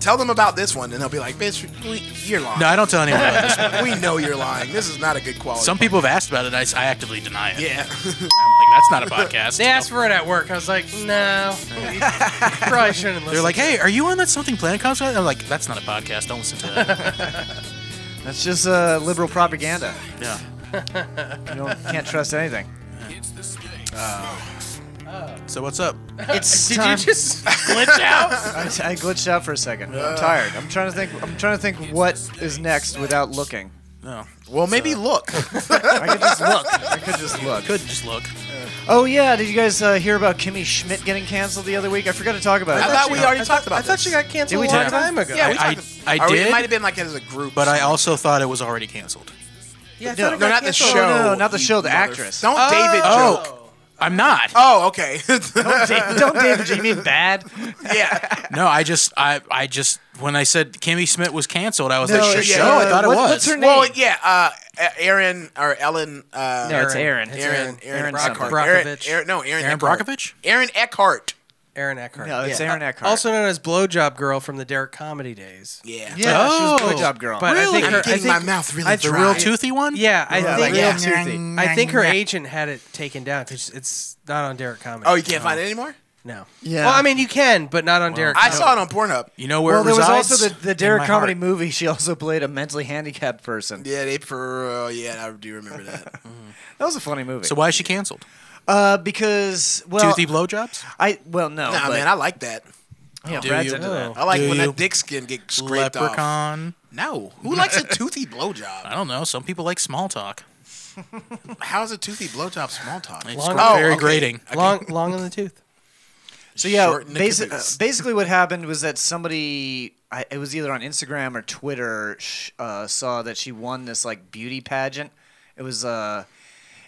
[SPEAKER 8] Tell them about this one, and they'll be like, "Bitch, we- you're lying.
[SPEAKER 6] No, I don't tell anyone about this. One.
[SPEAKER 8] we know you're lying. This is not a good quality."
[SPEAKER 6] Some people have asked about it. I, s- I actively deny it.
[SPEAKER 8] yeah.
[SPEAKER 6] I'm like, that's not a podcast.
[SPEAKER 1] They asked for it at work. I was like, no. Probably shouldn't listen.
[SPEAKER 6] They're like, hey, are you on that Something Planet concert? And I'm like, that's not a podcast. Don't listen to that.
[SPEAKER 2] That's just uh, liberal propaganda.
[SPEAKER 6] yeah.
[SPEAKER 2] You don't, can't trust anything.
[SPEAKER 6] So what's up?
[SPEAKER 2] It's
[SPEAKER 1] Did
[SPEAKER 2] time.
[SPEAKER 1] you just glitch out?
[SPEAKER 2] I, I glitched out for a second. I'm tired. I'm trying to think. I'm trying to think what is next without looking.
[SPEAKER 6] No.
[SPEAKER 8] Well, maybe look.
[SPEAKER 2] I could just look. I could just look.
[SPEAKER 6] Could just look.
[SPEAKER 2] Oh yeah, did you guys uh, hear about Kimmy Schmidt getting canceled the other week? I forgot to talk about
[SPEAKER 8] I
[SPEAKER 2] it.
[SPEAKER 8] thought we already
[SPEAKER 1] I
[SPEAKER 8] talked
[SPEAKER 1] thought,
[SPEAKER 8] about.
[SPEAKER 1] I thought
[SPEAKER 8] this.
[SPEAKER 1] she got
[SPEAKER 2] Did
[SPEAKER 1] canceled
[SPEAKER 2] we
[SPEAKER 1] a
[SPEAKER 2] talk
[SPEAKER 1] long
[SPEAKER 2] about
[SPEAKER 1] time
[SPEAKER 2] this?
[SPEAKER 1] ago.
[SPEAKER 8] Yeah, we
[SPEAKER 6] I,
[SPEAKER 8] talked
[SPEAKER 6] I,
[SPEAKER 8] Or
[SPEAKER 6] did,
[SPEAKER 8] It might have been like as a group,
[SPEAKER 6] but I also thought it was already canceled.
[SPEAKER 1] yeah, I
[SPEAKER 2] No,
[SPEAKER 1] thought it
[SPEAKER 8] no,
[SPEAKER 1] got
[SPEAKER 8] not the
[SPEAKER 1] canceled.
[SPEAKER 8] show.
[SPEAKER 2] no, no, not the
[SPEAKER 8] you
[SPEAKER 2] show, the
[SPEAKER 8] motherf-
[SPEAKER 2] actress.
[SPEAKER 8] Don't David
[SPEAKER 6] Oh.
[SPEAKER 8] joke.
[SPEAKER 6] I'm not.
[SPEAKER 8] Oh, okay.
[SPEAKER 2] Don't, don't David, you mean bad?
[SPEAKER 8] yeah.
[SPEAKER 6] No, I just, I, I just, when I said Kimmy Smith was canceled, I was
[SPEAKER 2] No,
[SPEAKER 6] like, sure,
[SPEAKER 2] it's,
[SPEAKER 6] show.
[SPEAKER 2] uh,
[SPEAKER 6] I thought it
[SPEAKER 2] what-
[SPEAKER 6] was.
[SPEAKER 2] what's her
[SPEAKER 8] Well,
[SPEAKER 2] name?
[SPEAKER 8] yeah. Uh, A- Aaron or Ellen. Uh,
[SPEAKER 2] No, it's Aaron.
[SPEAKER 1] It's
[SPEAKER 8] Aaron.
[SPEAKER 2] Aaron
[SPEAKER 8] Aaron
[SPEAKER 2] something.
[SPEAKER 8] Eckhart. Aaron,
[SPEAKER 1] Brockovich.
[SPEAKER 8] Aaron, no, Aaron,
[SPEAKER 6] Aaron
[SPEAKER 8] Eckhart.
[SPEAKER 6] Brockovich?
[SPEAKER 8] Aaron Eckhart.
[SPEAKER 1] Aaron Eckhart.
[SPEAKER 2] No, it's
[SPEAKER 8] Yeah.
[SPEAKER 2] Aaron Eckhart.
[SPEAKER 1] Also known as Blowjob Girl from the Derek Comedy days.
[SPEAKER 8] Yeah.
[SPEAKER 2] yeah, she was a
[SPEAKER 6] Oh,
[SPEAKER 2] good job girl.
[SPEAKER 1] But I think
[SPEAKER 8] I'm
[SPEAKER 1] her, I
[SPEAKER 8] getting
[SPEAKER 1] think,
[SPEAKER 8] my mouth really
[SPEAKER 1] I-
[SPEAKER 8] dry.
[SPEAKER 6] the real toothy one?
[SPEAKER 1] Yeah, I
[SPEAKER 2] Yeah,
[SPEAKER 1] think
[SPEAKER 2] like, yeah,
[SPEAKER 8] toothy.
[SPEAKER 1] I think her agent had it taken down because it's not on Derek Comedy.
[SPEAKER 8] Oh, you can't find it anymore.
[SPEAKER 1] No.
[SPEAKER 2] Yeah.
[SPEAKER 1] Well, I mean, you can, but not on Derek.
[SPEAKER 8] I
[SPEAKER 1] Comedy.
[SPEAKER 8] saw it on Pornhub.
[SPEAKER 6] You know where
[SPEAKER 2] well,
[SPEAKER 6] it
[SPEAKER 2] there was
[SPEAKER 6] resides?
[SPEAKER 2] also the, the
[SPEAKER 6] In
[SPEAKER 2] Derek
[SPEAKER 6] my
[SPEAKER 2] comedy
[SPEAKER 6] heart.
[SPEAKER 2] movie. She also played a mentally handicapped person.
[SPEAKER 8] Yeah, they for uh, yeah, I do remember that.
[SPEAKER 2] That was a funny movie.
[SPEAKER 6] So why is she canceled?
[SPEAKER 2] uh, because well,
[SPEAKER 6] toothy blowjobs?
[SPEAKER 2] I well no,
[SPEAKER 8] nah,
[SPEAKER 2] but
[SPEAKER 8] man, I like that.
[SPEAKER 2] yeah,
[SPEAKER 6] Do
[SPEAKER 2] Brad's
[SPEAKER 6] you-
[SPEAKER 2] into that.
[SPEAKER 8] I like
[SPEAKER 6] Do
[SPEAKER 8] when
[SPEAKER 6] you?
[SPEAKER 8] that dick skin gets scraped off.
[SPEAKER 6] Leprechaun?
[SPEAKER 8] No, who likes a toothy
[SPEAKER 6] I
[SPEAKER 8] blowjob?
[SPEAKER 6] don't know. Some people like small talk.
[SPEAKER 8] How is a toothy blowjob small talk?
[SPEAKER 2] very grating.
[SPEAKER 1] Long, long in the tooth.
[SPEAKER 2] So yeah,
[SPEAKER 1] Short in the
[SPEAKER 2] basi- uh,
[SPEAKER 1] caboose.
[SPEAKER 2] basically what happened was that somebody, I, it was either on Instagram or Twitter, sh- uh, saw that she won this like beauty pageant. It was uh,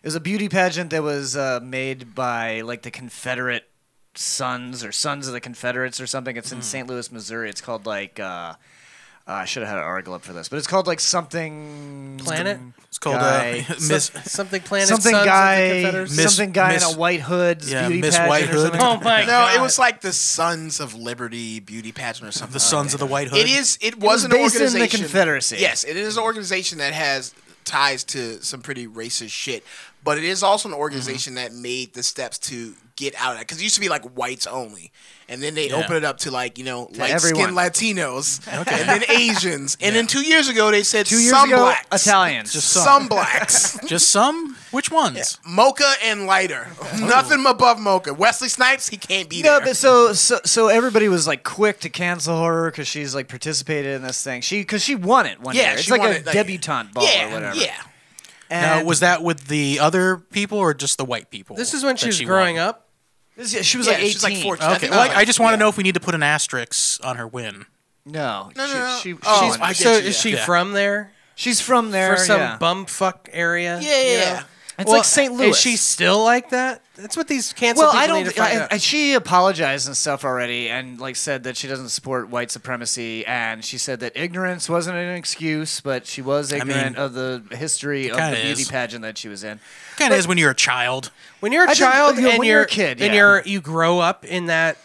[SPEAKER 2] it was a beauty pageant that was uh, made by like the Confederate Sons or Sons of the Confederates or something.
[SPEAKER 8] Hmm.
[SPEAKER 2] It's in St. Louis, Missouri. It's called like. Uh, uh, I should have had an article up for this, but it's called like something
[SPEAKER 1] Planet?
[SPEAKER 6] It's called, uh,
[SPEAKER 2] guy,
[SPEAKER 6] Miss-
[SPEAKER 1] Some- something planet.
[SPEAKER 2] something
[SPEAKER 1] Sons of the
[SPEAKER 2] guy,
[SPEAKER 1] Confederates?
[SPEAKER 2] something guy in a white hood. beauty pageant or something.
[SPEAKER 1] Oh
[SPEAKER 8] no, it was like the Sons of Liberty beauty pageant or something.
[SPEAKER 6] The Sons of the White Hood.
[SPEAKER 8] It is. It
[SPEAKER 2] It was
[SPEAKER 8] was, an
[SPEAKER 2] based in the
[SPEAKER 8] organization.
[SPEAKER 2] Confederacy.
[SPEAKER 8] Yes, it is an organization that has ties to some pretty racist shit. But it is also
[SPEAKER 2] Mm-hmm.
[SPEAKER 8] an organization that made the steps to get out of that because it used to be like whites only, and then they
[SPEAKER 6] Yeah.
[SPEAKER 8] opened it up to like you know
[SPEAKER 2] To
[SPEAKER 8] light skinned
[SPEAKER 2] everyone.
[SPEAKER 8] Latinos, and then Asians, and then two years ago they said
[SPEAKER 2] Two years
[SPEAKER 8] some
[SPEAKER 2] ago,
[SPEAKER 8] blacks,
[SPEAKER 2] Italians.
[SPEAKER 8] just
[SPEAKER 2] Just
[SPEAKER 8] some,
[SPEAKER 2] some.
[SPEAKER 8] blacks.
[SPEAKER 6] Just some? Which ones?
[SPEAKER 8] Mocha and lighter, nothing above Mocha. Wesley Snipes, he can't be
[SPEAKER 2] Oh. No,
[SPEAKER 8] there.
[SPEAKER 2] but so, so so everybody was like quick to cancel her because she's like participated in this thing. She because she won it one
[SPEAKER 8] Yeah,
[SPEAKER 2] year. It's
[SPEAKER 8] she
[SPEAKER 2] like
[SPEAKER 8] won
[SPEAKER 2] a
[SPEAKER 8] it, like-
[SPEAKER 2] debutante ball
[SPEAKER 8] yeah,
[SPEAKER 2] or whatever.
[SPEAKER 8] yeah.
[SPEAKER 6] Now,
[SPEAKER 2] And
[SPEAKER 6] was that with the other people or just the white people?
[SPEAKER 1] This is when she
[SPEAKER 6] that
[SPEAKER 1] was growing
[SPEAKER 6] won?
[SPEAKER 1] up.
[SPEAKER 2] this- yeah, she was
[SPEAKER 8] Yeah,
[SPEAKER 2] like eighteen.
[SPEAKER 8] she's like 14.
[SPEAKER 6] Okay, well, I I just want to know if we need to put an asterisk on her win.
[SPEAKER 2] No,
[SPEAKER 8] No, no, no.
[SPEAKER 2] she, she,
[SPEAKER 8] Oh,
[SPEAKER 2] she's,
[SPEAKER 8] I get
[SPEAKER 1] So
[SPEAKER 8] you,
[SPEAKER 1] is
[SPEAKER 8] yeah.
[SPEAKER 1] she
[SPEAKER 6] Yeah.
[SPEAKER 1] from there?
[SPEAKER 2] she's from there.
[SPEAKER 1] For some
[SPEAKER 2] yeah.
[SPEAKER 1] bumfuck area?
[SPEAKER 8] Yeah, yeah,
[SPEAKER 1] you know?
[SPEAKER 8] yeah.
[SPEAKER 2] It's like St.
[SPEAKER 1] Is
[SPEAKER 2] Louis.
[SPEAKER 1] she still like that? That's what these canceled
[SPEAKER 2] well,
[SPEAKER 1] people
[SPEAKER 2] I
[SPEAKER 1] need to
[SPEAKER 2] don't.
[SPEAKER 1] find
[SPEAKER 2] I,
[SPEAKER 1] out.
[SPEAKER 2] I, she apologized and stuff already, and like said that she doesn't support white supremacy, and she said that ignorance wasn't an excuse, but she was
[SPEAKER 6] mean,
[SPEAKER 2] ignorant of the history of the
[SPEAKER 6] kinda
[SPEAKER 2] beauty
[SPEAKER 6] is.
[SPEAKER 2] pageant that she was in.
[SPEAKER 6] Kind of is when you're a child.
[SPEAKER 1] when you're a
[SPEAKER 2] I think-
[SPEAKER 1] child
[SPEAKER 2] you know,
[SPEAKER 1] and
[SPEAKER 2] when
[SPEAKER 1] you're
[SPEAKER 2] you're a kid,
[SPEAKER 1] and
[SPEAKER 2] yeah.
[SPEAKER 1] you're you grow up in that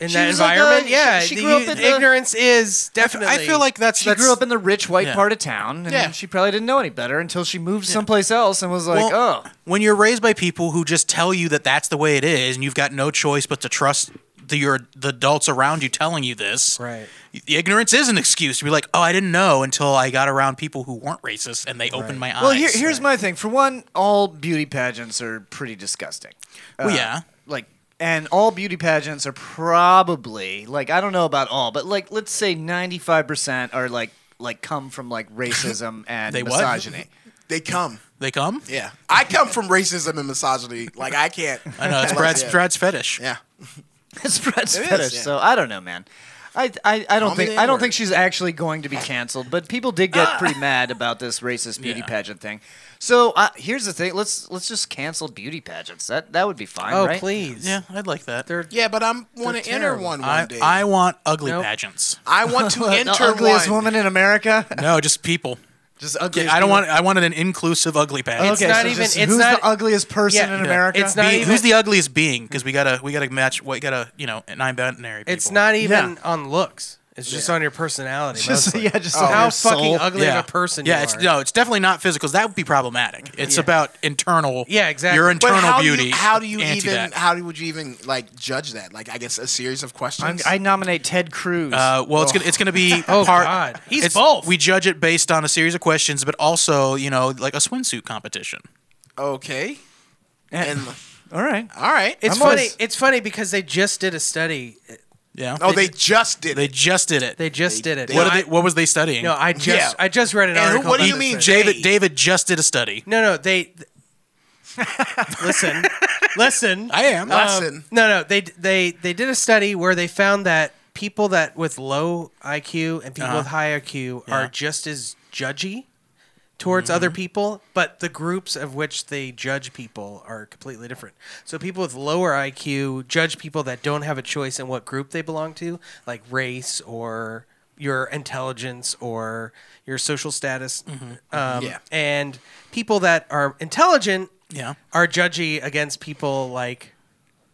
[SPEAKER 1] in
[SPEAKER 2] She
[SPEAKER 1] that
[SPEAKER 2] was like a-
[SPEAKER 1] environment,
[SPEAKER 2] she-
[SPEAKER 1] yeah.
[SPEAKER 2] she
[SPEAKER 1] the-
[SPEAKER 2] grew up
[SPEAKER 1] you-
[SPEAKER 2] in the-
[SPEAKER 1] ignorance is definitely.
[SPEAKER 6] I feel like that's
[SPEAKER 2] She
[SPEAKER 6] that's,
[SPEAKER 2] grew up in the rich white
[SPEAKER 6] yeah.
[SPEAKER 2] part of town, and
[SPEAKER 8] Yeah.
[SPEAKER 2] she probably didn't know any better until she moved someplace else and was like,
[SPEAKER 6] Well,
[SPEAKER 2] "Oh,
[SPEAKER 6] when you're raised by people who just tell you that that's the way it is, and you've got no choice but to trust the your the adults around you telling you this.
[SPEAKER 1] right.
[SPEAKER 6] The ignorance is an excuse to be like, oh, I didn't know until I got around people who weren't racist and they opened my eyes.
[SPEAKER 2] well." Here, here's my thing. For one, all beauty pageants are pretty disgusting.
[SPEAKER 6] Well,
[SPEAKER 2] Uh,
[SPEAKER 6] yeah.
[SPEAKER 2] like, and all beauty pageants are probably like I don't know about all, but like let's say ninety five percent are like like come from like racism and
[SPEAKER 6] They what?
[SPEAKER 2] misogyny.
[SPEAKER 8] they come.
[SPEAKER 6] They come.
[SPEAKER 8] Yeah, I come from racism and misogyny. Like I can't.
[SPEAKER 6] I know it's Brad's,
[SPEAKER 8] Yeah.
[SPEAKER 6] Brad's fetish.
[SPEAKER 8] Yeah.
[SPEAKER 2] It's Brett's
[SPEAKER 8] It is,
[SPEAKER 2] fetish,
[SPEAKER 8] yeah.
[SPEAKER 2] so I don't know, man. I, I, I
[SPEAKER 8] Call
[SPEAKER 2] don't
[SPEAKER 8] me
[SPEAKER 2] think I
[SPEAKER 8] the
[SPEAKER 2] don't
[SPEAKER 8] N-word.
[SPEAKER 2] think she's actually going to be canceled, but people did get pretty mad about this racist beauty
[SPEAKER 6] Yeah.
[SPEAKER 2] pageant thing. So uh, here's the thing: let's let's just cancel beauty pageants. That that would be fine,
[SPEAKER 1] Oh
[SPEAKER 2] right?
[SPEAKER 1] please.
[SPEAKER 6] Yeah, I'd like that.
[SPEAKER 1] They're
[SPEAKER 8] Yeah, but I'm want to
[SPEAKER 1] They're
[SPEAKER 8] enter
[SPEAKER 1] terrible.
[SPEAKER 8] one one
[SPEAKER 6] I,
[SPEAKER 8] day.
[SPEAKER 6] I
[SPEAKER 8] I,
[SPEAKER 6] want ugly
[SPEAKER 1] Nope.
[SPEAKER 6] pageants.
[SPEAKER 8] want to
[SPEAKER 2] The
[SPEAKER 8] enter
[SPEAKER 2] ugliest
[SPEAKER 8] one.
[SPEAKER 2] woman in America.
[SPEAKER 6] No, just people.
[SPEAKER 2] Just ugly.
[SPEAKER 6] Yeah, I don't want. I wanted an inclusive ugly pageant.
[SPEAKER 2] Okay,
[SPEAKER 1] It's not
[SPEAKER 2] so
[SPEAKER 1] even-
[SPEAKER 2] just
[SPEAKER 1] it's
[SPEAKER 2] who's
[SPEAKER 1] not-
[SPEAKER 2] the ugliest person
[SPEAKER 1] yeah,
[SPEAKER 2] in
[SPEAKER 1] yeah.
[SPEAKER 2] America?
[SPEAKER 1] It's not
[SPEAKER 6] Be-
[SPEAKER 1] even-
[SPEAKER 6] who's the ugliest being? Because we gotta we gotta match. We gotta you know non-binary. People.
[SPEAKER 1] It's not even on looks. It's just on your personality.
[SPEAKER 2] just
[SPEAKER 1] mostly.
[SPEAKER 2] yeah, just
[SPEAKER 1] How
[SPEAKER 2] on Oh, your
[SPEAKER 1] fucking
[SPEAKER 2] soul.
[SPEAKER 1] ugly of a person
[SPEAKER 6] Yeah,
[SPEAKER 1] you
[SPEAKER 6] it's
[SPEAKER 1] are.
[SPEAKER 6] no, it's definitely not physical. 'cause That would be problematic. It's about internal.
[SPEAKER 1] Yeah, exactly.
[SPEAKER 6] Your
[SPEAKER 1] But
[SPEAKER 6] internal
[SPEAKER 8] how
[SPEAKER 6] beauty.
[SPEAKER 8] Do you, how do you
[SPEAKER 6] anti
[SPEAKER 8] even?
[SPEAKER 6] that.
[SPEAKER 8] How do- would you even like judge that? Like I guess a series of
[SPEAKER 2] I'm,
[SPEAKER 8] questions.
[SPEAKER 2] I nominate Ted Cruz.
[SPEAKER 6] Uh, well, it's gonna it's gonna be
[SPEAKER 1] Oh,
[SPEAKER 6] part.
[SPEAKER 1] God. He's
[SPEAKER 6] it's-
[SPEAKER 1] both.
[SPEAKER 6] We judge it based on a series of questions, but also you know like a swimsuit competition.
[SPEAKER 8] okay. And
[SPEAKER 2] All right.
[SPEAKER 8] all right.
[SPEAKER 1] It's
[SPEAKER 2] I'm
[SPEAKER 1] funny.
[SPEAKER 2] always-
[SPEAKER 1] It's funny because they just did a study.
[SPEAKER 6] Yeah.
[SPEAKER 8] oh, they, just did.
[SPEAKER 6] they
[SPEAKER 8] It.
[SPEAKER 6] just did it.
[SPEAKER 1] They just did it. no,
[SPEAKER 6] what, are
[SPEAKER 1] I,
[SPEAKER 6] they, what was they studying?
[SPEAKER 1] no, I just
[SPEAKER 8] Yeah.
[SPEAKER 1] I just read an
[SPEAKER 8] And who-
[SPEAKER 1] article.
[SPEAKER 8] what do
[SPEAKER 1] about
[SPEAKER 8] you
[SPEAKER 1] this
[SPEAKER 8] mean,
[SPEAKER 1] thing.
[SPEAKER 6] David
[SPEAKER 8] Jay.
[SPEAKER 6] David just did a study.
[SPEAKER 1] No, no, they. th- listen, listen.
[SPEAKER 6] I am.
[SPEAKER 1] Um,
[SPEAKER 8] Listen.
[SPEAKER 1] no, no, they they they did a study where they found that people that with low IQ and people with high IQ are just as judgy towards other people, but the groups of which they judge people are completely different. So people with lower IQ judge people that don't have a choice in what group they belong to, like race or your intelligence or your social status. Um,
[SPEAKER 8] Yeah.
[SPEAKER 1] And people that are intelligent
[SPEAKER 6] Yeah.
[SPEAKER 1] are judgy against people like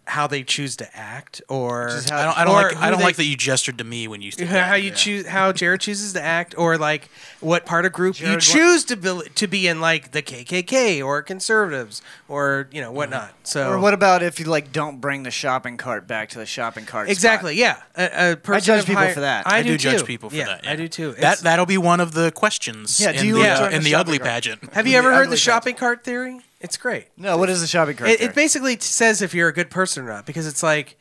[SPEAKER 1] how they choose to act or
[SPEAKER 6] I don't. I don't
[SPEAKER 1] or
[SPEAKER 6] like. I
[SPEAKER 1] who
[SPEAKER 6] don't
[SPEAKER 1] they-
[SPEAKER 6] like that you gestured to me when you. Did
[SPEAKER 1] how
[SPEAKER 6] that.
[SPEAKER 1] you choose how Jared chooses to act or like what part of group you
[SPEAKER 2] Jared, what-
[SPEAKER 1] choose to be, to be in like the KKK or conservatives or you know whatnot. So
[SPEAKER 2] Or what about if you like don't bring the shopping cart back to the shopping cart? spot?
[SPEAKER 1] exactly? Yeah, a, a person
[SPEAKER 2] judge
[SPEAKER 1] of
[SPEAKER 2] people
[SPEAKER 1] higher-
[SPEAKER 2] for that.
[SPEAKER 1] I,
[SPEAKER 6] I do, judge
[SPEAKER 1] too.
[SPEAKER 6] people for
[SPEAKER 1] Yeah,
[SPEAKER 6] that.
[SPEAKER 1] I do too.
[SPEAKER 6] That
[SPEAKER 1] It's-
[SPEAKER 6] that'll be one of the questions.
[SPEAKER 2] Yeah, do you
[SPEAKER 6] in the,
[SPEAKER 2] enjoy
[SPEAKER 6] uh, in
[SPEAKER 2] the
[SPEAKER 6] the
[SPEAKER 2] shopping
[SPEAKER 6] ugly
[SPEAKER 2] cart?
[SPEAKER 6] pageant?
[SPEAKER 1] have you ever heard
[SPEAKER 8] ugly
[SPEAKER 1] the
[SPEAKER 8] judge.
[SPEAKER 1] shopping cart theory? It's great.
[SPEAKER 2] No, what is the shopping cart?
[SPEAKER 1] It,
[SPEAKER 2] theory?
[SPEAKER 1] it basically t- says if you're a good person or not because it's like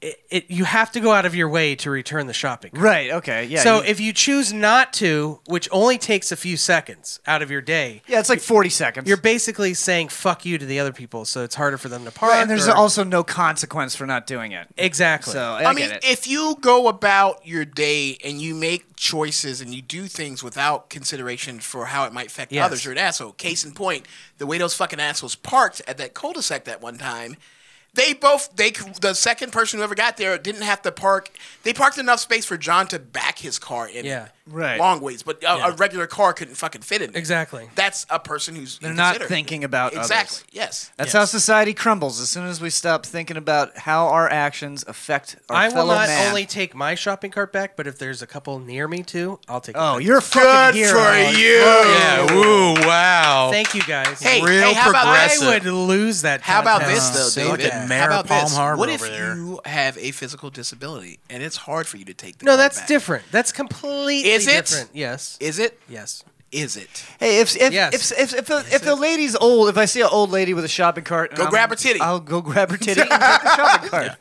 [SPEAKER 1] it, it, you have to go out of your way to return the shopping cart.
[SPEAKER 2] Right. Okay. Yeah.
[SPEAKER 1] so
[SPEAKER 2] you-
[SPEAKER 1] if you choose not to, which only takes a few seconds out of your day,
[SPEAKER 2] yeah, it's like forty seconds.
[SPEAKER 1] you're basically saying fuck you to the other people, so it's harder for them to park.
[SPEAKER 2] Right, and there's
[SPEAKER 1] or-
[SPEAKER 2] also no consequence for not doing it.
[SPEAKER 1] exactly.
[SPEAKER 2] So I, get
[SPEAKER 8] I, mean,
[SPEAKER 2] it.
[SPEAKER 8] if you go about your day and you make choices and you do things without consideration for how it might affect
[SPEAKER 1] Yes.
[SPEAKER 8] others, you're an asshole. Case in point, the way those fucking assholes parked at that cul-de-sac that one time, they both they the second person who ever got there didn't have to park. They parked enough space for John to back his car in.
[SPEAKER 1] Yeah.
[SPEAKER 2] Right.
[SPEAKER 8] Long ways, but a, a regular car couldn't fucking fit in. there.
[SPEAKER 1] Exactly.
[SPEAKER 8] That's a person who's
[SPEAKER 2] They're not thinking about others.
[SPEAKER 8] exactly. Yes.
[SPEAKER 2] That's how society crumbles. As soon as we stop thinking about how our actions affect our
[SPEAKER 1] I
[SPEAKER 2] fellow
[SPEAKER 1] will not
[SPEAKER 2] man.
[SPEAKER 1] only take my shopping cart back, but if there's a couple near me too, I'll take. it
[SPEAKER 2] oh,
[SPEAKER 1] back.
[SPEAKER 2] you're a
[SPEAKER 8] Good
[SPEAKER 2] fucking hero. Oh,
[SPEAKER 8] for you.
[SPEAKER 6] Yeah. Ooh. Wow.
[SPEAKER 1] Thank you guys.
[SPEAKER 8] Oh. Hey,
[SPEAKER 6] Real
[SPEAKER 8] hey, how about
[SPEAKER 1] I
[SPEAKER 6] progressive.
[SPEAKER 1] would lose that.
[SPEAKER 8] How about this
[SPEAKER 1] contest
[SPEAKER 8] though,
[SPEAKER 1] so
[SPEAKER 8] David?
[SPEAKER 1] bad.
[SPEAKER 6] Mayor
[SPEAKER 8] How about
[SPEAKER 6] Palm
[SPEAKER 8] this?
[SPEAKER 6] Harbor
[SPEAKER 8] what if
[SPEAKER 6] over there.
[SPEAKER 8] you have a physical disability and it's hard for you to take the
[SPEAKER 1] No,
[SPEAKER 8] car
[SPEAKER 1] that's
[SPEAKER 8] back?
[SPEAKER 1] different. That's completely
[SPEAKER 8] Is it?
[SPEAKER 1] different. Yes.
[SPEAKER 8] Is it?
[SPEAKER 1] Yes.
[SPEAKER 8] Is it?
[SPEAKER 2] Hey, if if
[SPEAKER 1] Yes.
[SPEAKER 2] if if, if, if, the lady's old, if I see an old lady with a shopping cart,
[SPEAKER 8] Go
[SPEAKER 2] I'm-
[SPEAKER 8] grab her titty.
[SPEAKER 2] I'll go grab her titty and take the shopping cart.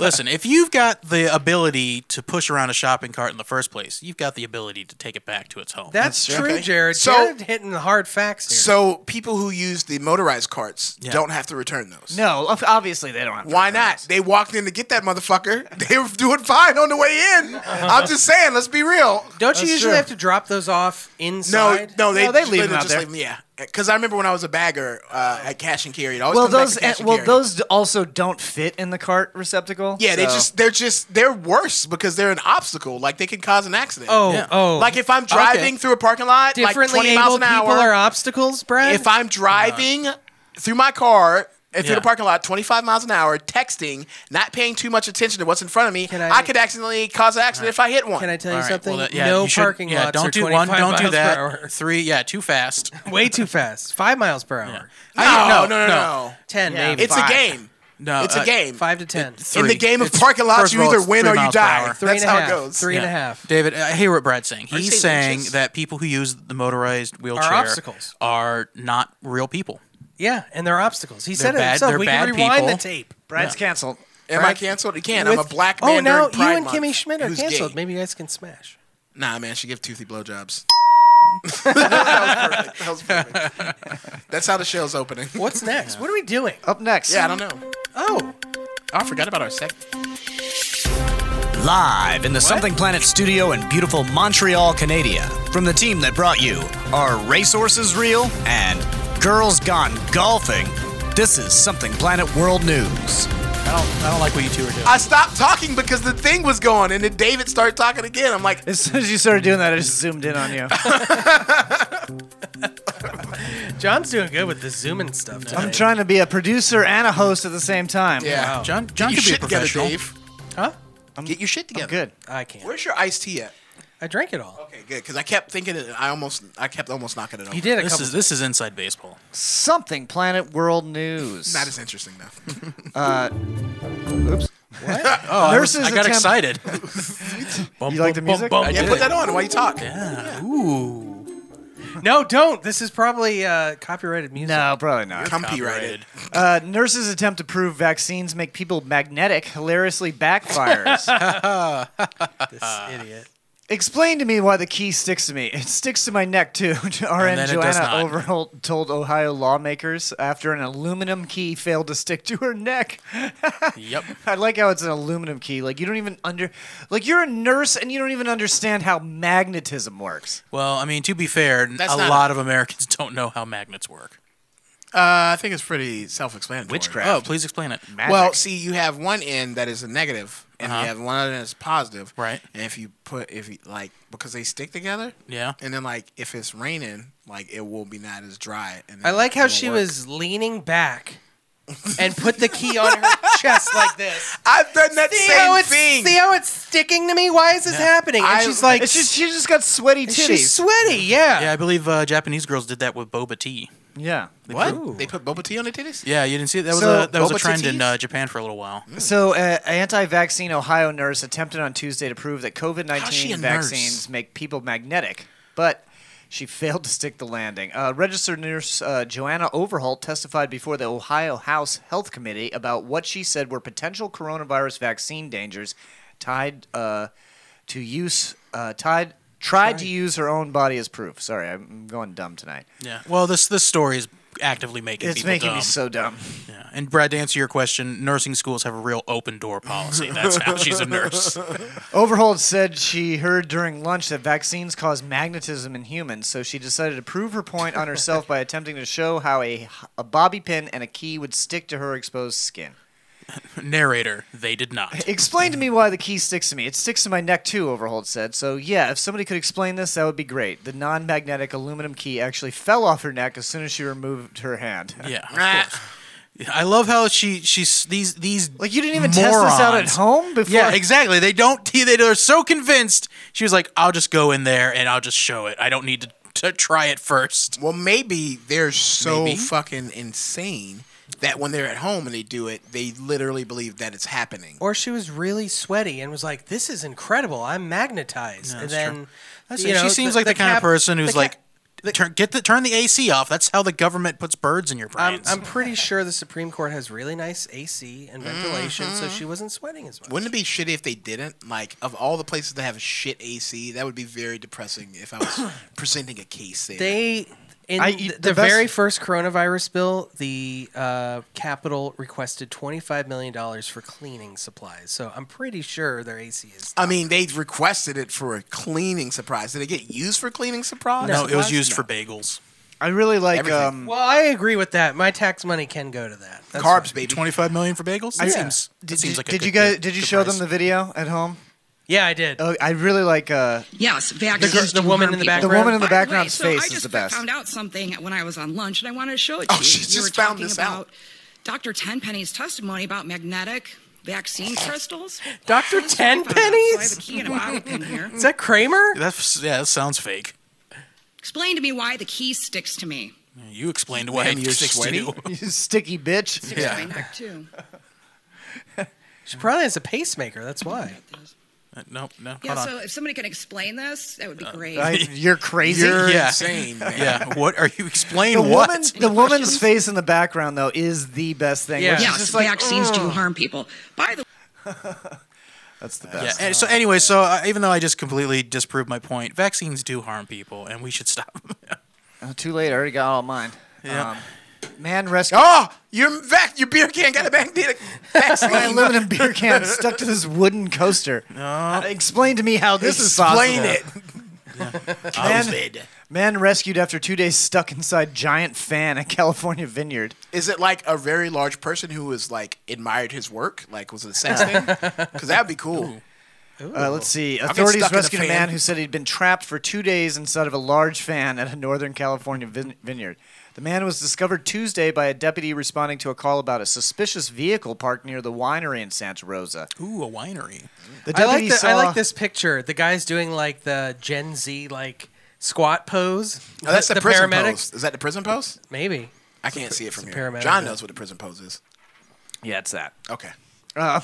[SPEAKER 6] Listen, if you've got the ability to push around a shopping cart in the first place, you've got the ability to take it back to its home.
[SPEAKER 1] That's,
[SPEAKER 8] That's
[SPEAKER 1] true,
[SPEAKER 8] okay.
[SPEAKER 1] Jared.
[SPEAKER 8] So-
[SPEAKER 1] Jared hitting the hard facts here.
[SPEAKER 8] So people who use the motorized carts
[SPEAKER 6] Yeah.
[SPEAKER 8] don't have to return those.
[SPEAKER 2] No, ob- obviously they don't. Have to
[SPEAKER 8] Why
[SPEAKER 2] return
[SPEAKER 8] not?
[SPEAKER 2] this.
[SPEAKER 8] They walked in to get that motherfucker. They were doing fine on the way in. I'm just saying, let's be real.
[SPEAKER 1] Don't you usually
[SPEAKER 2] true.
[SPEAKER 1] have to drop those off
[SPEAKER 8] No,
[SPEAKER 1] inside?
[SPEAKER 8] no, they,
[SPEAKER 2] No, they leave them out
[SPEAKER 8] just
[SPEAKER 2] there.
[SPEAKER 8] leave them, yeah, because I remember when I was a bagger uh, at cash and carry, it always
[SPEAKER 2] Well,
[SPEAKER 8] come back to
[SPEAKER 2] those
[SPEAKER 8] cash
[SPEAKER 2] eh,
[SPEAKER 8] and
[SPEAKER 2] well
[SPEAKER 8] carry.
[SPEAKER 2] those d- also don't fit in the cart receptacle.
[SPEAKER 8] Yeah, they
[SPEAKER 2] so-
[SPEAKER 8] just they're just they're worse because they're an obstacle. Like they can cause an accident.
[SPEAKER 1] Oh, oh.
[SPEAKER 8] Like if I'm driving
[SPEAKER 1] Okay.
[SPEAKER 8] through a parking lot, like
[SPEAKER 1] Differently
[SPEAKER 8] 20 miles
[SPEAKER 1] able
[SPEAKER 8] an hour.
[SPEAKER 1] people are obstacles, Brad.
[SPEAKER 8] if I'm driving through my car and through
[SPEAKER 6] Yeah.
[SPEAKER 8] the parking lot, 25 miles an hour, texting, not paying too much attention to what's in front of me,
[SPEAKER 1] Can
[SPEAKER 8] I,
[SPEAKER 1] I-
[SPEAKER 8] could accidentally cause an accident if I hit one.
[SPEAKER 1] Can I tell you
[SPEAKER 6] All right,
[SPEAKER 1] something?
[SPEAKER 6] well, that- yeah,
[SPEAKER 1] no
[SPEAKER 6] you should-
[SPEAKER 1] parking
[SPEAKER 6] yeah,
[SPEAKER 1] lots
[SPEAKER 6] don't
[SPEAKER 1] are
[SPEAKER 6] do
[SPEAKER 1] 25
[SPEAKER 6] one, don't
[SPEAKER 1] miles
[SPEAKER 6] do
[SPEAKER 1] per
[SPEAKER 6] that.
[SPEAKER 1] hour.
[SPEAKER 6] Three, yeah, too fast.
[SPEAKER 1] Way too fast. Five miles per hour.
[SPEAKER 8] no, no, no, no, no.
[SPEAKER 1] Ten,
[SPEAKER 2] Yeah.
[SPEAKER 1] maybe.
[SPEAKER 8] It's a
[SPEAKER 1] Five.
[SPEAKER 8] game.
[SPEAKER 6] No,
[SPEAKER 8] it's a
[SPEAKER 6] uh,
[SPEAKER 8] game.
[SPEAKER 1] Five to ten.
[SPEAKER 8] In the
[SPEAKER 6] Three.
[SPEAKER 8] game of
[SPEAKER 6] It's-
[SPEAKER 8] parking
[SPEAKER 6] first
[SPEAKER 8] lots,
[SPEAKER 6] of
[SPEAKER 8] you
[SPEAKER 6] all,
[SPEAKER 8] either
[SPEAKER 6] it's
[SPEAKER 8] win
[SPEAKER 6] three
[SPEAKER 8] or you
[SPEAKER 6] miles per
[SPEAKER 8] die.
[SPEAKER 6] hour.
[SPEAKER 1] Three
[SPEAKER 8] That's
[SPEAKER 1] and a
[SPEAKER 8] how
[SPEAKER 1] half.
[SPEAKER 8] it goes.
[SPEAKER 1] Three and a half.
[SPEAKER 6] David, I hear what Brad's saying.
[SPEAKER 8] you
[SPEAKER 6] He's
[SPEAKER 8] saying
[SPEAKER 6] saying
[SPEAKER 8] bitches?
[SPEAKER 6] that people who use the motorized wheelchair
[SPEAKER 1] obstacles.
[SPEAKER 6] are not real people.
[SPEAKER 1] Yeah, and they're obstacles. He said it
[SPEAKER 6] bad-
[SPEAKER 1] himself.
[SPEAKER 6] they're
[SPEAKER 1] We can
[SPEAKER 6] bad
[SPEAKER 1] rewind
[SPEAKER 6] people.
[SPEAKER 1] the tape.
[SPEAKER 2] Brad's canceled.
[SPEAKER 8] Am I canceled? You can't. I'm a
[SPEAKER 1] With-
[SPEAKER 8] black man.
[SPEAKER 1] Oh, now
[SPEAKER 8] during Pride
[SPEAKER 1] you and
[SPEAKER 8] Month
[SPEAKER 1] Kimmy Schmidt are
[SPEAKER 8] who's
[SPEAKER 1] canceled.
[SPEAKER 8] gay.
[SPEAKER 1] Maybe you guys can smash.
[SPEAKER 8] Nah, man, she give toothy blowjobs. that was perfect. That was perfect. That's how the show's opening.
[SPEAKER 1] What's next? What are we doing?
[SPEAKER 2] Up next.
[SPEAKER 8] Yeah, I don't know.
[SPEAKER 1] Oh,
[SPEAKER 8] I forgot about our second.
[SPEAKER 11] Live in the Something Planet studio in beautiful Montreal, Canada, from the team that brought you Are Racehorses Real? and Girls Gone Golfing, this is Something Planet World News.
[SPEAKER 6] I don't, I don't like what you two are doing.
[SPEAKER 8] I stopped talking because the thing was going, and then David started talking again. I'm like,
[SPEAKER 2] As soon as you started doing that, I just zoomed in on you.
[SPEAKER 1] John's doing good with the zooming stuff. Today.
[SPEAKER 2] I'm trying to be a producer and a host at the same time.
[SPEAKER 8] yeah.
[SPEAKER 1] Wow.
[SPEAKER 6] John, John
[SPEAKER 8] Get your
[SPEAKER 6] could be a
[SPEAKER 8] shit
[SPEAKER 6] professional.
[SPEAKER 8] together, Dave.
[SPEAKER 1] Huh?
[SPEAKER 8] Get your shit together.
[SPEAKER 2] I'm good.
[SPEAKER 1] I can't.
[SPEAKER 8] Where's your iced tea at?
[SPEAKER 1] I drank it all.
[SPEAKER 8] Okay, good. Because I kept thinking it. I almost, I kept almost knocking it over.
[SPEAKER 1] You did a
[SPEAKER 6] This
[SPEAKER 1] couple.
[SPEAKER 6] is this is inside baseball.
[SPEAKER 2] Something Planet World News.
[SPEAKER 8] Not as interesting though.
[SPEAKER 2] Oops.
[SPEAKER 6] Oh,
[SPEAKER 2] Nurses
[SPEAKER 6] I, was, I got
[SPEAKER 2] attempt-
[SPEAKER 6] excited.
[SPEAKER 2] You like the music?
[SPEAKER 6] bum, bum.
[SPEAKER 8] yeah,
[SPEAKER 6] did.
[SPEAKER 8] put that on while you talk.
[SPEAKER 1] Ooh. No, don't. This is probably uh, copyrighted music.
[SPEAKER 2] No, probably not.
[SPEAKER 8] Comfy righted.
[SPEAKER 2] Uh, nurses attempt to prove vaccines make people magnetic hilariously backfires.
[SPEAKER 1] This idiot.
[SPEAKER 2] Explain to me why the key sticks to me. It sticks to my neck too. RN
[SPEAKER 6] then it does
[SPEAKER 2] Joanna
[SPEAKER 6] not.
[SPEAKER 2] Overholt told Ohio lawmakers after an aluminum key failed to stick to her neck.
[SPEAKER 6] Yep.
[SPEAKER 2] I like how it's an aluminum key. Like you don't even under, like you're a nurse and you don't even understand how magnetism works.
[SPEAKER 6] Well, I mean, to be fair,
[SPEAKER 8] That's
[SPEAKER 6] a
[SPEAKER 8] not-
[SPEAKER 6] lot of Americans don't know how magnets work.
[SPEAKER 8] Uh, I think it's pretty self-explanatory.
[SPEAKER 6] Oh, please explain it.
[SPEAKER 8] Well, see, you have one end that is a negative, and
[SPEAKER 6] Uh-huh.
[SPEAKER 8] you have one other that's positive.
[SPEAKER 6] Right.
[SPEAKER 8] And if you put, if you like, because they stick together.
[SPEAKER 6] Yeah.
[SPEAKER 8] And then like, if it's raining, like it will be not as dry. And
[SPEAKER 1] I
[SPEAKER 8] then
[SPEAKER 1] like
[SPEAKER 8] it
[SPEAKER 1] how
[SPEAKER 8] won't
[SPEAKER 1] she
[SPEAKER 8] work.
[SPEAKER 1] was leaning back and put the key on her chest like this.
[SPEAKER 8] I've done that
[SPEAKER 1] See how,
[SPEAKER 8] same
[SPEAKER 1] it's,
[SPEAKER 8] thing.
[SPEAKER 1] see how it's sticking to me? Why is this happening? And
[SPEAKER 8] I-
[SPEAKER 1] she's like,
[SPEAKER 2] It's just she just got sweaty titties.
[SPEAKER 1] she's sweaty. Yeah.
[SPEAKER 6] yeah, I believe uh, Japanese girls did that with boba tea.
[SPEAKER 2] yeah.
[SPEAKER 8] What?
[SPEAKER 1] Ooh.
[SPEAKER 8] They put boba tea on the titties?
[SPEAKER 6] Yeah, you didn't see it? that was
[SPEAKER 2] So,
[SPEAKER 6] a that was a
[SPEAKER 8] boba
[SPEAKER 6] trend in
[SPEAKER 8] titties?
[SPEAKER 6] uh, Japan for a little while.
[SPEAKER 2] So, uh, anti-vaccine Ohio nurse attempted on Tuesday to prove that
[SPEAKER 8] How's she a
[SPEAKER 2] COVID-19
[SPEAKER 8] nurse?
[SPEAKER 2] vaccines make people magnetic, but She failed to stick the landing. Uh, registered nurse uh, Joanna Overholt testified before the Ohio House Health Committee about what she said were potential coronavirus vaccine dangers tied uh, to use uh, tied tried to use her own body as proof. Sorry, I'm going dumb tonight.
[SPEAKER 6] Yeah. Well, this this story is actively making
[SPEAKER 2] It's
[SPEAKER 6] people
[SPEAKER 2] making me
[SPEAKER 6] dumb.
[SPEAKER 2] so dumb.
[SPEAKER 6] Yeah. And Brad, to answer your question, nursing schools have a real open door policy. That's how she's a nurse.
[SPEAKER 2] Overholt said she heard during lunch that vaccines cause magnetism in humans, so she decided to prove her point on herself by attempting to show how a, a bobby pin and a key would stick to her exposed skin.
[SPEAKER 6] Narrator, they did not.
[SPEAKER 2] Explain to me why the key sticks to me. It sticks to my neck too, Overholt said. So, yeah, if somebody could explain this, that would be great. The non magnetic aluminum key actually fell off her neck as soon as she removed her hand.
[SPEAKER 6] Yeah. Of course. I love how she she's these these
[SPEAKER 2] like you didn't even test this out at home before?
[SPEAKER 6] Yeah, exactly. They don't. They they are so convinced. She was like, "I'll just go in there and I'll just show it. I don't need to, to try it first.
[SPEAKER 8] Well, maybe they're so
[SPEAKER 6] Maybe.
[SPEAKER 8] fucking insane that when they're at home and they do it, they literally believe that it's happening.
[SPEAKER 1] Or she was really sweaty and was like, "This is incredible. I'm magnetized."
[SPEAKER 6] Yeah,
[SPEAKER 1] and
[SPEAKER 6] that's
[SPEAKER 1] then
[SPEAKER 6] true.
[SPEAKER 1] you
[SPEAKER 6] she
[SPEAKER 1] know,
[SPEAKER 6] seems like the, kind
[SPEAKER 1] cap-
[SPEAKER 6] of person
[SPEAKER 1] the
[SPEAKER 6] who's
[SPEAKER 1] cap-
[SPEAKER 6] like, turn get the turn the AC off. That's how the government puts birds in your
[SPEAKER 1] I'm,
[SPEAKER 6] brains.
[SPEAKER 1] I'm pretty sure the Supreme Court has really nice AC and ventilation, so
[SPEAKER 8] Mhm.
[SPEAKER 1] she wasn't sweating as much.
[SPEAKER 8] Wouldn't it be shitty if they didn't? Like, of all the places that have a shit AC, that would be very depressing if I was presenting a case there.
[SPEAKER 1] They in
[SPEAKER 8] I-
[SPEAKER 1] th-
[SPEAKER 8] the
[SPEAKER 1] the,
[SPEAKER 8] best-
[SPEAKER 1] very first coronavirus bill, the uh, Capitol requested twenty five million dollars for cleaning supplies. So I'm pretty sure their AC is.
[SPEAKER 8] I mean, they requested it for a cleaning surprise. Did it get used for cleaning surprise?
[SPEAKER 6] no, it was used for bagels.
[SPEAKER 2] I really like
[SPEAKER 8] Everything.
[SPEAKER 2] um,
[SPEAKER 1] Mm. Well, I agree with that. My tax money can go to that. That's fine.
[SPEAKER 6] Twenty five million for bagels. That
[SPEAKER 2] I-
[SPEAKER 6] seems. that
[SPEAKER 2] Did,
[SPEAKER 6] seems
[SPEAKER 2] you-
[SPEAKER 6] like a
[SPEAKER 2] did
[SPEAKER 6] good
[SPEAKER 2] you guys?
[SPEAKER 6] deal.
[SPEAKER 2] Did you
[SPEAKER 6] Good
[SPEAKER 2] show
[SPEAKER 6] price.
[SPEAKER 2] them the video at home?
[SPEAKER 1] Yeah, I did.
[SPEAKER 2] Oh, I really like. Uh,
[SPEAKER 12] Yes,
[SPEAKER 2] the,
[SPEAKER 12] vaccines. do
[SPEAKER 2] gir-
[SPEAKER 12] harm people.
[SPEAKER 2] The woman in the
[SPEAKER 12] By way,
[SPEAKER 2] background's
[SPEAKER 12] so I
[SPEAKER 2] face is
[SPEAKER 12] just
[SPEAKER 2] the best.
[SPEAKER 12] found out something when I was on lunch, and I wanted to show it to you.
[SPEAKER 2] she
[SPEAKER 12] you
[SPEAKER 2] just
[SPEAKER 12] were
[SPEAKER 2] found
[SPEAKER 12] talking
[SPEAKER 2] this
[SPEAKER 12] about Dr. Tenpenny's testimony about magnetic vaccine crystals.
[SPEAKER 1] Doctor
[SPEAKER 12] That's what I
[SPEAKER 1] Ten
[SPEAKER 12] found out. So I have a
[SPEAKER 1] Pennies.
[SPEAKER 12] key and a bobby pin here.
[SPEAKER 1] Is that Kramer?
[SPEAKER 6] That's yeah. That sounds fake.
[SPEAKER 12] Explain to me why the key sticks to me.
[SPEAKER 6] You explained why
[SPEAKER 8] Ma'am,
[SPEAKER 6] it
[SPEAKER 8] you're
[SPEAKER 6] sticks to
[SPEAKER 8] sweaty?
[SPEAKER 6] you.
[SPEAKER 2] You sticky bitch.
[SPEAKER 12] Sticks to my neck too.
[SPEAKER 1] She probably has a pacemaker. That's why.
[SPEAKER 6] Uh, no, no.
[SPEAKER 12] Yeah.
[SPEAKER 1] hold
[SPEAKER 12] So
[SPEAKER 1] on.
[SPEAKER 12] if somebody can explain this, that would
[SPEAKER 2] Uh,
[SPEAKER 12] be great.
[SPEAKER 2] you're crazy.
[SPEAKER 6] You're
[SPEAKER 2] Yeah.
[SPEAKER 6] insane. Man. Yeah. What are you? Explain
[SPEAKER 2] The
[SPEAKER 6] what?
[SPEAKER 2] woman, the woman's face in the background though is the best thing. where she's
[SPEAKER 12] Yes,
[SPEAKER 2] just like,
[SPEAKER 12] vaccines do
[SPEAKER 2] "Ugh."
[SPEAKER 12] harm people. By the
[SPEAKER 2] That's the
[SPEAKER 6] Yeah.
[SPEAKER 2] best.
[SPEAKER 6] and so anyway, so uh, even though I just completely disproved my point, vaccines do harm people, and we should stop.
[SPEAKER 2] Uh, too late. I already got all mine.
[SPEAKER 6] Yeah.
[SPEAKER 2] Um, man rescue.
[SPEAKER 8] Oh, your vac- your beer can got a magnetic vaccine.
[SPEAKER 2] My aluminum beer can stuck to this wooden coaster. Uh, explain to me how this
[SPEAKER 8] This
[SPEAKER 2] is
[SPEAKER 8] explain
[SPEAKER 2] possible.
[SPEAKER 8] it.
[SPEAKER 2] Man-
[SPEAKER 8] COVID.
[SPEAKER 2] Man rescued after two days stuck inside giant fan at California vineyard.
[SPEAKER 8] Is it like a very large person who was like admired his work? Like, was it a sex thing? Because that'd be cool.
[SPEAKER 2] Uh, let's see.
[SPEAKER 8] I'll get
[SPEAKER 2] Authorities
[SPEAKER 8] stuck in the
[SPEAKER 2] rescued a
[SPEAKER 8] fan.
[SPEAKER 2] man who said he'd been trapped for two days inside of a large fan at a northern California vin- vineyard. The man was discovered Tuesday by a deputy responding to a call about a suspicious vehicle parked near the winery in Santa Rosa.
[SPEAKER 6] Ooh, a winery.
[SPEAKER 2] The
[SPEAKER 1] I
[SPEAKER 2] deputy
[SPEAKER 1] like, the,
[SPEAKER 2] saw.
[SPEAKER 1] I like this picture. The guy's doing like the Gen Z like squat pose.
[SPEAKER 8] Oh, that's the, prison
[SPEAKER 1] paramedic.
[SPEAKER 8] post. Is that the prison post?
[SPEAKER 1] Maybe.
[SPEAKER 8] I can't see it from
[SPEAKER 1] It's a
[SPEAKER 8] here.
[SPEAKER 1] paramedic,
[SPEAKER 8] John
[SPEAKER 1] yeah.
[SPEAKER 8] knows what the prison pose is.
[SPEAKER 2] Yeah, it's that.
[SPEAKER 8] Okay.
[SPEAKER 2] Uh,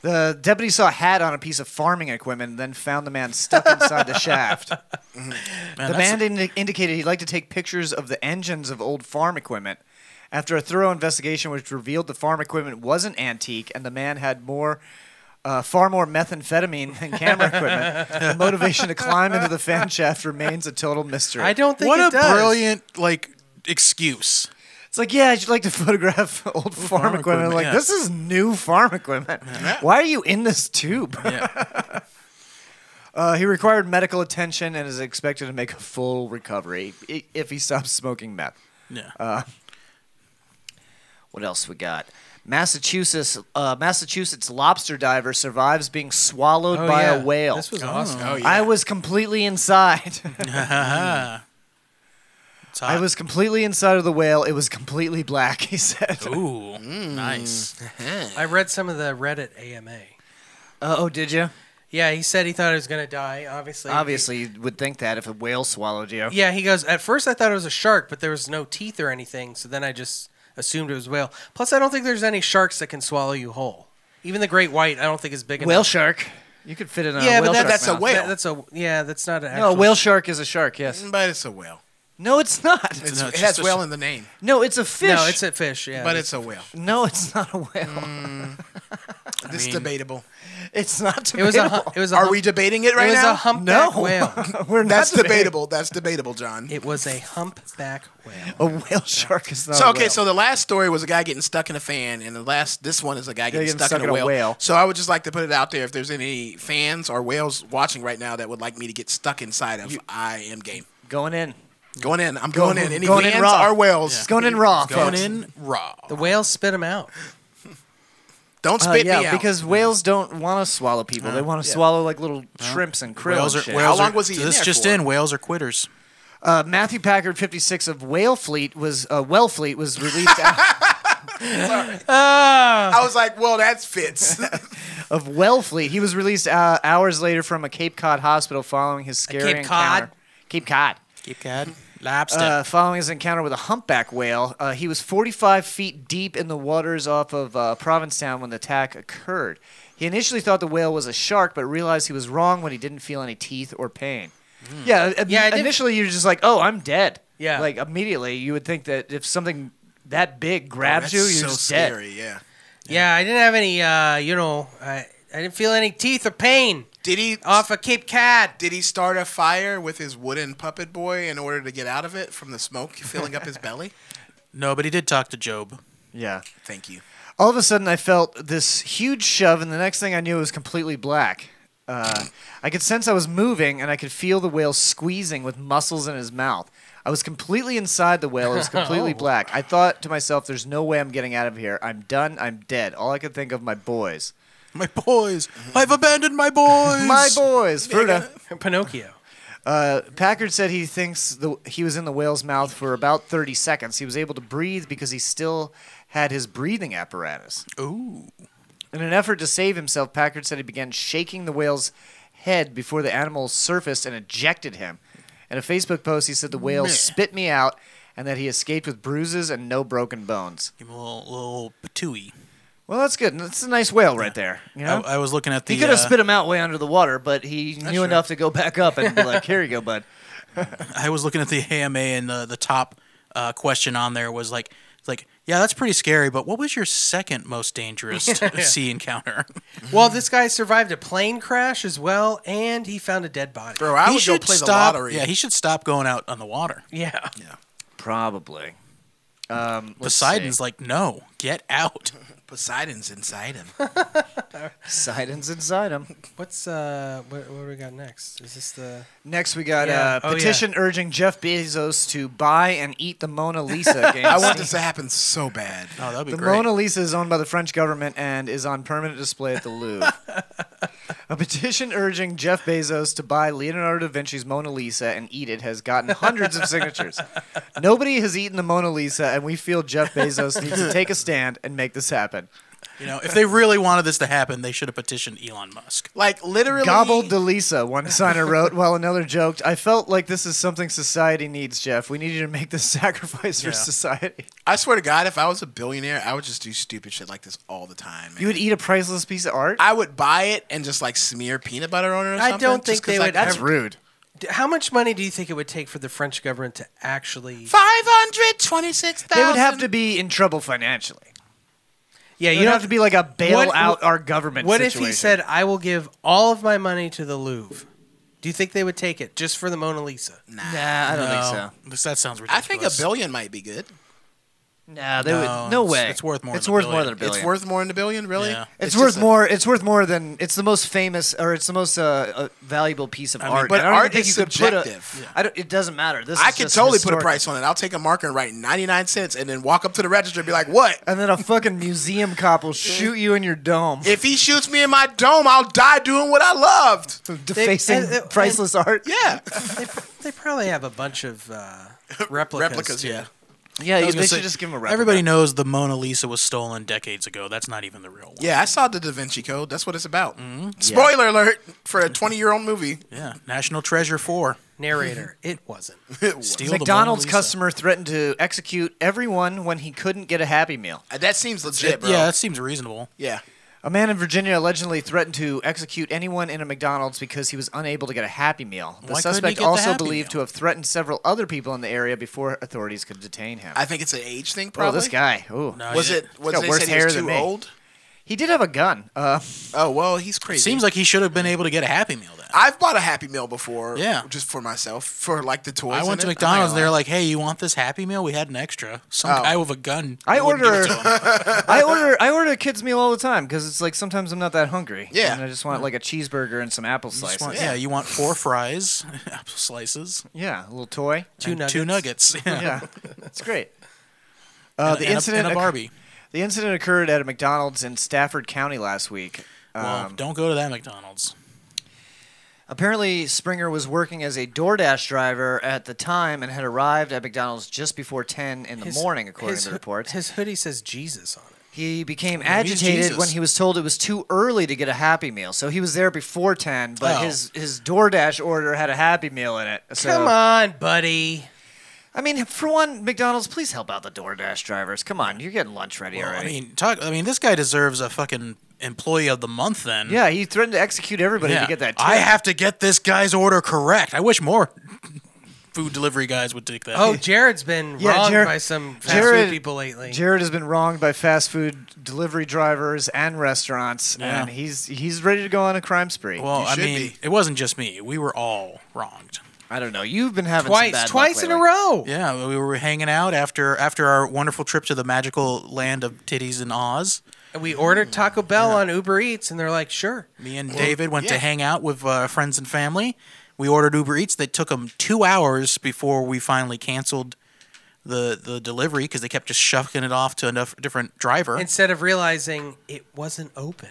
[SPEAKER 2] the deputy saw a hat on a piece of farming equipment, and then found the man stuck inside the shaft. Mm-hmm. the man indi- indicated he'd like to take pictures of the engines of old farm equipment. After a thorough investigation, which revealed the farm equipment wasn't antique and the man had more, uh, far more methamphetamine than camera equipment, the motivation to climb into the fan shaft remains a total mystery.
[SPEAKER 6] What a brilliant like excuse.
[SPEAKER 2] It's like, yeah, I'd like to photograph old
[SPEAKER 6] farm
[SPEAKER 2] farm, equipment.
[SPEAKER 6] equipment,
[SPEAKER 2] Like,
[SPEAKER 6] yeah.
[SPEAKER 2] this is new farm equipment. Why are you in this tube? uh, he required medical attention and is expected to make a full recovery i- if he stops smoking meth.
[SPEAKER 6] Yeah.
[SPEAKER 2] Uh, what else we got? Massachusetts, uh, Massachusetts lobster diver survives being swallowed
[SPEAKER 1] Oh,
[SPEAKER 2] by
[SPEAKER 1] yeah.
[SPEAKER 2] a whale.
[SPEAKER 1] This was awesome. Oh,
[SPEAKER 2] I was completely inside. I was completely inside of the whale. It was completely black. He said.
[SPEAKER 6] Ooh, nice.
[SPEAKER 1] I read some of the Reddit AMA.
[SPEAKER 2] Uh, oh, did you?
[SPEAKER 1] Yeah, he said he thought he was gonna die. Obviously.
[SPEAKER 2] Obviously, you would think that if a whale swallowed you.
[SPEAKER 1] Yeah, he goes. At first, I thought it was a shark, but there was no teeth or anything. So then I just assumed it was a whale. Plus, I don't think there's any sharks that can swallow you whole. Even the great white, I don't think is big enough.
[SPEAKER 2] Whale shark. You could fit in a
[SPEAKER 8] Uh,
[SPEAKER 1] yeah,
[SPEAKER 2] whale
[SPEAKER 1] but
[SPEAKER 2] shark
[SPEAKER 1] that's
[SPEAKER 2] mouth.
[SPEAKER 1] a whale. that's a yeah. That's not an
[SPEAKER 2] No,
[SPEAKER 1] actual.
[SPEAKER 2] a whale shark is a shark. Yes,
[SPEAKER 8] but it's a whale.
[SPEAKER 2] No, it's not.
[SPEAKER 8] It's- it has whale in the name.
[SPEAKER 2] No, it's a fish.
[SPEAKER 1] No, it's a fish. Yeah,
[SPEAKER 8] But it's a whale.
[SPEAKER 2] No, it's not a whale.
[SPEAKER 8] This is debatable.
[SPEAKER 2] It's not
[SPEAKER 8] It was a
[SPEAKER 2] debatable.
[SPEAKER 8] hu- it was a Are hump- we debating it right
[SPEAKER 1] it was
[SPEAKER 8] now?
[SPEAKER 1] a humpback
[SPEAKER 8] No.
[SPEAKER 1] whale.
[SPEAKER 2] We're not
[SPEAKER 8] That's
[SPEAKER 2] debating.
[SPEAKER 8] debatable. That's debatable, John.
[SPEAKER 1] It was a humpback whale.
[SPEAKER 2] A whale shark is not.
[SPEAKER 8] So
[SPEAKER 2] a
[SPEAKER 8] okay,
[SPEAKER 2] whale.
[SPEAKER 8] so the last story was a guy getting stuck in a fan, and the last this one is a guy
[SPEAKER 2] Yeah,
[SPEAKER 8] getting, stuck, in a whale.
[SPEAKER 2] whale.
[SPEAKER 8] So I would just like to put it out there: if there's any fans or whales watching right now that would like me to get stuck inside of, I am game.
[SPEAKER 2] Going in.
[SPEAKER 8] Going in. I'm
[SPEAKER 2] Going-
[SPEAKER 8] going, in. Any
[SPEAKER 2] going in
[SPEAKER 8] fans
[SPEAKER 2] raw.
[SPEAKER 8] or whales?
[SPEAKER 2] Yeah. It's going in raw,
[SPEAKER 8] It's Going
[SPEAKER 2] folks.
[SPEAKER 8] in raw.
[SPEAKER 1] The whales spit him out.
[SPEAKER 8] Don't
[SPEAKER 2] Uh,
[SPEAKER 8] spit
[SPEAKER 2] yeah,
[SPEAKER 8] me out. Uh,
[SPEAKER 2] because whales don't want to swallow people. they want to
[SPEAKER 8] yeah.
[SPEAKER 2] swallow like little shrimps and krill.
[SPEAKER 6] Whales
[SPEAKER 2] and
[SPEAKER 6] are-
[SPEAKER 2] shit.
[SPEAKER 6] whales How long are- was he in this there just for? in, whales are quitters.
[SPEAKER 2] Uh, Matthew Packard, fifty-six of Whale Fleet was uh, Well Fleet was released out
[SPEAKER 8] I was like, well, that fits.
[SPEAKER 2] of Well Fleet. He was released uh, hours later from a Cape Cod hospital following his scary
[SPEAKER 6] Cape Cod?
[SPEAKER 2] encounter. Cape Cod.
[SPEAKER 6] Keep cad. Lobster.
[SPEAKER 2] Uh, following his encounter with a humpback whale, uh, he was 45 feet deep in the waters off of uh, Provincetown when the attack occurred. He initially thought the whale was a shark, but realized he was wrong when he didn't feel any teeth or pain. Yeah, uh,
[SPEAKER 1] Yeah, I did-
[SPEAKER 2] initially you're just like, oh, I'm dead.
[SPEAKER 1] Yeah.
[SPEAKER 2] Like immediately you would think that if something that big
[SPEAKER 1] that's
[SPEAKER 2] grabs you, you're
[SPEAKER 1] so
[SPEAKER 2] just
[SPEAKER 8] scary, yeah.
[SPEAKER 1] Yeah, I didn't have any. Uh, you know, I I didn't feel any teeth or pain.
[SPEAKER 8] Did he
[SPEAKER 2] Uh,
[SPEAKER 1] off of Cape Cod?
[SPEAKER 8] Did he start a fire with his wooden puppet boy in order to get out of it from the smoke filling up his belly?
[SPEAKER 6] No, but he did talk to Job.
[SPEAKER 2] Yeah.
[SPEAKER 8] Thank you.
[SPEAKER 2] all of a sudden I felt this huge shove, and the next thing I knew, it was completely black. Uh, I could sense I was moving, and I could feel the whale squeezing with muscles in his mouth. I was completely inside the whale. It was completely
[SPEAKER 1] Oh.
[SPEAKER 2] black. I thought to myself, "There's no way I'm getting out of here. I'm done. I'm dead." All I could think of my boys.
[SPEAKER 6] My boys. I've abandoned my boys.
[SPEAKER 2] my boys. Fruta.
[SPEAKER 1] Pinocchio.
[SPEAKER 2] Uh, Packard said he thinks the, he was in the whale's mouth for about 30 seconds. He was able to breathe because he still had his breathing apparatus.
[SPEAKER 6] Ooh.
[SPEAKER 2] In an effort to save himself, Packard said he began shaking the whale's head before the animal surfaced and ejected him. In a Facebook post, he said the whale
[SPEAKER 6] Meh.
[SPEAKER 2] spit me out and that he escaped with bruises and no broken bones.
[SPEAKER 6] Give him a little, little patooey.
[SPEAKER 2] Well, that's good. That's a nice whale right there. You know?
[SPEAKER 6] I, I was looking at the.
[SPEAKER 2] he could have
[SPEAKER 6] uh,
[SPEAKER 2] spit him out way under the water, but he knew
[SPEAKER 6] sure.
[SPEAKER 2] enough to go back up and be like, "Here you go, bud."
[SPEAKER 6] I was looking at the AMA and the the top uh, question on there was like like yeah that's pretty scary but what was your second most dangerous
[SPEAKER 1] Yeah.
[SPEAKER 6] sea encounter?
[SPEAKER 1] Well, this guy survived a plane crash as well, and he found a dead body.
[SPEAKER 8] Bro,
[SPEAKER 6] He should stop, Yeah, he should stop going out on the water.
[SPEAKER 1] Yeah.
[SPEAKER 2] Probably. Um,
[SPEAKER 6] Poseidon's like no get out.
[SPEAKER 8] Poseidon's inside him.
[SPEAKER 2] Poseidon's inside him.
[SPEAKER 1] What's uh? What, what do we got next? Is this the?
[SPEAKER 2] Next, we got
[SPEAKER 1] Yeah.
[SPEAKER 2] a
[SPEAKER 1] Oh, yeah.
[SPEAKER 2] petition urging Jeff Bezos to buy and eat the Mona Lisa. game.
[SPEAKER 8] I want this to happen so bad.
[SPEAKER 6] Oh, that'd
[SPEAKER 2] The Mona Lisa is owned by the French government and is on permanent display at the Louvre. a petition urging Jeff Bezos to buy Leonardo da Vinci's Mona Lisa and eat it has gotten hundreds of signatures. Nobody has eaten the Mona Lisa, and we feel Jeff Bezos needs to take a stand and make this happen.
[SPEAKER 6] You know if they really wanted this to happen they should have petitioned Elon Musk.
[SPEAKER 8] Like literally
[SPEAKER 2] Gobbled the Lisa, one signer wrote, while another joked, I felt like this is something society needs, Jeff. We need you to make this sacrifice for
[SPEAKER 8] Yeah.
[SPEAKER 2] society.
[SPEAKER 8] I swear to God, if I was a billionaire, I would just do stupid shit like this all the time. Man.
[SPEAKER 2] You would eat a priceless piece of art?
[SPEAKER 8] I would buy it and just like smear peanut butter on it or
[SPEAKER 1] I
[SPEAKER 8] something.
[SPEAKER 1] don't think
[SPEAKER 8] just 'cause,
[SPEAKER 1] they
[SPEAKER 8] like,
[SPEAKER 1] would ever- D- How much money do you think it would take for the French government to actually?
[SPEAKER 8] Five hundred twenty-six
[SPEAKER 2] They
[SPEAKER 8] thousand.
[SPEAKER 2] would have to be in trouble financially.
[SPEAKER 1] Yeah,
[SPEAKER 2] you don't have to be like a bail
[SPEAKER 1] What-
[SPEAKER 2] out our government.
[SPEAKER 1] What if he
[SPEAKER 2] situation.
[SPEAKER 1] said, "I will give all of my money to the Louvre"? Do you think they would take it just for the Mona Lisa?
[SPEAKER 8] Nah,
[SPEAKER 2] Nah, I don't think so.
[SPEAKER 6] This- That sounds
[SPEAKER 8] I
[SPEAKER 6] ridiculous.
[SPEAKER 8] think a billion might be good.
[SPEAKER 2] Nah, they would- No, no it's- way. it's worth more It's than a worth more billion. than a
[SPEAKER 8] It's
[SPEAKER 2] billion.
[SPEAKER 8] worth more than a billion, really.
[SPEAKER 6] Yeah.
[SPEAKER 2] It's,
[SPEAKER 8] just
[SPEAKER 2] worth
[SPEAKER 8] a-
[SPEAKER 2] more. It's worth more than it's the most famous or it's the most uh, uh, valuable piece of
[SPEAKER 8] I mean,
[SPEAKER 2] art.
[SPEAKER 8] but
[SPEAKER 2] I don't even
[SPEAKER 8] art
[SPEAKER 2] think
[SPEAKER 8] is
[SPEAKER 2] you could
[SPEAKER 8] subjective.
[SPEAKER 2] Put a, I don't, it doesn't matter. This
[SPEAKER 8] I
[SPEAKER 2] is
[SPEAKER 8] could
[SPEAKER 2] just
[SPEAKER 8] totally put
[SPEAKER 2] historic.
[SPEAKER 8] a price on it. I'll take a marker and write ninety-nine cents, and then walk up to the register and be like, "What?"
[SPEAKER 2] And then a fucking museum cop will shoot you in your dome.
[SPEAKER 8] If he shoots me in my dome, I'll die doing what I loved.
[SPEAKER 2] Defacing
[SPEAKER 1] and- and-
[SPEAKER 2] priceless art.
[SPEAKER 8] Yeah.
[SPEAKER 1] they, they probably have a bunch of uh, replicas.
[SPEAKER 8] Replicas,
[SPEAKER 1] too.
[SPEAKER 8] yeah.
[SPEAKER 2] Yeah,
[SPEAKER 6] I was
[SPEAKER 2] they
[SPEAKER 6] gonna
[SPEAKER 2] should
[SPEAKER 6] say,
[SPEAKER 2] just give him a replica.
[SPEAKER 6] Everybody knows the Mona Lisa was stolen decades ago. That's not even the real one.
[SPEAKER 8] Yeah, I saw the Da Vinci Code. That's what it's about.
[SPEAKER 6] Mm-hmm.
[SPEAKER 8] Spoiler alert for a twenty-year-old movie.
[SPEAKER 6] Yeah, National Treasure Four.
[SPEAKER 1] Narrator, it wasn't.
[SPEAKER 6] Steal the
[SPEAKER 2] McDonald's
[SPEAKER 6] Mona Lisa.
[SPEAKER 2] customer threatened to execute everyone when he couldn't get a Happy Meal.
[SPEAKER 8] Uh, That seems legit, bro.
[SPEAKER 6] Yeah, that seems reasonable.
[SPEAKER 8] Yeah.
[SPEAKER 2] A man in Virginia allegedly threatened to execute anyone in a McDonald's because he was unable to get a Happy Meal. The
[SPEAKER 8] Why couldn't he
[SPEAKER 2] suspect
[SPEAKER 8] get the
[SPEAKER 2] also
[SPEAKER 8] Happy
[SPEAKER 2] believed to have threatened several other people in the area before authorities could detain him.
[SPEAKER 8] I think it's an age thing.
[SPEAKER 2] Oh,
[SPEAKER 8] Probably
[SPEAKER 2] this guy. Ooh.
[SPEAKER 8] was it?
[SPEAKER 2] He's
[SPEAKER 8] Was
[SPEAKER 2] got
[SPEAKER 8] they
[SPEAKER 2] worse
[SPEAKER 8] said he
[SPEAKER 2] hair
[SPEAKER 8] was
[SPEAKER 2] than
[SPEAKER 8] too
[SPEAKER 2] me.
[SPEAKER 8] old?
[SPEAKER 2] He did have a gun. Uh,
[SPEAKER 8] oh well, he's crazy.
[SPEAKER 6] Seems like he should have been able to get a Happy Meal. Then
[SPEAKER 8] I've bought a Happy Meal before.
[SPEAKER 6] Yeah.
[SPEAKER 8] just for myself, for like the toys.
[SPEAKER 6] I went to
[SPEAKER 8] in it. Oh
[SPEAKER 6] McDonald's. and
[SPEAKER 8] I'm not
[SPEAKER 6] They
[SPEAKER 8] gonna
[SPEAKER 6] were
[SPEAKER 8] lie.
[SPEAKER 6] like, "Hey, you want this Happy Meal? We had an extra. Some
[SPEAKER 2] Oh.
[SPEAKER 6] guy with a gun.
[SPEAKER 2] I
[SPEAKER 6] wouldn't give it
[SPEAKER 2] order,
[SPEAKER 6] to him."
[SPEAKER 2] I order, I order a kids meal all the time because it's like sometimes I'm not that hungry.
[SPEAKER 6] Yeah.
[SPEAKER 2] and I just want like a cheeseburger and some apple
[SPEAKER 6] You just
[SPEAKER 2] slices.
[SPEAKER 6] want- yeah, you want four fries, apple slices.
[SPEAKER 2] Yeah, a little toy.
[SPEAKER 6] Two And two nuggets. nuggets, yeah.
[SPEAKER 2] Yeah, it's great.
[SPEAKER 6] And
[SPEAKER 2] Uh,
[SPEAKER 6] a-
[SPEAKER 2] the
[SPEAKER 6] and a-
[SPEAKER 2] incident
[SPEAKER 6] and a
[SPEAKER 2] occ-
[SPEAKER 6] Barbie.
[SPEAKER 2] the incident occurred at a McDonald's in Stafford County last week.
[SPEAKER 6] Well,
[SPEAKER 2] Um,
[SPEAKER 6] don't go to that McDonald's.
[SPEAKER 2] Apparently, Springer was working as a DoorDash driver at the time and had arrived at McDonald's just before 10 in the
[SPEAKER 1] His-
[SPEAKER 2] morning, according
[SPEAKER 1] his
[SPEAKER 2] to
[SPEAKER 1] hoo-
[SPEAKER 2] reports.
[SPEAKER 1] His hoodie says Jesus on it.
[SPEAKER 2] He became
[SPEAKER 1] Yeah, he's
[SPEAKER 2] agitated
[SPEAKER 1] Jesus.
[SPEAKER 2] when he was told it was too early to get a Happy Meal. So he was there before 10, but
[SPEAKER 1] Oh.
[SPEAKER 2] his, his DoorDash order had a Happy Meal in it. So,
[SPEAKER 1] Come on, buddy.
[SPEAKER 2] I mean, for one, McDonald's, please help out the DoorDash drivers. Come on, you're getting lunch ready
[SPEAKER 6] I
[SPEAKER 2] already.
[SPEAKER 6] mean, talk. I mean, this guy deserves a fucking employee of the month. Then
[SPEAKER 2] yeah, he threatened to execute everybody
[SPEAKER 6] Yeah.
[SPEAKER 2] to get that.
[SPEAKER 6] I
[SPEAKER 2] tip.
[SPEAKER 6] have to get this guy's order correct. I wish more food delivery guys would take that.
[SPEAKER 1] Oh, Jared's been
[SPEAKER 2] Yeah,
[SPEAKER 1] wronged
[SPEAKER 2] Jared-
[SPEAKER 1] by some fast
[SPEAKER 2] Jared-
[SPEAKER 1] food people lately.
[SPEAKER 2] Jared has been wronged by fast food delivery drivers and restaurants,
[SPEAKER 6] Yeah.
[SPEAKER 2] and he's he's ready to go on a crime spree.
[SPEAKER 6] well, I mean, it wasn't just me. We were all wronged.
[SPEAKER 2] I don't know. You've been having
[SPEAKER 1] Twice- bad luck twice in a lately. row.
[SPEAKER 6] Yeah, we were hanging out after after our wonderful trip to the magical land of titties and Oz.
[SPEAKER 1] And we ordered Taco Bell on Uber Eats, and they're like, sure.
[SPEAKER 6] Me and David went
[SPEAKER 1] yeah.
[SPEAKER 6] to hang out with uh, friends and family. We ordered Uber Eats. That took them two hours before we finally canceled the the delivery because they kept just shucking it off to a dif- different driver.
[SPEAKER 1] Instead of realizing it wasn't open,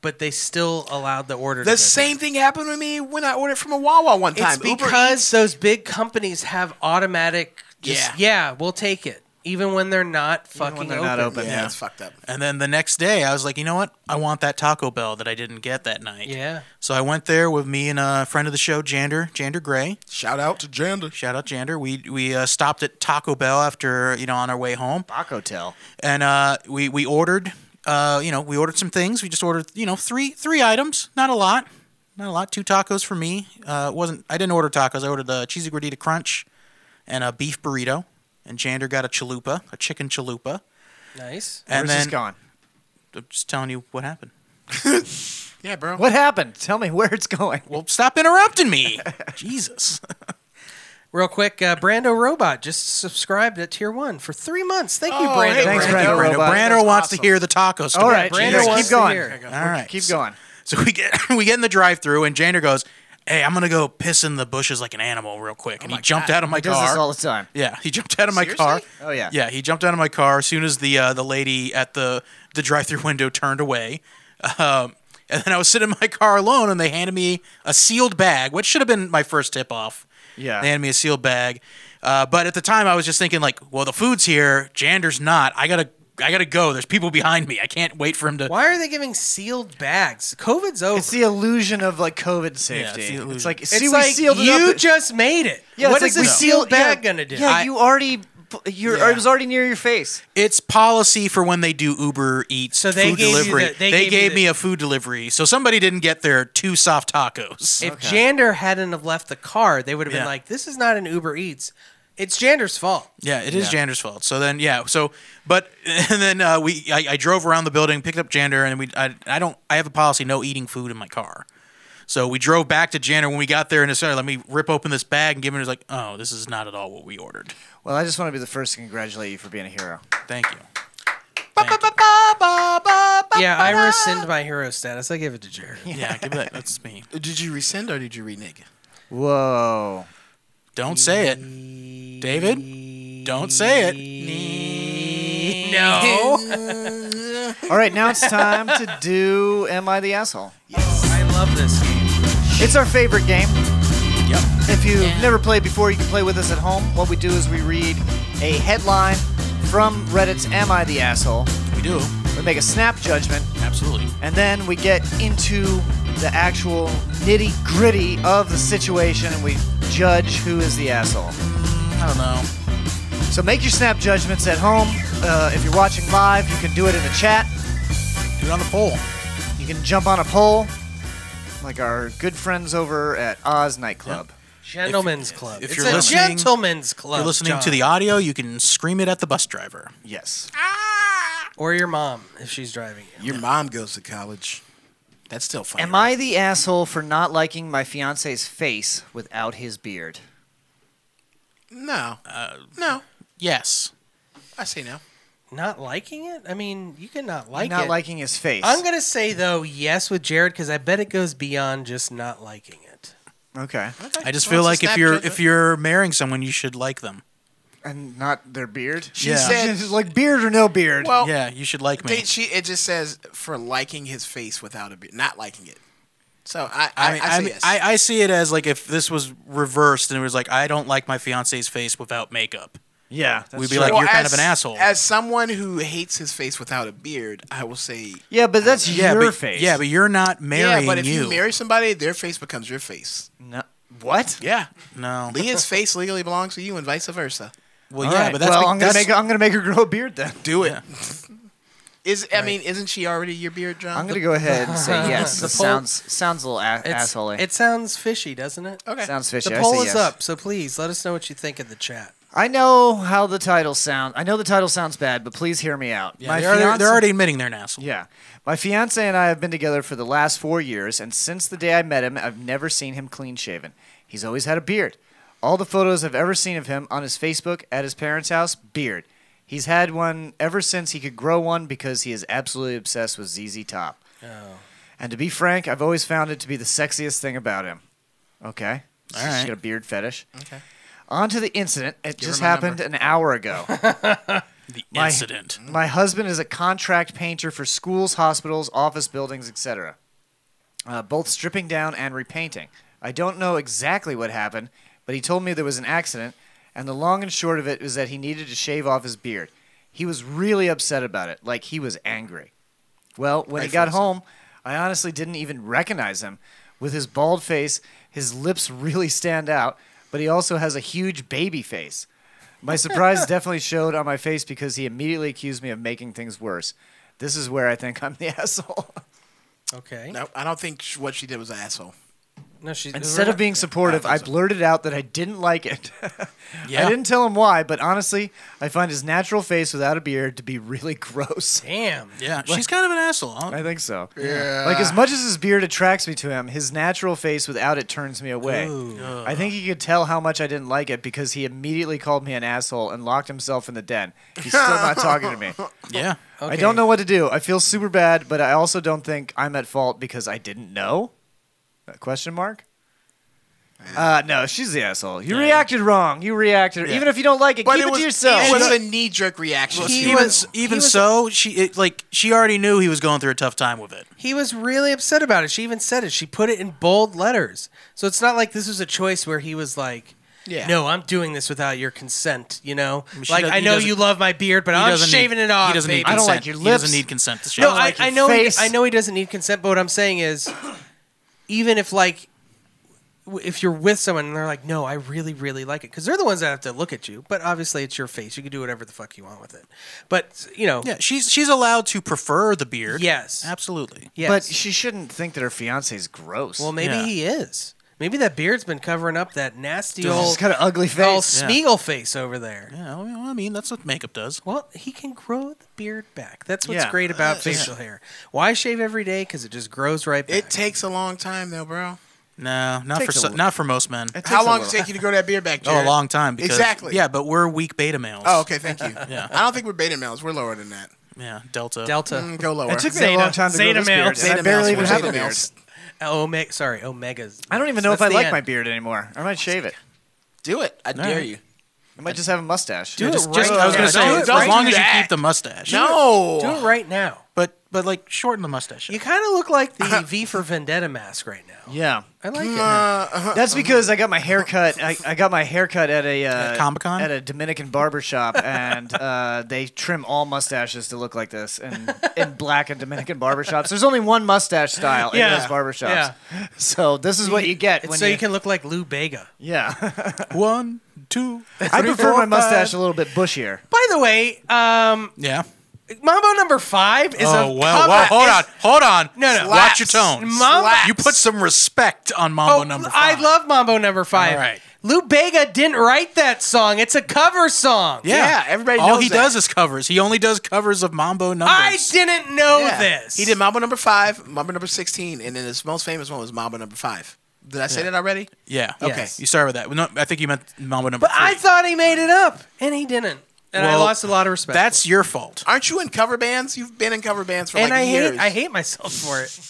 [SPEAKER 1] but they still allowed the order. to
[SPEAKER 8] The
[SPEAKER 1] go
[SPEAKER 8] same thing happened to me when I ordered from a Wawa one
[SPEAKER 1] through.
[SPEAKER 8] time.
[SPEAKER 1] It's
[SPEAKER 8] Uber
[SPEAKER 1] because those big companies have automatic. Just, yeah, we'll take it, even when they're not fucking
[SPEAKER 6] yeah.
[SPEAKER 8] it's fucked up.
[SPEAKER 6] And then the next day, I was like, you know what? I want that Taco Bell that I didn't get that night.
[SPEAKER 1] Yeah.
[SPEAKER 6] So I went there with me and a friend of the show, Jander, Jander Gray. Shout out to Jander. Shout out Jander. We we uh, stopped at Taco Bell after you know on our way home.
[SPEAKER 2] Taco Tell.
[SPEAKER 6] And uh, we we ordered, uh, you know, we ordered some things. We just ordered, you know, three three items, not a lot, not a lot. Two tacos for me. Uh, it wasn't I didn't order tacos. I ordered a cheesy gordita crunch, and a beef burrito. And Jander got a chalupa, a chicken chalupa.
[SPEAKER 1] Nice.
[SPEAKER 6] And then
[SPEAKER 2] Where's this gone?
[SPEAKER 6] I'm just telling you what happened.
[SPEAKER 8] yeah, bro.
[SPEAKER 2] What happened? Tell me where it's going.
[SPEAKER 6] Well, stop interrupting me. Jesus.
[SPEAKER 1] Real quick, uh, Brando Robot just subscribed at Tier One for three months. Thank you,
[SPEAKER 6] Oh,
[SPEAKER 1] Brando.
[SPEAKER 6] hey, Thanks, Brando Brando. Robot. Brando That's wants to awesome. hear the taco story.
[SPEAKER 1] All
[SPEAKER 6] All
[SPEAKER 1] right,
[SPEAKER 6] right,
[SPEAKER 1] Brando
[SPEAKER 6] Jesus.
[SPEAKER 1] wants
[SPEAKER 6] Keep
[SPEAKER 1] to
[SPEAKER 6] going.
[SPEAKER 1] hear.
[SPEAKER 6] All right.
[SPEAKER 2] keep going.
[SPEAKER 6] So we get we get in the drive-through and Jander goes, "Hey, I'm gonna go piss in the bushes like an animal real quick." And he jumped out of my
[SPEAKER 2] he
[SPEAKER 6] car.
[SPEAKER 2] Does this all the time.
[SPEAKER 6] Yeah, he jumped out of my car.
[SPEAKER 2] Oh yeah.
[SPEAKER 6] Yeah, he jumped out of my car as soon as the uh, the lady at the the drive-through window turned away. Um, and then I was sitting in my car alone, and they handed me a sealed bag, which should have been my first tip off.
[SPEAKER 2] Yeah.
[SPEAKER 6] They handed me a sealed bag. Uh, but at the time, I was just thinking like, well, the food's here. Jander's not. I gotta, I gotta go. There's people behind me. I can't wait for him to.
[SPEAKER 1] Why are they giving sealed bags? COVID's over.
[SPEAKER 2] It's the illusion of like COVID safety.
[SPEAKER 6] the illusion.
[SPEAKER 2] it's like
[SPEAKER 1] It's
[SPEAKER 2] see, we
[SPEAKER 1] like,
[SPEAKER 2] sealed it
[SPEAKER 1] you
[SPEAKER 2] up.
[SPEAKER 1] just made it.
[SPEAKER 2] Yeah,
[SPEAKER 1] what
[SPEAKER 2] it's
[SPEAKER 1] is the
[SPEAKER 2] like we
[SPEAKER 1] sealed
[SPEAKER 2] sealed- yeah,
[SPEAKER 1] bag gonna do?
[SPEAKER 2] yeah,
[SPEAKER 1] I-
[SPEAKER 2] you already. You're,
[SPEAKER 1] Yeah.
[SPEAKER 2] It was already near your face.
[SPEAKER 6] It's policy for when they do Uber Eats
[SPEAKER 1] So they
[SPEAKER 6] food
[SPEAKER 1] gave you
[SPEAKER 6] delivery.
[SPEAKER 1] the- they
[SPEAKER 6] they
[SPEAKER 1] gave
[SPEAKER 6] gave,
[SPEAKER 1] you the-
[SPEAKER 6] me a food delivery, so somebody didn't get their two soft tacos.
[SPEAKER 1] If Jander hadn't have left the car, they would have been
[SPEAKER 6] Yeah.
[SPEAKER 1] like, "This is not an Uber Eats. It's Jander's fault."
[SPEAKER 6] Yeah, it is
[SPEAKER 1] Yeah.
[SPEAKER 6] Jander's fault. So then, yeah, so but and then uh, we, I, I drove around the building, picked up Jander, and we, I, I don't, I have a policy no eating food in my car. So we drove back to Jander when we got there, and it started let me rip open this bag and give him. It's like, oh, this is not at all what we ordered.
[SPEAKER 2] Well, I just want to be the first to congratulate you for being a hero.
[SPEAKER 6] Thank you.
[SPEAKER 1] yeah, I rescind my hero status. I give it to Jared.
[SPEAKER 6] Yeah, give that. That's me.
[SPEAKER 8] Did you rescind or did you renege?
[SPEAKER 2] Whoa.
[SPEAKER 6] Don't say it, David. Don't say it.
[SPEAKER 1] No.
[SPEAKER 2] Oh. All right, now it's time to do Am I the Asshole?
[SPEAKER 1] I love this game.
[SPEAKER 2] It's our favorite game.
[SPEAKER 6] Yep.
[SPEAKER 2] If you've never played before, you can play with us at home. What we do is we read a headline from Reddit's Am I the Asshole?
[SPEAKER 6] We do.
[SPEAKER 2] We make a snap judgment.
[SPEAKER 6] Absolutely.
[SPEAKER 2] And then we get into the actual nitty gritty of the situation and we judge who is the asshole.
[SPEAKER 6] I don't know.
[SPEAKER 2] So make your snap judgments at home. Uh, if you're watching live, you can do it in the chat.
[SPEAKER 6] Do it on the pole.
[SPEAKER 2] You can jump on a pole, like our good friends over at Oz Nightclub.
[SPEAKER 1] Gentlemen's Club.
[SPEAKER 6] If
[SPEAKER 1] It's
[SPEAKER 6] you're
[SPEAKER 1] a
[SPEAKER 6] listening,
[SPEAKER 1] gentleman's
[SPEAKER 6] if
[SPEAKER 1] club.
[SPEAKER 6] You're listening to
[SPEAKER 1] John.
[SPEAKER 6] the audio. You can scream it at the bus driver.
[SPEAKER 2] Yes.
[SPEAKER 1] Or your mom if she's driving.
[SPEAKER 8] Your mom goes to college. That's still fun.
[SPEAKER 2] Am I the asshole for not liking my fiance's face without his beard?
[SPEAKER 8] No.
[SPEAKER 6] Uh,
[SPEAKER 8] no.
[SPEAKER 6] Yes.
[SPEAKER 8] I say no.
[SPEAKER 1] Not liking it? I mean, you can not like
[SPEAKER 2] not
[SPEAKER 1] it.
[SPEAKER 2] liking his face.
[SPEAKER 1] I'm gonna say though, yes with Jared because I bet it goes beyond just not liking it.
[SPEAKER 2] Okay.
[SPEAKER 6] I just feel like if you're if you're marrying someone, you should like them.
[SPEAKER 2] and not their beard.
[SPEAKER 6] She Yeah. said-
[SPEAKER 2] She's like beard or no beard.
[SPEAKER 8] Well,
[SPEAKER 6] yeah, you should like me.
[SPEAKER 8] They- she it just says for liking his face without a beard, not liking it. So I I,
[SPEAKER 6] I mean,
[SPEAKER 8] I
[SPEAKER 6] I,
[SPEAKER 8] say
[SPEAKER 6] mean,
[SPEAKER 8] yes.
[SPEAKER 6] I, I see it as like if this was reversed and it was like I don't like my fiance's face without makeup.
[SPEAKER 2] Yeah,
[SPEAKER 6] we'd be like
[SPEAKER 8] Well,
[SPEAKER 6] you're kind
[SPEAKER 8] as-
[SPEAKER 6] of an asshole.
[SPEAKER 8] As someone who hates his face without a beard, I will say
[SPEAKER 2] yeah, but that's
[SPEAKER 6] yeah,
[SPEAKER 2] your
[SPEAKER 6] but,
[SPEAKER 2] face.
[SPEAKER 6] Yeah, but you're not marrying
[SPEAKER 8] yeah. But if you.
[SPEAKER 6] you.
[SPEAKER 8] marry somebody, their face becomes your face.
[SPEAKER 2] No. What?
[SPEAKER 8] Yeah.
[SPEAKER 6] no.
[SPEAKER 8] Leah's face legally belongs to you, and vice versa.
[SPEAKER 6] Well,
[SPEAKER 2] All
[SPEAKER 6] yeah,
[SPEAKER 2] right,
[SPEAKER 6] but that's
[SPEAKER 2] well,
[SPEAKER 6] be-
[SPEAKER 2] I'm gonna
[SPEAKER 6] that's-
[SPEAKER 2] make I'm gonna make her grow a beard then.
[SPEAKER 8] Do it. Is I mean, isn't she already your beard, John?
[SPEAKER 2] I'm gonna go ahead and say yes.
[SPEAKER 1] The
[SPEAKER 2] This
[SPEAKER 1] poll-
[SPEAKER 2] sounds sounds a little a-
[SPEAKER 1] It's-
[SPEAKER 2] asshole-y.
[SPEAKER 1] It sounds fishy, doesn't it?
[SPEAKER 8] Okay.
[SPEAKER 2] Sounds fishy.
[SPEAKER 1] The
[SPEAKER 2] I
[SPEAKER 1] poll is
[SPEAKER 2] say yes.
[SPEAKER 1] up, so please let us know what you think in the chat.
[SPEAKER 2] I know how the title sound. I know the title sounds bad, but please hear me out.
[SPEAKER 6] Yeah, they're, already, they're already admitting they're an asshole.
[SPEAKER 2] Yeah. My fiance and I have been together for the last four years, and since the day I met him, I've never seen him clean shaven. He's always had a beard. All the photos I've ever seen of him on his Facebook, at his parents' house, beard. He's had one ever since he could grow one because he is absolutely obsessed with ZZ Top.
[SPEAKER 6] Oh.
[SPEAKER 2] And to be frank, I've always found it to be the sexiest thing about him. Okay.
[SPEAKER 6] All
[SPEAKER 2] She's
[SPEAKER 6] right.
[SPEAKER 2] got a beard fetish.
[SPEAKER 6] Okay.
[SPEAKER 2] On to the incident. It
[SPEAKER 6] Give her
[SPEAKER 2] just
[SPEAKER 6] my
[SPEAKER 2] happened an hour ago.
[SPEAKER 6] The
[SPEAKER 2] My-
[SPEAKER 6] incident.
[SPEAKER 2] My husband is a contract painter for schools, hospitals, office buildings, etc. Uh, both stripping down and repainting. I don't know exactly what happened, but he told me there was an accident, and the long and short of it is that he needed to shave off his beard. He was really upset about it, like he was angry. Well, when he
[SPEAKER 11] Rightfully
[SPEAKER 2] got
[SPEAKER 11] so.
[SPEAKER 2] home, I honestly didn't even recognize him. With his bald face, his lips really stand out, but he also has a huge baby face. My surprise definitely showed on my face because he immediately accused me of making things worse. This is where I think I'm the asshole.
[SPEAKER 1] Okay.
[SPEAKER 8] No, I don't think sh- what she did was an asshole.
[SPEAKER 1] No, she's
[SPEAKER 2] Instead of being supportive, I, blurted out that I didn't like it.
[SPEAKER 1] Yeah.
[SPEAKER 2] I didn't tell him why, but honestly, I find his natural face without a beard to be really gross.
[SPEAKER 1] Damn.
[SPEAKER 6] Yeah, she's kind of an asshole. Huh?
[SPEAKER 2] I think so.
[SPEAKER 6] Yeah.
[SPEAKER 2] Like as much as his beard attracts me to him, his natural face without it turns me away.
[SPEAKER 6] Ooh. Ugh.
[SPEAKER 2] I think he could tell how much I didn't like it because he immediately called me an asshole and locked himself in the den. He's still not talking to me.
[SPEAKER 6] Yeah.
[SPEAKER 2] I don't know what to do. I feel super bad, but I also don't think I'm at fault because I didn't know. Uh, Question mark. Uh, no, she's the asshole. You reacted wrong. You reacted.
[SPEAKER 6] Yeah.
[SPEAKER 2] Even if you don't like it,
[SPEAKER 8] But
[SPEAKER 2] keep
[SPEAKER 8] it
[SPEAKER 2] it,
[SPEAKER 8] was-
[SPEAKER 2] to yourself.
[SPEAKER 8] it was a knee-jerk reaction.
[SPEAKER 6] even even so, she it, like she already knew he was going through a tough time with it.
[SPEAKER 1] He was really upset about it. She even said it. She put it in bold letters. So it's not like this was a choice where he was like,
[SPEAKER 8] Yeah.
[SPEAKER 1] No, I'm doing this without your consent. You know,
[SPEAKER 6] mean, she
[SPEAKER 1] like
[SPEAKER 6] does-
[SPEAKER 1] I
[SPEAKER 6] he
[SPEAKER 1] know
[SPEAKER 6] doesn't-
[SPEAKER 1] you love my beard, but
[SPEAKER 6] he
[SPEAKER 1] I'm
[SPEAKER 6] doesn't need-
[SPEAKER 1] shaving it off.
[SPEAKER 6] he doesn't need
[SPEAKER 1] baby.
[SPEAKER 6] I don't like consent. your He doesn't lips. need consent to shave.
[SPEAKER 1] No,
[SPEAKER 6] I don't
[SPEAKER 1] I,
[SPEAKER 6] like your
[SPEAKER 1] I know. He,
[SPEAKER 6] face.
[SPEAKER 1] I know he doesn't need consent. But what I'm saying is, even if like, w- if you're with someone and they're like, "No, I really, really like it," because they're the ones that have to look at you. But obviously, it's your face. You can do whatever the fuck you want with it. But you know,
[SPEAKER 6] Yeah, she's she's allowed to prefer the beard.
[SPEAKER 1] Yes.
[SPEAKER 6] absolutely.
[SPEAKER 2] But she shouldn't think that her fiance is gross.
[SPEAKER 1] Well, maybe he is. Maybe that beard's been covering up that nasty
[SPEAKER 2] Dude, he's
[SPEAKER 1] old.
[SPEAKER 2] got an ugly
[SPEAKER 1] Old
[SPEAKER 2] face. Yeah.
[SPEAKER 1] Smeagol face over there.
[SPEAKER 6] Yeah, well, I mean that's what makeup does.
[SPEAKER 1] Well, he can grow the beard back. That's what's
[SPEAKER 6] Yeah.
[SPEAKER 1] great about
[SPEAKER 6] Uh,
[SPEAKER 1] facial
[SPEAKER 6] yeah.
[SPEAKER 1] hair. Why shave every day? Because it just grows right back.
[SPEAKER 8] It takes a long time though, bro.
[SPEAKER 6] No, not for
[SPEAKER 8] Takes a
[SPEAKER 6] so,
[SPEAKER 8] little-
[SPEAKER 6] not for most men.
[SPEAKER 8] How long does it take you to grow that beard back?
[SPEAKER 6] Oh, a
[SPEAKER 8] Jared?
[SPEAKER 6] long time. Because,
[SPEAKER 8] exactly.
[SPEAKER 6] Yeah, but we're weak beta males.
[SPEAKER 8] Oh, okay. Thank you.
[SPEAKER 6] Yeah.
[SPEAKER 8] I don't think we're beta males. We're lower than that.
[SPEAKER 6] Yeah, Delta.
[SPEAKER 1] Delta.
[SPEAKER 8] Mm, go lower.
[SPEAKER 2] It took me a long time to grow this beard, and I barely even have a beard.
[SPEAKER 1] Omega, sorry, omegas.
[SPEAKER 2] Mm. I don't even know
[SPEAKER 1] That's
[SPEAKER 2] if I
[SPEAKER 1] the
[SPEAKER 2] like
[SPEAKER 1] end.
[SPEAKER 2] my beard anymore. I might shave it.
[SPEAKER 8] Do it. I
[SPEAKER 1] dare you.
[SPEAKER 2] I might just have a mustache.
[SPEAKER 1] Do Yeah, it just- just- right I was now. gonna say,
[SPEAKER 6] as long as you keep the mustache.
[SPEAKER 1] do it, do it right now.
[SPEAKER 6] But but like shorten the mustache.
[SPEAKER 1] You kind of look like the V for Vendetta mask right now.
[SPEAKER 2] Yeah.
[SPEAKER 1] I like it.
[SPEAKER 2] That's because I got my haircut. I, I got my haircut um, at a uh,
[SPEAKER 6] Comic Con?
[SPEAKER 2] at a Dominican barber shop, and uh, they trim all mustaches to look like this in, in black and Dominican barber shops. There's only one mustache style in
[SPEAKER 1] Yeah.
[SPEAKER 2] those barber shops. So this is what you get
[SPEAKER 1] It's
[SPEAKER 2] when
[SPEAKER 1] so you,
[SPEAKER 2] you-
[SPEAKER 1] can look like Lou Bega.
[SPEAKER 2] Yeah.
[SPEAKER 6] One, two.
[SPEAKER 2] I
[SPEAKER 1] three,
[SPEAKER 2] prefer
[SPEAKER 1] four,
[SPEAKER 2] my mustache
[SPEAKER 1] five.
[SPEAKER 2] a little bit bushier.
[SPEAKER 1] By the way, um,
[SPEAKER 6] Yeah.
[SPEAKER 1] Mambo number five is
[SPEAKER 6] oh,
[SPEAKER 1] a
[SPEAKER 6] well,
[SPEAKER 1] cover-
[SPEAKER 6] well, hold
[SPEAKER 1] is-
[SPEAKER 6] on, hold on.
[SPEAKER 1] No, no.
[SPEAKER 6] Watch
[SPEAKER 1] Slaps.
[SPEAKER 6] your tone.
[SPEAKER 1] Mambo-
[SPEAKER 6] You put some respect on Mambo
[SPEAKER 1] Oh,
[SPEAKER 6] number five.
[SPEAKER 1] I love Mambo number five.
[SPEAKER 6] All right.
[SPEAKER 1] Lou Bega didn't write that song. It's a cover song.
[SPEAKER 6] Yeah, All he does is covers. He only does covers of Mambo numbers.
[SPEAKER 1] I didn't know this.
[SPEAKER 8] He did Mambo number five, Mambo number sixteen, and then his most famous one was Mambo number five. Did I say
[SPEAKER 6] Yeah.
[SPEAKER 8] that already?
[SPEAKER 6] Yeah.
[SPEAKER 8] Okay.
[SPEAKER 6] You started with that. No, I think you meant Mambo number.
[SPEAKER 1] But I thought he made it up, and he didn't. And I lost a lot of respect.
[SPEAKER 6] That's your fault.
[SPEAKER 8] Aren't you in cover bands? You've been in cover bands for
[SPEAKER 1] and
[SPEAKER 8] like
[SPEAKER 1] I
[SPEAKER 8] years. Uh,
[SPEAKER 1] hate I hate myself for it.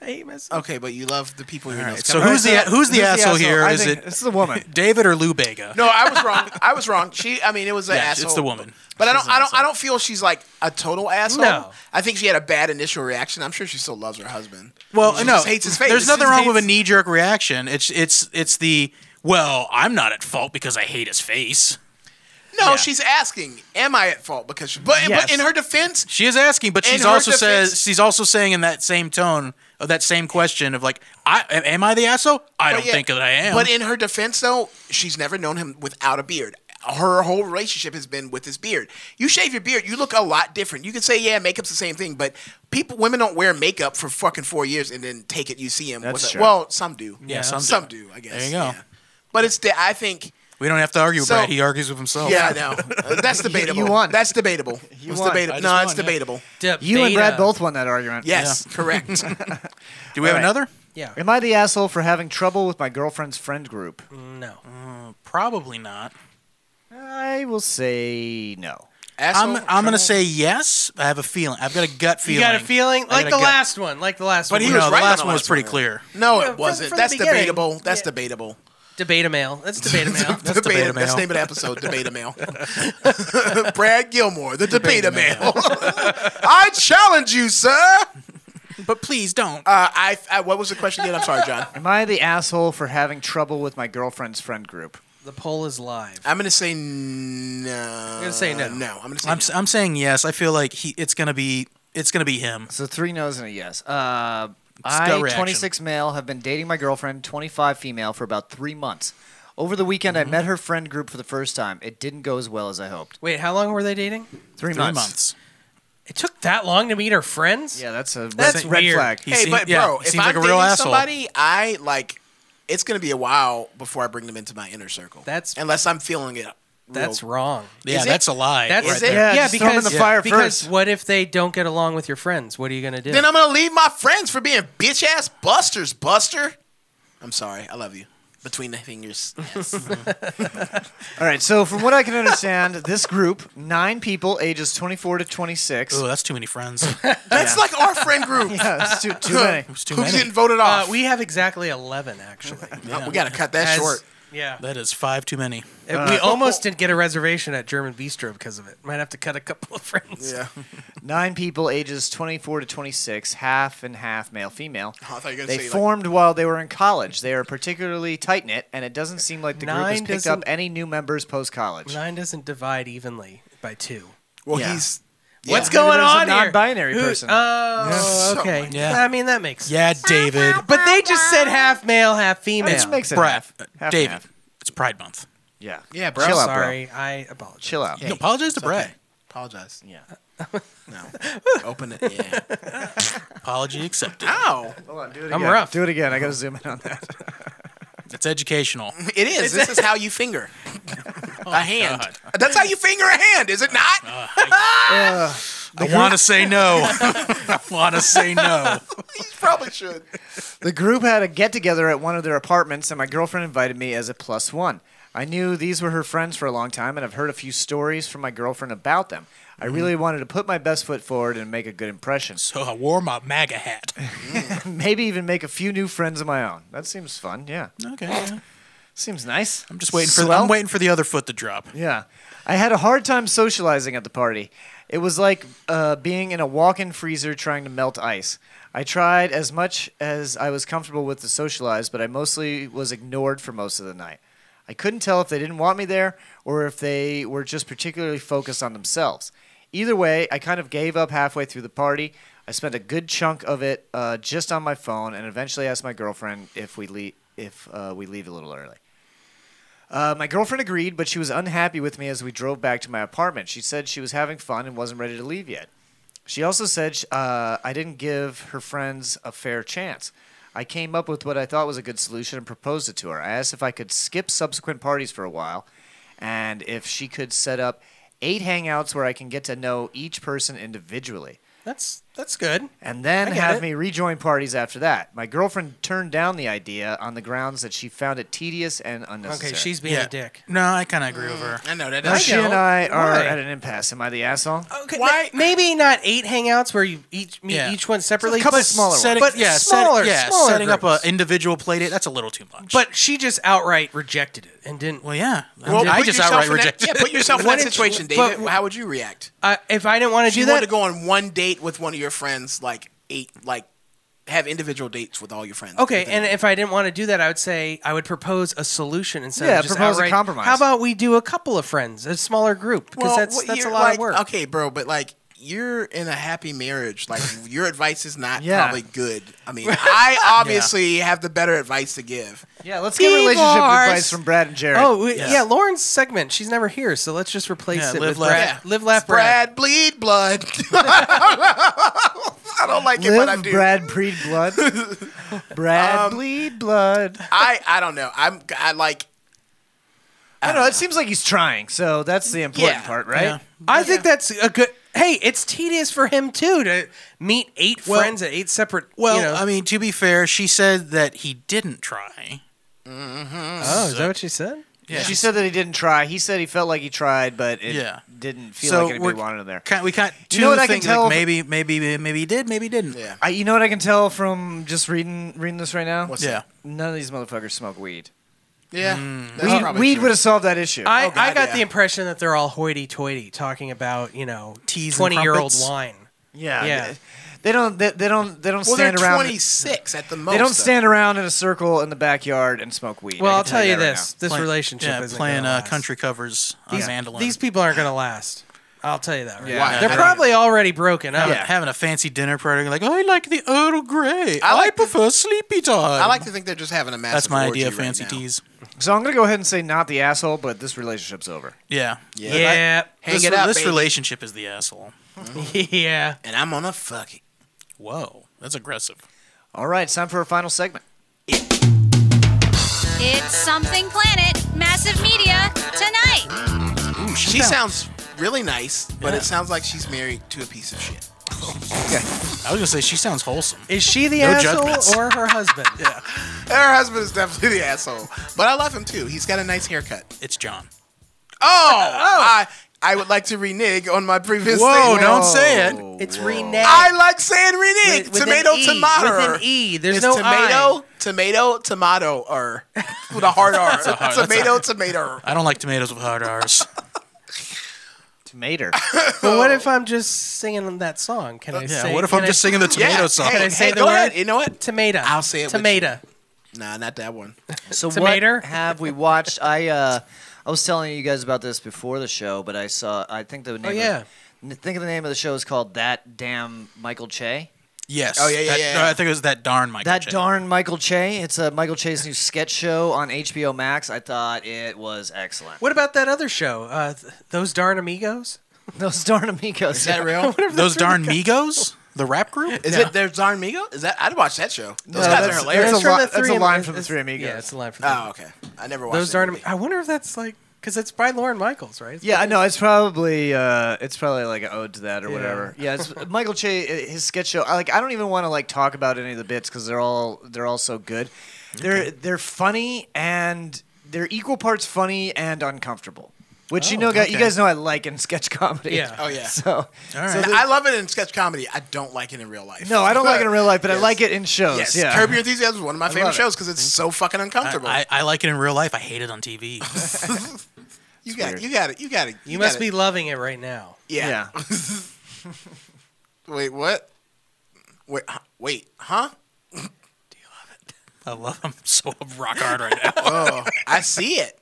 [SPEAKER 1] I hate myself.
[SPEAKER 8] Okay, but you love the people who know.
[SPEAKER 6] So who's the who's the asshole, here? Is it David or Lou Bega?
[SPEAKER 8] No, I was wrong. I was wrong. She, I mean, it was an
[SPEAKER 6] Yeah,
[SPEAKER 8] asshole.
[SPEAKER 6] it's the woman.
[SPEAKER 8] But I
[SPEAKER 6] She's
[SPEAKER 8] don't, I don't, I don't feel she's like a total asshole.
[SPEAKER 6] No.
[SPEAKER 8] I think she had a bad initial reaction. I'm sure she still loves her husband.
[SPEAKER 6] Well,
[SPEAKER 8] she
[SPEAKER 6] no,
[SPEAKER 8] just hates his face.
[SPEAKER 6] There's
[SPEAKER 8] She
[SPEAKER 6] nothing
[SPEAKER 8] just
[SPEAKER 6] wrong with a
[SPEAKER 8] hates-
[SPEAKER 6] knee jerk reaction. It's it's it's the well, I'm not at fault because I hate his face.
[SPEAKER 8] No, she's asking, "Am I at fault?" Because, she, but,
[SPEAKER 6] Yes.
[SPEAKER 8] but in her defense,
[SPEAKER 6] She is asking, but
[SPEAKER 8] In
[SPEAKER 6] she's
[SPEAKER 8] her
[SPEAKER 6] also
[SPEAKER 8] defense-
[SPEAKER 6] says she's also saying in that same tone of that same question of like, I am I the asshole? I
[SPEAKER 8] But
[SPEAKER 6] don't
[SPEAKER 8] yeah,
[SPEAKER 6] think that I am.
[SPEAKER 8] But in her defense, though, she's never known him without a beard. Her whole relationship has been with his beard. You shave your beard, you look a lot different. You could say, yeah, makeup's the same thing, but people, women don't wear makeup for fucking four years and then take it. You see him.
[SPEAKER 6] That's
[SPEAKER 8] with a-
[SPEAKER 6] true.
[SPEAKER 8] Well, some do.
[SPEAKER 6] Yeah, some do.
[SPEAKER 8] do. I guess.
[SPEAKER 6] there you go.
[SPEAKER 8] Yeah. But it's the I think.
[SPEAKER 6] We don't have to argue,
[SPEAKER 8] So-
[SPEAKER 6] Brad. He argues with himself.
[SPEAKER 8] yeah, I know. Uh, That's debatable.
[SPEAKER 6] Oh, You
[SPEAKER 8] won. That's debatable. It's
[SPEAKER 6] won. I
[SPEAKER 8] debatable.
[SPEAKER 6] just
[SPEAKER 8] No,
[SPEAKER 6] won,
[SPEAKER 8] it's
[SPEAKER 6] yeah.
[SPEAKER 8] debatable.
[SPEAKER 2] You and Brad both won that argument.
[SPEAKER 8] Yes, correct.
[SPEAKER 6] Do we have
[SPEAKER 2] All
[SPEAKER 6] another?
[SPEAKER 1] Yeah.
[SPEAKER 2] Am I the asshole for having trouble with my girlfriend's friend group?
[SPEAKER 1] No.
[SPEAKER 6] probably not.
[SPEAKER 2] I will say no.
[SPEAKER 6] I'm I'm gonna say yes. I have a feeling. I've got a gut
[SPEAKER 1] You
[SPEAKER 6] feeling.
[SPEAKER 1] got a feeling
[SPEAKER 6] I got
[SPEAKER 1] like
[SPEAKER 6] a
[SPEAKER 1] the
[SPEAKER 6] gut-
[SPEAKER 1] last one, like the last
[SPEAKER 6] But
[SPEAKER 1] one.
[SPEAKER 6] he was No, the right on last the one was last pretty one. clear.
[SPEAKER 8] No,
[SPEAKER 1] Yeah,
[SPEAKER 8] it
[SPEAKER 1] from-
[SPEAKER 8] wasn't.
[SPEAKER 1] from the
[SPEAKER 8] That's
[SPEAKER 1] beginning.
[SPEAKER 8] debatable. That's debatable.
[SPEAKER 1] Debate a male. That's debate a male.
[SPEAKER 8] That's debate
[SPEAKER 6] Debate-a-male.
[SPEAKER 8] That's the name of the episode. Debate mail. Brad Gilmore, the debate mail. I challenge you, sir.
[SPEAKER 6] But please don't. Uh,
[SPEAKER 8] I, I what was the question again? I'm sorry, John.
[SPEAKER 2] Am I the asshole for having trouble with my girlfriend's friend group?
[SPEAKER 1] The poll is live.
[SPEAKER 8] I'm gonna say no. I'm gonna
[SPEAKER 1] say no.
[SPEAKER 8] No, I'm gonna say
[SPEAKER 6] I'm s- I'm saying yes. I feel like he. It's gonna be it's gonna be him.
[SPEAKER 2] So three no's and a yes. Uh,
[SPEAKER 6] It's gut
[SPEAKER 2] I,
[SPEAKER 6] reaction.
[SPEAKER 2] 26 male, have been dating my girlfriend, 25 female, for about three months. Over the weekend,
[SPEAKER 1] Mm-hmm.
[SPEAKER 2] I met her friend group for the first time. It didn't go as well as I hoped.
[SPEAKER 1] Wait, how long were they dating?
[SPEAKER 2] Three,
[SPEAKER 1] Three
[SPEAKER 2] months.
[SPEAKER 1] months. It took that long to meet her friends.
[SPEAKER 2] Yeah, that's a
[SPEAKER 1] that's
[SPEAKER 2] red
[SPEAKER 1] weird.
[SPEAKER 2] flag.
[SPEAKER 8] hey, but bro, if I'm dating somebody, I like. It's gonna be a while before I bring them into my inner circle. That's unless I'm feeling it. real-
[SPEAKER 1] That's wrong.
[SPEAKER 6] Yeah, that's a lie
[SPEAKER 1] That's
[SPEAKER 8] right there.
[SPEAKER 1] yeah,
[SPEAKER 8] Yeah, just
[SPEAKER 1] because
[SPEAKER 8] throw 'em in the fire
[SPEAKER 1] because
[SPEAKER 8] first.
[SPEAKER 1] what if they don't get along with your friends? What are you gonna do?
[SPEAKER 8] Then I'm gonna leave my friends for being bitch ass busters, Buster. I'm sorry. I love you. Between the fingers. Yes.
[SPEAKER 2] All right, so from what I can understand, this group, nine people, ages 24 to 26.
[SPEAKER 6] Oh, that's too many friends.
[SPEAKER 8] That's like our friend group.
[SPEAKER 2] yeah, that's too, too many.
[SPEAKER 6] Who's many. getting
[SPEAKER 8] voted
[SPEAKER 1] off? we have exactly eleven, actually.
[SPEAKER 8] Uh, We gotta cut that
[SPEAKER 1] As-
[SPEAKER 8] short. Uh,
[SPEAKER 1] Yeah.
[SPEAKER 6] That is five too many.
[SPEAKER 1] It- we almost didn't get a reservation at German Bistro because of it. Might have to cut a couple of friends.
[SPEAKER 8] Yeah.
[SPEAKER 2] Nine people, ages 24 to 26, half and half male female.
[SPEAKER 8] I thought you were gonna
[SPEAKER 2] They
[SPEAKER 8] say, like-
[SPEAKER 2] formed while they were in college. They are particularly tight knit, and it doesn't seem like the group has
[SPEAKER 1] Nine
[SPEAKER 2] picked up
[SPEAKER 1] doesn't-
[SPEAKER 2] any new members post college.
[SPEAKER 1] Nine doesn't divide evenly by two.
[SPEAKER 8] Well,
[SPEAKER 2] Yeah.
[SPEAKER 8] he's
[SPEAKER 1] What's
[SPEAKER 2] Yeah.
[SPEAKER 1] going
[SPEAKER 2] Maybe there's a
[SPEAKER 1] on here?
[SPEAKER 2] non-binary
[SPEAKER 1] Who-
[SPEAKER 2] person.
[SPEAKER 1] Oh,
[SPEAKER 2] Yeah.
[SPEAKER 1] okay.
[SPEAKER 2] Someone. Yeah.
[SPEAKER 1] I mean, that makes sense.
[SPEAKER 6] Yeah, David.
[SPEAKER 1] But they just said half male, half female.
[SPEAKER 6] It's Brad. David. It's Pride Month.
[SPEAKER 2] Yeah.
[SPEAKER 1] Yeah, bro.
[SPEAKER 6] Chill out, bro.
[SPEAKER 1] Sorry, I apologize.
[SPEAKER 2] Chill out.
[SPEAKER 6] You can apologize to
[SPEAKER 8] It's
[SPEAKER 6] Brad.
[SPEAKER 8] okay. Apologize.
[SPEAKER 2] Yeah.
[SPEAKER 8] No. Open it. Yeah.
[SPEAKER 6] Apology accepted.
[SPEAKER 8] Ow.
[SPEAKER 2] Hold on. Do it
[SPEAKER 6] I'm again. rough.
[SPEAKER 2] Do it again. I got to zoom in on that.
[SPEAKER 6] It's educational. Oh,
[SPEAKER 8] It is. This is how you finger a hand.
[SPEAKER 6] God.
[SPEAKER 8] That's how you finger a hand, is it not?
[SPEAKER 6] I want to say no. I want to say no.
[SPEAKER 8] you probably should.
[SPEAKER 2] The group had a get together at one of their apartments, and my girlfriend invited me as a plus one. I knew these were her friends for a long time, and I've heard a few stories from my girlfriend about them. I
[SPEAKER 1] Mm-hmm.
[SPEAKER 2] really wanted to put my best foot forward and make a good impression.
[SPEAKER 6] So I wore my MAGA hat.
[SPEAKER 2] Maybe even make a few new friends of my own. That seems fun, yeah.
[SPEAKER 6] Okay. yeah.
[SPEAKER 2] Seems nice.
[SPEAKER 6] I'm just waiting for.
[SPEAKER 2] Swell.
[SPEAKER 6] I'm waiting for the other foot to drop.
[SPEAKER 2] Yeah. I had a hard time socializing at the party. It was like uh, being in a walk in freezer trying to melt ice. I tried as much as I was comfortable with to socialize, but I mostly was ignored for most of the night. I couldn't tell if they didn't want me there or if they were just particularly focused on themselves. Either way, I kind of gave up halfway through the party. I spent a good chunk of it uh, just on my phone and eventually asked my girlfriend if we, le- if, uh, we leave a little early. Uh, my girlfriend agreed, but she was unhappy with me as we drove back to my apartment. She said she was having fun and wasn't ready to leave yet. She also said sh- uh, I didn't give her friends a fair chance. I came up with what I thought was a good solution and proposed it to her. I asked if I could skip subsequent parties for a while and if she could set up eight hangouts where I can get to know each person individually.
[SPEAKER 1] That's that's good.
[SPEAKER 2] And then
[SPEAKER 1] I get
[SPEAKER 2] have
[SPEAKER 1] it.
[SPEAKER 2] me rejoin parties after that. My girlfriend turned down the idea on the grounds that she found it tedious and unnecessary.
[SPEAKER 1] she's being a Yeah. dick.
[SPEAKER 6] No, I kind of agree with her.
[SPEAKER 8] I know that.
[SPEAKER 2] Now, she and I are
[SPEAKER 1] Why?
[SPEAKER 2] at an impasse. Am I the asshole?
[SPEAKER 1] Okay, Why? maybe not eight hangouts where you each meet
[SPEAKER 6] Yeah.
[SPEAKER 1] each one separately.
[SPEAKER 6] Couple
[SPEAKER 1] but
[SPEAKER 6] smaller ones.
[SPEAKER 1] but
[SPEAKER 6] yeah, set-
[SPEAKER 1] smaller,
[SPEAKER 6] yeah,
[SPEAKER 1] smaller
[SPEAKER 6] setting
[SPEAKER 1] groups.
[SPEAKER 6] up an individual play date, that's a little too much.
[SPEAKER 1] But she just outright rejected it and didn't.
[SPEAKER 6] Well, yeah.
[SPEAKER 8] Well,
[SPEAKER 6] I
[SPEAKER 8] put
[SPEAKER 6] just
[SPEAKER 8] yourself
[SPEAKER 6] outright
[SPEAKER 8] in that-
[SPEAKER 6] rejected
[SPEAKER 8] Yeah, put yourself in that
[SPEAKER 1] Wouldn't you-
[SPEAKER 8] situation,
[SPEAKER 1] but-
[SPEAKER 8] David. How would you react?
[SPEAKER 1] Uh, if I didn't want to
[SPEAKER 8] If
[SPEAKER 1] do
[SPEAKER 8] you
[SPEAKER 1] that,
[SPEAKER 8] want to go on one date with one of your friends, like eight, like have individual dates with all your friends.
[SPEAKER 1] Okay, and if I didn't want to do that, I would say I would propose a solution instead
[SPEAKER 8] Yeah,
[SPEAKER 1] of just
[SPEAKER 8] propose a
[SPEAKER 1] outright-
[SPEAKER 8] compromise.
[SPEAKER 1] How about we do a couple of friends, a smaller group, because that's
[SPEAKER 8] what
[SPEAKER 1] that's a
[SPEAKER 8] you're
[SPEAKER 1] lot
[SPEAKER 8] like,
[SPEAKER 1] of work.
[SPEAKER 8] Okay, bro, but like you're in a happy marriage. Like your advice is not
[SPEAKER 1] Yeah.
[SPEAKER 8] probably good. I mean, I obviously have the better advice to give.
[SPEAKER 2] Yeah, let's get relationship
[SPEAKER 1] Divorce.
[SPEAKER 2] advice from Brad and Jared.
[SPEAKER 1] Oh we-
[SPEAKER 8] Yeah.
[SPEAKER 1] yeah. Lauren's segment. She's never here, so let's just replace
[SPEAKER 8] Yeah,
[SPEAKER 1] it
[SPEAKER 8] live,
[SPEAKER 1] with
[SPEAKER 8] laugh-
[SPEAKER 1] Brad.
[SPEAKER 8] Yeah.
[SPEAKER 1] Live, laugh,
[SPEAKER 8] Brad, bleed blood. I don't like it, but I
[SPEAKER 2] Live,
[SPEAKER 8] do.
[SPEAKER 2] Brad, breed blood. Brad,
[SPEAKER 8] Um,
[SPEAKER 2] bleed blood.
[SPEAKER 8] I I don't know. I'm I like.
[SPEAKER 2] I don't know. It seems like he's trying, so that's the important
[SPEAKER 8] Yeah.
[SPEAKER 2] part, right?
[SPEAKER 1] I think that's a good. Hey, it's tedious for him too to meet eight
[SPEAKER 6] Well-
[SPEAKER 1] friends at eight separate.
[SPEAKER 6] Well,
[SPEAKER 1] you know.
[SPEAKER 6] I mean, to be fair, she said that he didn't try. Mm-hmm.
[SPEAKER 1] oh, is that what she said?
[SPEAKER 6] Yeah.
[SPEAKER 2] She said that he didn't try. He said he felt like he tried, but it
[SPEAKER 6] Yeah.
[SPEAKER 2] didn't feel
[SPEAKER 6] So
[SPEAKER 2] like anybody
[SPEAKER 6] we're
[SPEAKER 2] wanted him there.
[SPEAKER 6] Kind, we kind two
[SPEAKER 2] You know what I can
[SPEAKER 6] things.
[SPEAKER 2] tell
[SPEAKER 6] like,
[SPEAKER 2] if-
[SPEAKER 6] maybe, maybe, maybe he did. Maybe he didn't. Yeah.
[SPEAKER 2] I, you know what I can tell from just reading reading this right now?
[SPEAKER 6] What's Yeah.
[SPEAKER 2] None of these motherfuckers smoke weed.
[SPEAKER 8] Yeah,
[SPEAKER 1] that's
[SPEAKER 2] weed,
[SPEAKER 1] probably
[SPEAKER 2] weed would have solved that issue.
[SPEAKER 1] I, I got the impression that they're all hoity-toity, talking about you know
[SPEAKER 6] Teas and
[SPEAKER 1] twenty-year-old
[SPEAKER 6] crumpets.
[SPEAKER 1] wine.
[SPEAKER 2] Yeah,
[SPEAKER 1] yeah.
[SPEAKER 2] They, they don't. They, they don't. They don't
[SPEAKER 8] Well, they're
[SPEAKER 2] stand around.
[SPEAKER 8] 26 at the most.
[SPEAKER 2] they don't
[SPEAKER 8] though.
[SPEAKER 2] stand around in a circle in the backyard and smoke weed.
[SPEAKER 1] Well,
[SPEAKER 2] I
[SPEAKER 1] I'll
[SPEAKER 2] can
[SPEAKER 1] tell you
[SPEAKER 2] that right
[SPEAKER 1] this:
[SPEAKER 2] now.
[SPEAKER 1] this
[SPEAKER 6] Playing-
[SPEAKER 1] relationship
[SPEAKER 6] yeah,
[SPEAKER 1] isn't
[SPEAKER 6] playing
[SPEAKER 1] gonna
[SPEAKER 6] uh,
[SPEAKER 1] last.
[SPEAKER 6] country covers on
[SPEAKER 1] These,
[SPEAKER 6] mandolin.
[SPEAKER 1] these people aren't going to last. I'll tell you that. Right
[SPEAKER 6] Yeah.
[SPEAKER 1] now.
[SPEAKER 6] Why?
[SPEAKER 1] They're
[SPEAKER 6] Yeah.
[SPEAKER 1] probably already broken up.
[SPEAKER 6] having, having a fancy dinner party, like I like the Earl Grey. I,
[SPEAKER 8] like
[SPEAKER 6] prefer sleepy time.
[SPEAKER 8] I like to think they're just having a massive.
[SPEAKER 6] That's my idea of
[SPEAKER 8] orgy right
[SPEAKER 6] fancy
[SPEAKER 8] now.
[SPEAKER 6] teas.
[SPEAKER 2] So I'm gonna go ahead and say not the asshole, but this relationship's over.
[SPEAKER 6] Yeah.
[SPEAKER 8] Yeah. Yeah. Hang
[SPEAKER 6] this,
[SPEAKER 8] it up,
[SPEAKER 6] This
[SPEAKER 8] baby.
[SPEAKER 6] relationship is the asshole.
[SPEAKER 1] yeah.
[SPEAKER 8] And I'm gonna fuck it.
[SPEAKER 6] Whoa, that's aggressive.
[SPEAKER 2] All right, it's time for our final segment.
[SPEAKER 5] It's Something Planet, massive media, tonight.
[SPEAKER 8] Ooh, she sounds really nice, but it sounds like she's married to a piece of shit.
[SPEAKER 6] I was gonna say she sounds wholesome.
[SPEAKER 1] Is she the
[SPEAKER 6] No
[SPEAKER 1] asshole
[SPEAKER 6] judgments.
[SPEAKER 1] or her husband?
[SPEAKER 6] yeah.
[SPEAKER 8] Her husband is definitely the asshole, but I love him too. He's got a nice haircut.
[SPEAKER 6] It's John.
[SPEAKER 8] Oh, I I would like to renege on my previous.
[SPEAKER 6] Whoa,
[SPEAKER 8] statement.
[SPEAKER 6] don't say it.
[SPEAKER 1] It's reneged.
[SPEAKER 8] I like saying renege.
[SPEAKER 1] With- with an
[SPEAKER 8] tomato,
[SPEAKER 1] E,
[SPEAKER 8] tomato.
[SPEAKER 1] with an E. There's
[SPEAKER 8] it's
[SPEAKER 1] no
[SPEAKER 8] tomato, tomato, tomato, or with a hard R.
[SPEAKER 6] That's a hard- that's
[SPEAKER 8] tomato,
[SPEAKER 6] a-
[SPEAKER 8] tomato.
[SPEAKER 6] I don't like tomatoes with hard R's.
[SPEAKER 2] Tomato.
[SPEAKER 1] But what if I'm just singing that song? Can I?
[SPEAKER 6] Yeah,
[SPEAKER 1] Say,
[SPEAKER 6] what if I'm
[SPEAKER 1] can I-
[SPEAKER 6] just singing the tomato
[SPEAKER 8] Yeah,
[SPEAKER 6] song?
[SPEAKER 8] hey,
[SPEAKER 1] Can I say
[SPEAKER 8] hey,
[SPEAKER 1] the
[SPEAKER 8] go
[SPEAKER 1] word?
[SPEAKER 8] ahead. You know what?
[SPEAKER 1] Tomato.
[SPEAKER 8] I'll say it. with you.
[SPEAKER 1] Tomato.
[SPEAKER 8] Nah, not that one.
[SPEAKER 2] So
[SPEAKER 1] Tomato?
[SPEAKER 2] what have we watched? I uh, I was telling you guys about this before the show, but I saw. I think the name.
[SPEAKER 1] Oh, yeah.
[SPEAKER 2] Of, think of the name of the show is called That Damn Michael Che.
[SPEAKER 6] Yes.
[SPEAKER 8] Oh, yeah, yeah,
[SPEAKER 6] That-
[SPEAKER 8] yeah,
[SPEAKER 6] no,
[SPEAKER 8] yeah.
[SPEAKER 6] I think it was that darn Michael.
[SPEAKER 2] that
[SPEAKER 6] Che.
[SPEAKER 2] darn Michael Che. It's a Michael Che's new sketch show on HBO Max. I thought it was excellent.
[SPEAKER 1] What about that other show? Uh, th- those darn amigos.
[SPEAKER 2] Those darn amigos.
[SPEAKER 8] Is that real?
[SPEAKER 1] What if
[SPEAKER 6] Those
[SPEAKER 1] that's
[SPEAKER 6] darn
[SPEAKER 1] really
[SPEAKER 6] Migos, the rap group.
[SPEAKER 8] Is
[SPEAKER 6] No.
[SPEAKER 8] it their Darn Migo? Is that I'd watch that show. Those
[SPEAKER 2] No,
[SPEAKER 8] guys are
[SPEAKER 2] that's-
[SPEAKER 8] hilarious.
[SPEAKER 2] that's a
[SPEAKER 1] from
[SPEAKER 2] li-
[SPEAKER 1] the
[SPEAKER 2] that's a
[SPEAKER 1] Three Am-
[SPEAKER 2] line from
[SPEAKER 1] it's-
[SPEAKER 2] the Three Amigos.
[SPEAKER 1] Yeah, it's a line from. the-
[SPEAKER 8] Oh, okay. I never watched
[SPEAKER 1] Those
[SPEAKER 8] that
[SPEAKER 1] darn.
[SPEAKER 8] movie.
[SPEAKER 1] Ami- I wonder if that's like because it's by Lauren Michaels, right? It's
[SPEAKER 2] Yeah, I
[SPEAKER 1] by-
[SPEAKER 2] know. It's probably uh, it's probably like an ode to that or
[SPEAKER 1] Yeah.
[SPEAKER 2] whatever. Yeah, it's Michael Che i- his sketch show. I, like I don't even want to like talk about any of the bits because they're all they're all so good. They're they're funny and they're equal parts funny and uncomfortable. Which you
[SPEAKER 6] Oh,
[SPEAKER 2] know, guy- you
[SPEAKER 6] okay.
[SPEAKER 2] guys know I like in sketch comedy.
[SPEAKER 1] Yeah.
[SPEAKER 8] Oh, yeah.
[SPEAKER 2] So,
[SPEAKER 6] right.
[SPEAKER 2] so the-
[SPEAKER 8] I love it in sketch comedy. I don't like it in real life.
[SPEAKER 2] no, I don't like it in real life, but I like it in shows.
[SPEAKER 8] Yes,
[SPEAKER 2] Yeah.
[SPEAKER 8] Curb Your Enthusiasm is one of my favorite
[SPEAKER 2] love it.
[SPEAKER 8] shows because it's so fucking uncomfortable.
[SPEAKER 6] I, I, I like it in real life. I hate it on TV.
[SPEAKER 8] you got,
[SPEAKER 2] weird.
[SPEAKER 8] you got it, you got it.
[SPEAKER 1] You must be loving it right now.
[SPEAKER 8] Yeah. Wait, what? Wait, huh? wait, huh?
[SPEAKER 6] I love. I'm so rock hard right now.
[SPEAKER 8] Oh, I see it.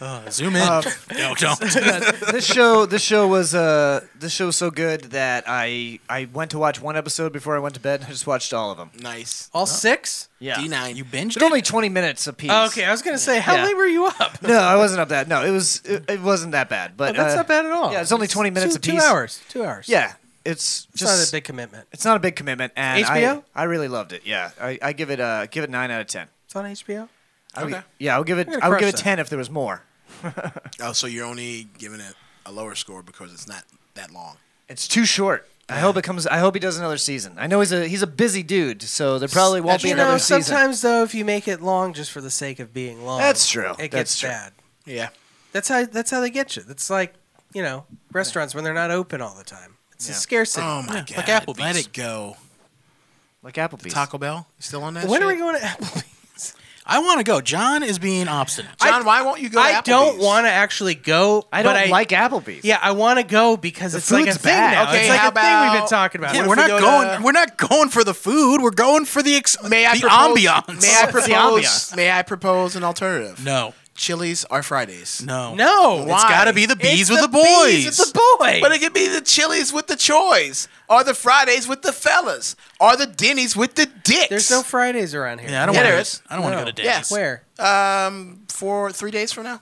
[SPEAKER 6] Uh, zoom in.
[SPEAKER 2] Uh,
[SPEAKER 6] no, don't.
[SPEAKER 2] this show, this show was, uh, this show was so good that I, I went to watch one episode before I went to bed. I just watched all of them.
[SPEAKER 8] Nice.
[SPEAKER 1] All six?
[SPEAKER 2] Yeah.
[SPEAKER 8] D9. You
[SPEAKER 6] binged
[SPEAKER 2] They're only twenty minutes apiece.
[SPEAKER 1] Oh, okay, I was gonna say, how
[SPEAKER 2] Yeah.
[SPEAKER 1] late were you up?
[SPEAKER 2] no, I wasn't up that. No, it was, it, it wasn't that bad. But
[SPEAKER 1] Oh, that's
[SPEAKER 2] uh,
[SPEAKER 1] not bad at all.
[SPEAKER 2] Yeah, it's only twenty minutes
[SPEAKER 1] two,
[SPEAKER 2] apiece.
[SPEAKER 1] Two hours. Two hours.
[SPEAKER 2] Yeah, it's
[SPEAKER 1] It's
[SPEAKER 2] just
[SPEAKER 1] not a big commitment.
[SPEAKER 2] It's not a big commitment, and
[SPEAKER 1] HBO?
[SPEAKER 2] I, I really loved it. Yeah, I, I give it a give it nine out of ten.
[SPEAKER 1] It's on HBO.
[SPEAKER 2] I would- yeah, I'll give it.
[SPEAKER 8] I'm gonna
[SPEAKER 2] I would give
[SPEAKER 8] crush
[SPEAKER 2] it
[SPEAKER 8] that.
[SPEAKER 2] ten if there was more.
[SPEAKER 8] Oh, so you're only giving it a lower score because it's not that long.
[SPEAKER 2] It's too short. I hope it comes. I hope he does another season. I know he's a he's a busy dude, so there probably won't be
[SPEAKER 1] you
[SPEAKER 2] another
[SPEAKER 1] know,
[SPEAKER 2] season.
[SPEAKER 1] sometimes though, if you make it long just for the sake of being long,
[SPEAKER 2] That's true.
[SPEAKER 1] It
[SPEAKER 2] That's
[SPEAKER 1] gets
[SPEAKER 2] true.
[SPEAKER 1] bad.
[SPEAKER 8] Yeah.
[SPEAKER 1] That's how that's how they get you. That's like you know restaurants when they're not open all the time. It's a
[SPEAKER 8] Yeah.
[SPEAKER 1] scarcity.
[SPEAKER 8] Oh my
[SPEAKER 1] Yeah.
[SPEAKER 8] god! Let it go.
[SPEAKER 2] Like Applebee's.
[SPEAKER 6] Taco Bell. You still on that?
[SPEAKER 1] When are we
[SPEAKER 6] shit?
[SPEAKER 1] going to Applebee's?
[SPEAKER 6] I want to go. John is being obstinate.
[SPEAKER 1] John,
[SPEAKER 8] why won't you go?
[SPEAKER 1] I don't want to actually go.
[SPEAKER 6] I
[SPEAKER 1] but
[SPEAKER 6] don't like Applebee's.
[SPEAKER 1] Yeah, I want to go because it's like a
[SPEAKER 6] food's
[SPEAKER 1] thing
[SPEAKER 6] bad.
[SPEAKER 1] now.
[SPEAKER 6] Okay,
[SPEAKER 1] it's like
[SPEAKER 6] how
[SPEAKER 1] a thing we've been
[SPEAKER 6] about-
[SPEAKER 1] talking about.
[SPEAKER 6] Yeah, we're not going. we're not going for the food. We're going for the ex-
[SPEAKER 8] uh, May I
[SPEAKER 6] the
[SPEAKER 8] propose,
[SPEAKER 6] ambiance.
[SPEAKER 8] May I
[SPEAKER 6] The
[SPEAKER 8] propose?
[SPEAKER 6] ambiance.
[SPEAKER 8] may I propose an alternative?
[SPEAKER 6] No.
[SPEAKER 8] Chili's are Fridays.
[SPEAKER 6] No.
[SPEAKER 1] No.
[SPEAKER 8] Why?
[SPEAKER 6] It's got to be the bees
[SPEAKER 8] It's
[SPEAKER 6] with the,
[SPEAKER 8] bees
[SPEAKER 6] boys.
[SPEAKER 8] with the
[SPEAKER 1] boys.
[SPEAKER 8] But it could be the Chili's with the choys, or the Fridays with the fellas, or the Denny's with the dicks.
[SPEAKER 1] There's no Fridays around here.
[SPEAKER 6] Yeah, I don't
[SPEAKER 8] Yeah,
[SPEAKER 6] wanna
[SPEAKER 8] there
[SPEAKER 6] go-
[SPEAKER 8] is.
[SPEAKER 6] I don't wanna go to
[SPEAKER 8] Yeah.
[SPEAKER 6] Denny's.
[SPEAKER 1] Where?
[SPEAKER 8] Um, for three days from now.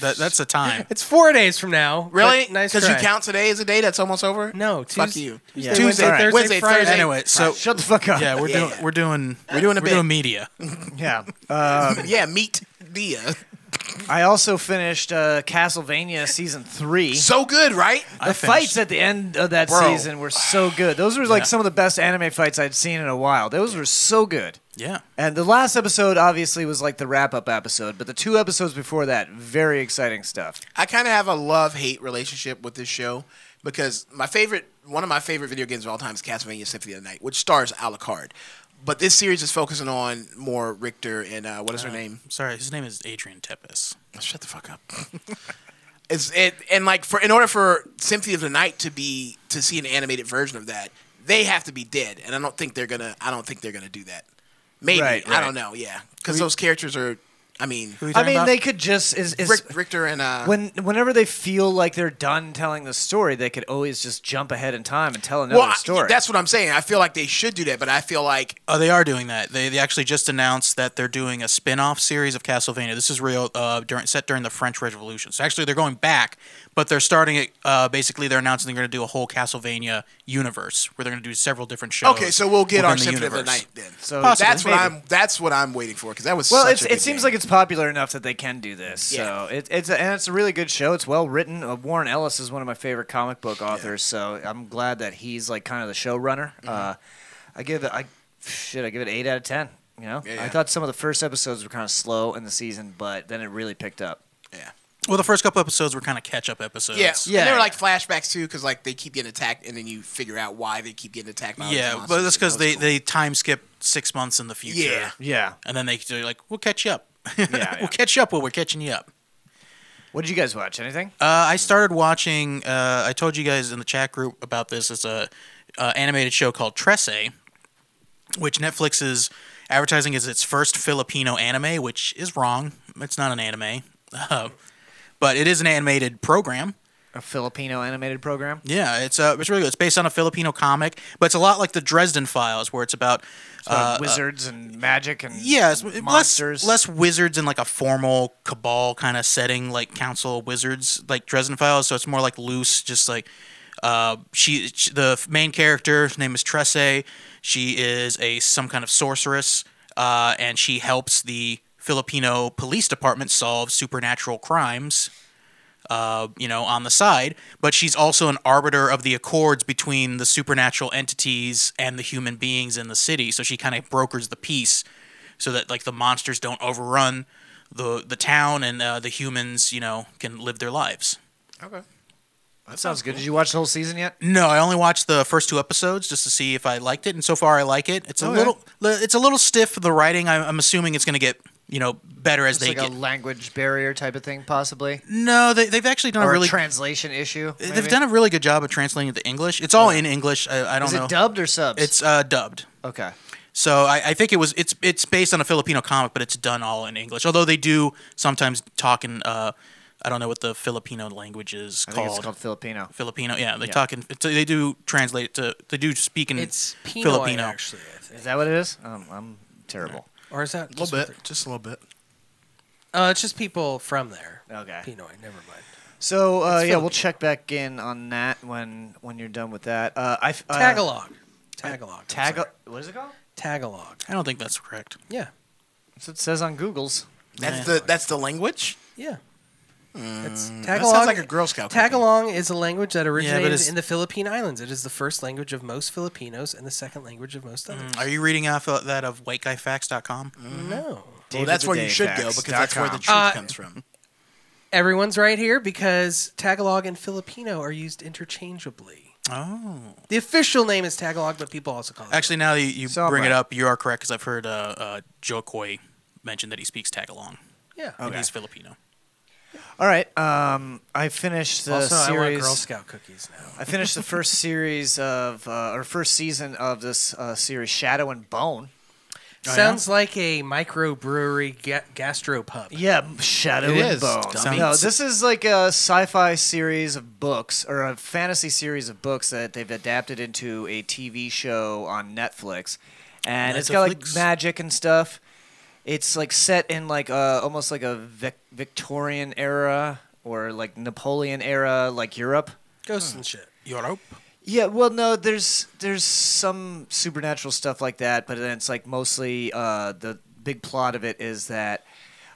[SPEAKER 6] That, that's the time.
[SPEAKER 1] It's four days from now. but
[SPEAKER 8] Really?
[SPEAKER 1] Nice.
[SPEAKER 8] you
[SPEAKER 1] try.
[SPEAKER 8] count today as a day that's almost over.
[SPEAKER 1] No, Tuesday.
[SPEAKER 8] fuck you.
[SPEAKER 1] Tuesday, Wednesday,
[SPEAKER 8] All right.
[SPEAKER 1] Thursday,
[SPEAKER 8] Wednesday,
[SPEAKER 1] Friday.
[SPEAKER 8] Thursday.
[SPEAKER 6] Anyway, so
[SPEAKER 2] shut the fuck up.
[SPEAKER 6] Yeah, we're doing. We're doing.
[SPEAKER 8] We're doing a
[SPEAKER 6] we're
[SPEAKER 8] bit.
[SPEAKER 6] doing media.
[SPEAKER 2] yeah. Um,
[SPEAKER 8] yeah, meet Dia.
[SPEAKER 2] I also finished uh, Castlevania season three.
[SPEAKER 8] So good, right?
[SPEAKER 2] The fights at the end of that
[SPEAKER 8] Bro.
[SPEAKER 2] season were so good. Those were like
[SPEAKER 8] Yeah.
[SPEAKER 2] some of the best anime fights I'd seen in a while. Those were so good.
[SPEAKER 6] Yeah.
[SPEAKER 2] And the last episode obviously was like the wrap up episode, but the two episodes before that, very exciting stuff.
[SPEAKER 8] I kind of have a love hate relationship with this show because my favorite, one of my favorite video games of all time is Castlevania Symphony of the Night, which stars Alucard. But this series is focusing on more Richter and uh, what is her name?
[SPEAKER 6] Sorry, his name is Adrian Tepes.
[SPEAKER 8] Shut the fuck up. It's it, and like for in order for Symphony of the Night to be to see an animated version of that, they have to be dead, and I don't think they're gonna. I don't think they're gonna do that. Maybe
[SPEAKER 2] Right,
[SPEAKER 8] I
[SPEAKER 2] right.
[SPEAKER 8] don't know. Yeah, because
[SPEAKER 2] Who-
[SPEAKER 8] those characters are. I mean,
[SPEAKER 2] I mean, they could just is, is
[SPEAKER 8] Rick, Richter and uh,
[SPEAKER 2] when whenever they feel like they're done telling the story, they could always just jump ahead in time and tell another
[SPEAKER 8] well, I-
[SPEAKER 2] story.
[SPEAKER 8] that's what I'm saying. I feel like they should do that, but I feel like
[SPEAKER 6] Oh, they are doing that. They, they actually just announced that they're doing a spin-off series of Castlevania. This is real uh, during, set during the French Revolution. So actually, they're going back, but they're starting it. Uh, basically, they're announcing they're going to do a whole Castlevania universe where they're going to do several different
[SPEAKER 2] Oh,
[SPEAKER 6] shows.
[SPEAKER 8] Okay, so we'll get
[SPEAKER 6] within
[SPEAKER 8] our
[SPEAKER 6] the
[SPEAKER 8] Symphony of the
[SPEAKER 6] universe.
[SPEAKER 8] Night then.
[SPEAKER 2] So
[SPEAKER 8] So
[SPEAKER 2] Possibly.
[SPEAKER 8] that's what
[SPEAKER 2] maybe.
[SPEAKER 8] I'm. That's what I'm waiting for because that was
[SPEAKER 2] well,
[SPEAKER 8] Such
[SPEAKER 2] it's,
[SPEAKER 8] a
[SPEAKER 2] it
[SPEAKER 8] good
[SPEAKER 2] seems
[SPEAKER 8] game.
[SPEAKER 2] like it's popular enough that they can do this.
[SPEAKER 8] Yeah.
[SPEAKER 2] So it, it's a, and it's a really good show. It's well written. Uh, Warren Ellis is one of my favorite comic book authors, so I'm glad that he's like kind of the showrunner. Uh, I give it, I shit, I give it eight out of ten. You know,
[SPEAKER 8] Yeah, yeah.
[SPEAKER 2] I thought some of the first episodes were kind of slow in the season, but then it really picked up.
[SPEAKER 6] Well, the first couple episodes were kind of catch-up episodes.
[SPEAKER 8] yeah, yeah. There were like flashbacks too because like they keep getting attacked and then you figure out why they keep getting attacked. By all these
[SPEAKER 6] yeah,
[SPEAKER 8] monsters.
[SPEAKER 6] but that's because they, they time skip six months in the future.
[SPEAKER 8] Yeah.
[SPEAKER 2] Yeah.
[SPEAKER 6] and then they they're like, we'll catch you up. we'll catch you up when we're catching you up.
[SPEAKER 2] What did you guys watch? Anything?
[SPEAKER 6] Uh, I started watching. Uh, I told you guys in the chat group about this. It's a uh, animated show called Tresse, which Netflix is advertising as its first Filipino anime, which is wrong. It's not an anime, uh, but it is an animated program.
[SPEAKER 2] A Filipino animated program.
[SPEAKER 6] Yeah, it's uh, it's really good. It's based on a Filipino comic, but it's a lot like the Dresden Files, where it's about
[SPEAKER 2] So
[SPEAKER 6] uh, uh,
[SPEAKER 2] wizards and magic and
[SPEAKER 6] yeah, it's w-
[SPEAKER 2] monsters.
[SPEAKER 6] Less, less wizards in like a formal cabal kind of setting, like council of wizards, like Dresden Files. So it's more like loose, just like uh, she, she- the f- main character. Her name is Tresse. She is a some kind of sorceress, uh, and she helps the Filipino police department solve supernatural crimes. Uh, you know, on the side, but she's also an arbiter of the accords between the supernatural entities and the human beings in the city. So she kind of brokers the peace so that like the monsters don't overrun the the town and uh, the humans, you know, can live their lives.
[SPEAKER 8] Okay.
[SPEAKER 2] That sounds good. Did you watch the whole season yet?
[SPEAKER 6] No, I only watched the first two episodes just to see if I liked it, and so far I like it. It's a
[SPEAKER 2] Okay.
[SPEAKER 6] little li- it's a little stiff the writing. I'm, I'm assuming it's going to get you know better as
[SPEAKER 2] It's
[SPEAKER 6] they
[SPEAKER 2] like
[SPEAKER 6] get.
[SPEAKER 2] a language barrier type of thing, possibly.
[SPEAKER 6] no, they, they've actually done
[SPEAKER 2] or
[SPEAKER 6] a really
[SPEAKER 2] a translation issue.
[SPEAKER 6] they've done a really good job of translating it to English. It's all in English. I, I don't
[SPEAKER 2] Is
[SPEAKER 6] know.
[SPEAKER 2] it dubbed or subs?
[SPEAKER 6] It's uh, dubbed.
[SPEAKER 2] Okay.
[SPEAKER 6] So I, I think it was it's it's based on a Filipino comic, but it's done all in English. Although they do sometimes talk in uh, I don't know what the Filipino language is
[SPEAKER 2] I
[SPEAKER 6] called.
[SPEAKER 2] think it's called Filipino.
[SPEAKER 6] Filipino, yeah. They
[SPEAKER 2] Yeah.
[SPEAKER 6] talk in it's- they do translate it to they do speak in
[SPEAKER 2] It's
[SPEAKER 8] Mm.
[SPEAKER 2] Pinoy,
[SPEAKER 6] Filipino.
[SPEAKER 2] actually, Is that what it is? Um, I'm terrible.
[SPEAKER 1] Or is that
[SPEAKER 8] A little
[SPEAKER 1] just-
[SPEAKER 8] bit, just a little bit.
[SPEAKER 1] Uh, it's just people from there.
[SPEAKER 8] Oh,
[SPEAKER 2] Okay.
[SPEAKER 1] Pinoy, never mind.
[SPEAKER 2] So uh,
[SPEAKER 1] It's
[SPEAKER 2] yeah, we'll check back in on that when when you're done with that. Uh, I f- uh,
[SPEAKER 1] Tagalog. Tagalog. I'm
[SPEAKER 2] Tagal.
[SPEAKER 1] sorry.
[SPEAKER 2] What is it called?
[SPEAKER 1] Tagalog.
[SPEAKER 6] I don't think that's correct.
[SPEAKER 1] Yeah.
[SPEAKER 2] That's what it says on Google's.
[SPEAKER 8] That's the that's the language.
[SPEAKER 1] Yeah. It's
[SPEAKER 8] Mm, That
[SPEAKER 1] Tagalog.
[SPEAKER 8] sounds like a Girl Scout. cookie.
[SPEAKER 1] Tagalog is a language that originated
[SPEAKER 6] it's-
[SPEAKER 1] in the Philippine Islands. It is the first language of most Filipinos and the second language of most
[SPEAKER 8] Mm,
[SPEAKER 1] others.
[SPEAKER 6] Are you reading off of that of whiteguyfacts.com?
[SPEAKER 2] Mm.
[SPEAKER 1] No.
[SPEAKER 8] Well, that's where you should go because that's where the truth
[SPEAKER 1] Uh,
[SPEAKER 8] comes from.
[SPEAKER 1] Everyone's right here because Tagalog and Filipino are used interchangeably.
[SPEAKER 6] Oh.
[SPEAKER 1] The official name is Tagalog, but people also call it.
[SPEAKER 6] Actually, now that you
[SPEAKER 1] So I'm
[SPEAKER 6] bring it
[SPEAKER 1] right.
[SPEAKER 6] up, you are correct because I've heard uh, uh, Joe Coy mention that he speaks Tagalong.
[SPEAKER 1] Yeah.
[SPEAKER 6] And
[SPEAKER 2] Okay.
[SPEAKER 6] he's Filipino.
[SPEAKER 2] All right. Um, I finished the
[SPEAKER 1] Also, I want
[SPEAKER 2] series.
[SPEAKER 1] Girl Scout cookies now.
[SPEAKER 2] I finished the first series of uh, or first season of this uh, series, Shadow and Bone.
[SPEAKER 1] Sounds like a microbrewery ga- gastropub.
[SPEAKER 2] Yeah, Shadow
[SPEAKER 1] It
[SPEAKER 2] and
[SPEAKER 1] is,
[SPEAKER 2] Bone.
[SPEAKER 1] dummy.
[SPEAKER 2] No, this is like a sci-fi series of books or a fantasy series of books that they've adapted into a TV show on Netflix, and it's got like
[SPEAKER 9] Netflix.
[SPEAKER 2] magic and stuff. It's like set in like uh, almost like a Vic- Victorian era or like Napoleon era, like Europe.
[SPEAKER 1] Ghosts and shit.
[SPEAKER 6] Europe.
[SPEAKER 2] Yeah, well, no, there's there's some supernatural stuff like that, but then it's like mostly uh, the big plot of it is that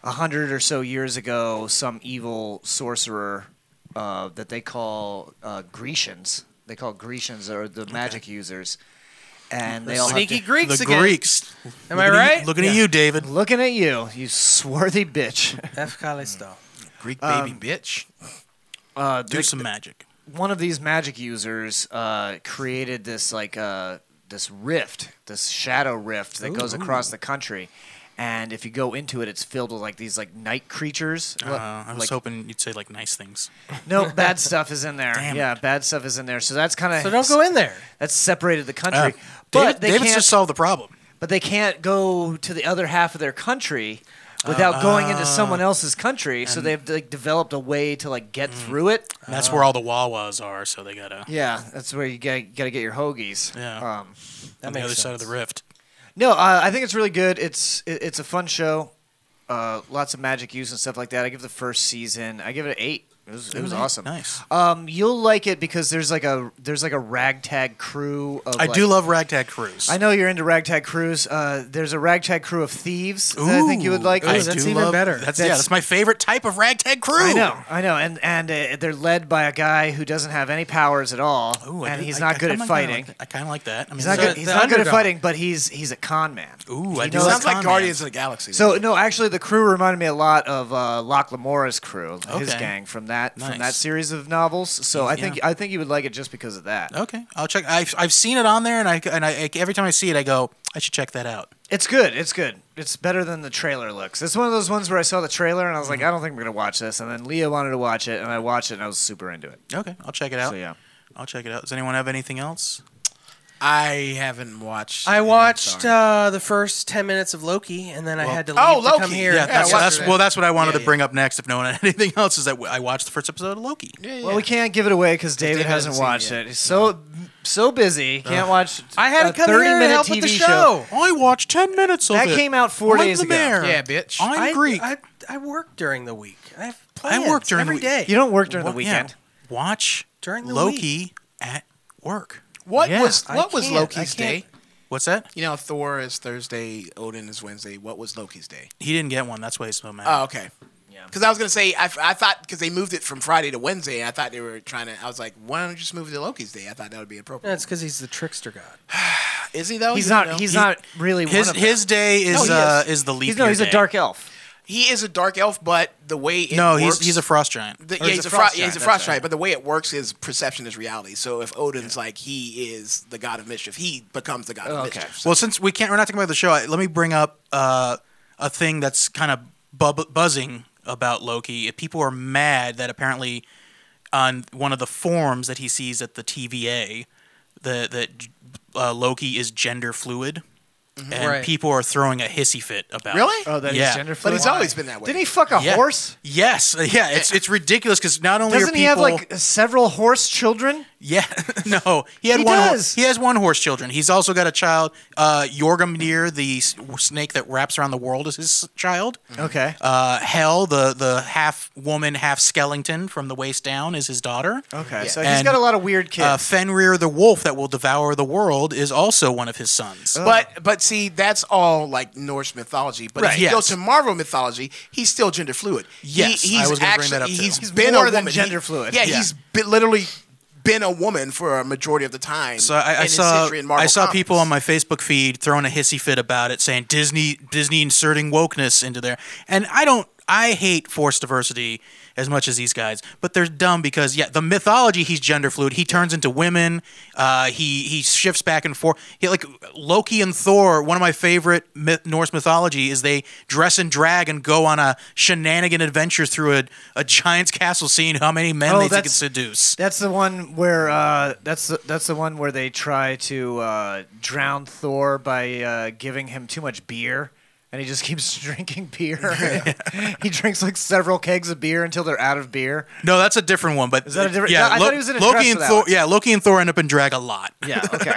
[SPEAKER 2] a hundred or so years ago, some evil sorcerer uh, that they call uh, Grecians, they call Grecians or the magic users, and they all have
[SPEAKER 1] Sneaky
[SPEAKER 2] to-
[SPEAKER 1] Greeks The again. Greeks. Am I right?
[SPEAKER 6] looking at you, David.
[SPEAKER 2] Looking at you, you swarthy bitch.
[SPEAKER 1] F. Callisto.
[SPEAKER 8] Greek
[SPEAKER 2] baby Um,
[SPEAKER 8] bitch.
[SPEAKER 2] Uh,
[SPEAKER 6] Do
[SPEAKER 2] the-
[SPEAKER 6] some magic.
[SPEAKER 2] One of these magic users uh, created this like uh, this rift, this shadow rift that goes
[SPEAKER 9] Ooh.
[SPEAKER 2] across the country. And if you go into it, it's filled with like these like night creatures.
[SPEAKER 6] Uh,
[SPEAKER 2] Like-
[SPEAKER 6] I was
[SPEAKER 2] like-
[SPEAKER 6] hoping you'd say like nice things.
[SPEAKER 2] no bad stuff is in there.
[SPEAKER 6] Damn
[SPEAKER 2] yeah, bad stuff is in there. So that's kind of
[SPEAKER 6] So don't go in
[SPEAKER 1] there.
[SPEAKER 2] That's separated the country.
[SPEAKER 6] Uh,
[SPEAKER 2] but
[SPEAKER 6] David-
[SPEAKER 2] they
[SPEAKER 6] David's
[SPEAKER 2] can't,
[SPEAKER 6] just solved the problem.
[SPEAKER 2] But they can't go to the other half of their country without
[SPEAKER 6] Oh.
[SPEAKER 2] going into someone else's country.
[SPEAKER 6] And-
[SPEAKER 2] so
[SPEAKER 6] Mm.
[SPEAKER 2] they've like developed a way to like get through it.
[SPEAKER 6] And that's where all the Wawas are, so they gotta
[SPEAKER 2] Oh. Yeah, that's where you gotta, gotta get your hoagies. Yeah. Um,
[SPEAKER 6] on the other side of the rift.
[SPEAKER 2] No, uh, I think it's really good. It's it, it's a fun show. Uh, lots of magic use and stuff like that. I give the first season. I give it an eight. It was, it was
[SPEAKER 6] Ooh,
[SPEAKER 2] awesome.
[SPEAKER 6] nice.
[SPEAKER 2] Um, you'll like it because there's like a there's like a ragtag crew. Of
[SPEAKER 6] I
[SPEAKER 2] like-
[SPEAKER 6] do love ragtag crews.
[SPEAKER 2] I know you're into ragtag crews. Uh, there's a ragtag crew of thieves that I think you would like.
[SPEAKER 6] I do love- Oh, That's, yeah, that's my favorite type of ragtag crew.
[SPEAKER 2] I know, I know, and and uh, they're led by a guy who doesn't have any powers at all,
[SPEAKER 6] Ooh, I
[SPEAKER 2] and
[SPEAKER 6] do-
[SPEAKER 2] he's
[SPEAKER 6] I-
[SPEAKER 2] not
[SPEAKER 6] I
[SPEAKER 2] good at
[SPEAKER 6] kinda like that.
[SPEAKER 2] fighting.
[SPEAKER 6] I kind of like that. I mean,
[SPEAKER 2] He's not,
[SPEAKER 6] so-
[SPEAKER 2] good, he's not good at fighting, but he's he's a con man.
[SPEAKER 6] Ooh,
[SPEAKER 2] He
[SPEAKER 6] I do
[SPEAKER 2] knows-
[SPEAKER 6] like Sounds like con
[SPEAKER 8] Guardians of the Galaxy.
[SPEAKER 2] So no, actually, the crew reminded me a lot of uh, Locke Lamora's crew, his
[SPEAKER 6] Okay.
[SPEAKER 2] gang from that from that
[SPEAKER 6] Nice.
[SPEAKER 2] series of novels. So I think
[SPEAKER 6] Yeah.
[SPEAKER 2] I think you would like it just because of that.
[SPEAKER 6] Okay, I'll check. I've, I've seen it on there, and I and I every time I see it, I go, I should check that out.
[SPEAKER 2] It's good. It's good. It's better than the trailer looks. It's one of those ones where I saw the trailer and I was like, I don't think we're gonna watch this. And then Leah wanted to watch it, and I watched it, and I was super into it.
[SPEAKER 6] Okay, I'll check it out.
[SPEAKER 2] So yeah,
[SPEAKER 6] I'll check it out. Does anyone have anything else?
[SPEAKER 8] I haven't watched.
[SPEAKER 1] I watched uh, the first 10 minutes of Loki, and then I had to leave
[SPEAKER 8] Oh,
[SPEAKER 1] to come
[SPEAKER 8] Loki.
[SPEAKER 1] here.
[SPEAKER 6] Yeah,
[SPEAKER 1] and
[SPEAKER 6] that's,
[SPEAKER 1] watch
[SPEAKER 6] that's
[SPEAKER 1] it.
[SPEAKER 6] well, that's what I wanted
[SPEAKER 1] Yeah,
[SPEAKER 6] to bring up next. If no one had anything else, is that I watched the first episode of Loki.
[SPEAKER 2] Well, we can't give it away because David, hasn't watched it. He's so so busy, can't watch.
[SPEAKER 1] I had
[SPEAKER 2] a
[SPEAKER 1] to come here
[SPEAKER 2] 30
[SPEAKER 1] and
[SPEAKER 2] minute
[SPEAKER 1] help
[SPEAKER 2] TV
[SPEAKER 1] with the
[SPEAKER 2] show.
[SPEAKER 1] show.
[SPEAKER 6] I watched 10 minutes
[SPEAKER 2] of That it. came out four days ago. Yeah, bitch. I'm
[SPEAKER 1] I-
[SPEAKER 2] Greek.
[SPEAKER 1] I, I work during the week. I have
[SPEAKER 6] I
[SPEAKER 1] plans
[SPEAKER 6] work during
[SPEAKER 1] every
[SPEAKER 6] the week.
[SPEAKER 1] day.
[SPEAKER 6] Wa- yeah, watch
[SPEAKER 1] During the
[SPEAKER 6] Loki
[SPEAKER 1] week.
[SPEAKER 6] at work.
[SPEAKER 8] What
[SPEAKER 6] Yeah.
[SPEAKER 8] was
[SPEAKER 6] I
[SPEAKER 8] what was
[SPEAKER 6] can't- I
[SPEAKER 8] Loki's
[SPEAKER 6] can't-
[SPEAKER 8] day?
[SPEAKER 6] What's that?
[SPEAKER 8] You know, how Thor is Thursday, Odin is Wednesday. What was Loki's day?
[SPEAKER 6] He didn't get one. That's why he's so mad.
[SPEAKER 8] Oh, okay. Because I was gonna say I, I thought because they moved it from Friday to Wednesday, and I thought they were trying to. I was like, why don't you just move it to Loki's day? I thought that would be appropriate.
[SPEAKER 1] That's because he's the trickster god.
[SPEAKER 8] Is he though?
[SPEAKER 2] He's
[SPEAKER 8] Oh, You don't
[SPEAKER 2] not-
[SPEAKER 8] know.
[SPEAKER 2] he's not really
[SPEAKER 6] His his day
[SPEAKER 8] No,
[SPEAKER 6] is
[SPEAKER 8] he
[SPEAKER 6] uh, is the leap. year day.
[SPEAKER 2] elf.
[SPEAKER 8] He is a dark elf, but the way it
[SPEAKER 6] No,
[SPEAKER 8] works,
[SPEAKER 6] he's he's a frost giant.
[SPEAKER 8] The, yeah, he's a fro- yeah, he's a frost giant, but the way it works is perception is reality. So if Odin's like he is the god of mischief, he becomes the god of mischief.
[SPEAKER 6] Well, since we can't, we're not talking about the show. I- Let me bring up uh, a thing that's kind of bub- buzzing about Loki. If People are mad that apparently on one of the forms that he sees at the TVA, the that uh, Loki is gender fluid. and
[SPEAKER 2] Mm-hmm. Right.
[SPEAKER 6] people are throwing a hissy fit about.
[SPEAKER 2] Really?
[SPEAKER 6] It.
[SPEAKER 2] Oh, that he's
[SPEAKER 6] yeah.
[SPEAKER 2] gender But he's fluid? always been
[SPEAKER 8] that
[SPEAKER 2] way. Didn't he fuck a horse?
[SPEAKER 6] Yes. Yeah. It's it's ridiculous because not only are
[SPEAKER 2] Doesn't
[SPEAKER 6] people
[SPEAKER 2] he have like several horse children?
[SPEAKER 6] Yeah, no, he had
[SPEAKER 2] He
[SPEAKER 6] one. hor-
[SPEAKER 2] does.
[SPEAKER 6] he has one horse children. He's also got a child. Uh, Jorgamnir, the s- snake that wraps around the world, is his child.
[SPEAKER 2] Mm-hmm. Okay.
[SPEAKER 6] Uh, Hel, the the half woman, half skeleton from the waist down, is his daughter.
[SPEAKER 2] Okay, so he's got a lot of weird kids.
[SPEAKER 6] Uh, Fenrir, the wolf that will devour the world, is also one of his sons.
[SPEAKER 8] But but see, that's all like Norse mythology. But
[SPEAKER 6] Right,
[SPEAKER 8] if you
[SPEAKER 6] yes.
[SPEAKER 8] go to Marvel mythology, he's still gender fluid.
[SPEAKER 6] Yes, I was gonna bring that up, too.
[SPEAKER 8] he's
[SPEAKER 6] He's
[SPEAKER 8] been
[SPEAKER 6] more
[SPEAKER 8] a
[SPEAKER 6] than
[SPEAKER 8] woman.
[SPEAKER 6] gender
[SPEAKER 8] He-
[SPEAKER 6] fluid.
[SPEAKER 8] Yeah,
[SPEAKER 6] Yeah.
[SPEAKER 8] he's be- literally been a woman for a majority of the time.
[SPEAKER 6] So I,
[SPEAKER 8] in
[SPEAKER 6] I
[SPEAKER 8] his
[SPEAKER 6] saw
[SPEAKER 8] history in Marvel
[SPEAKER 6] I saw
[SPEAKER 8] Comics.
[SPEAKER 6] people on my Facebook feed throwing a hissy fit about it, saying Disney Disney inserting wokeness into there, and I don't I hate forced diversity as much as these guys, but they're dumb because yeah, the mythology he's gender fluid. He turns into women. Uh, he he shifts back and forth. He, like Loki and Thor, one of my favorite myth, Norse mythology is they dress in drag and go on a shenanigan adventure through a, a giant's castle, seeing how many men
[SPEAKER 2] Oh,
[SPEAKER 6] they can
[SPEAKER 2] that's-
[SPEAKER 6] seduce.
[SPEAKER 2] That's the one where uh, that's the, that's the one where they try to uh, drown Thor by uh, giving him too much beer, and he just keeps drinking beer. he drinks like several kegs of beer until they're out of beer.
[SPEAKER 6] No, that's a different one. But
[SPEAKER 2] Is that a different-
[SPEAKER 6] Yeah,
[SPEAKER 2] I thought he was in a dress
[SPEAKER 6] Loki
[SPEAKER 2] for
[SPEAKER 6] and
[SPEAKER 2] that
[SPEAKER 6] Thor.
[SPEAKER 2] one.
[SPEAKER 6] Yeah, Loki and Thor end up in drag a lot.
[SPEAKER 2] Yeah, okay.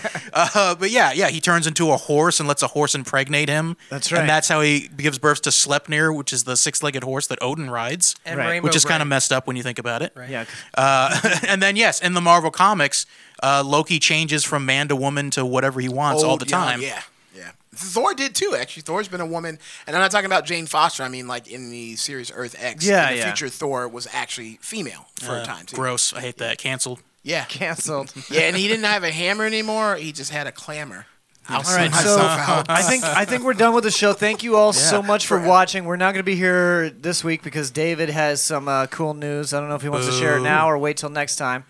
[SPEAKER 6] uh, but yeah, yeah, he turns into a horse and lets a horse impregnate him.
[SPEAKER 2] That's right.
[SPEAKER 6] And that's how he gives birth to Sleipnir, which is the six-legged horse that Odin rides,
[SPEAKER 2] And Right. Rainbow
[SPEAKER 6] which is kind of
[SPEAKER 2] Brain.
[SPEAKER 6] messed up when you think about it.
[SPEAKER 2] Yeah.
[SPEAKER 6] Uh, and then yes, in the Marvel comics, uh, Loki changes from man to woman to whatever he wants all
[SPEAKER 2] Oh,
[SPEAKER 8] Old,
[SPEAKER 6] the
[SPEAKER 8] young,
[SPEAKER 6] time.
[SPEAKER 8] Oh, yeah. Yeah. Thor did too, actually. Thor's been a woman, and I'm not talking about Jane Foster. I mean, like in the series Earth X,
[SPEAKER 6] Yeah,
[SPEAKER 8] in the
[SPEAKER 6] yeah.
[SPEAKER 8] future Thor was actually female for
[SPEAKER 6] Uh,
[SPEAKER 8] a time. Too.
[SPEAKER 6] Gross. I hate that. Cancelled.
[SPEAKER 8] Yeah.
[SPEAKER 2] Cancelled.
[SPEAKER 8] Yeah, and he didn't have a hammer anymore. He just had a clamor. I'll
[SPEAKER 2] All right,
[SPEAKER 8] sue
[SPEAKER 2] so
[SPEAKER 8] myself out.
[SPEAKER 2] I think I think we're done with the show. Thank you all
[SPEAKER 8] Yeah.
[SPEAKER 2] so much for watching. We're not going to be here this week because David has some uh, cool news. I don't know if he wants to share it
[SPEAKER 1] Boo.
[SPEAKER 2] now or wait till next time.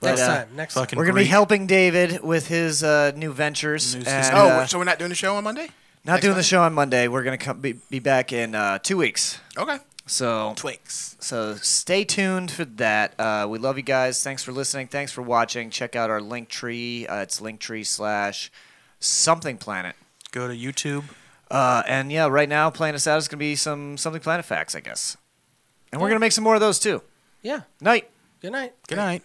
[SPEAKER 1] Next
[SPEAKER 2] uh,
[SPEAKER 1] time, next Fucking time.
[SPEAKER 2] we're gonna be
[SPEAKER 1] Greek.
[SPEAKER 2] helping David with his uh, new ventures. and,
[SPEAKER 8] oh,
[SPEAKER 2] uh,
[SPEAKER 8] so we're not doing the show on Monday?
[SPEAKER 2] not doing the show on Monday. We're gonna come be, be back in uh, two weeks.
[SPEAKER 8] Okay.
[SPEAKER 2] So
[SPEAKER 8] Twinks.
[SPEAKER 2] So stay tuned for that. Uh, we love you guys. Thanks for listening. Thanks for watching. Check out our link tree. Uh, it's linktree slash something planet.
[SPEAKER 6] Go to YouTube.
[SPEAKER 2] Uh, and yeah, right now playing us out is gonna be some something planet facts, I guess. And we're gonna make some more of those too.
[SPEAKER 1] Yeah.
[SPEAKER 2] Night.
[SPEAKER 1] Good night.
[SPEAKER 6] Good night.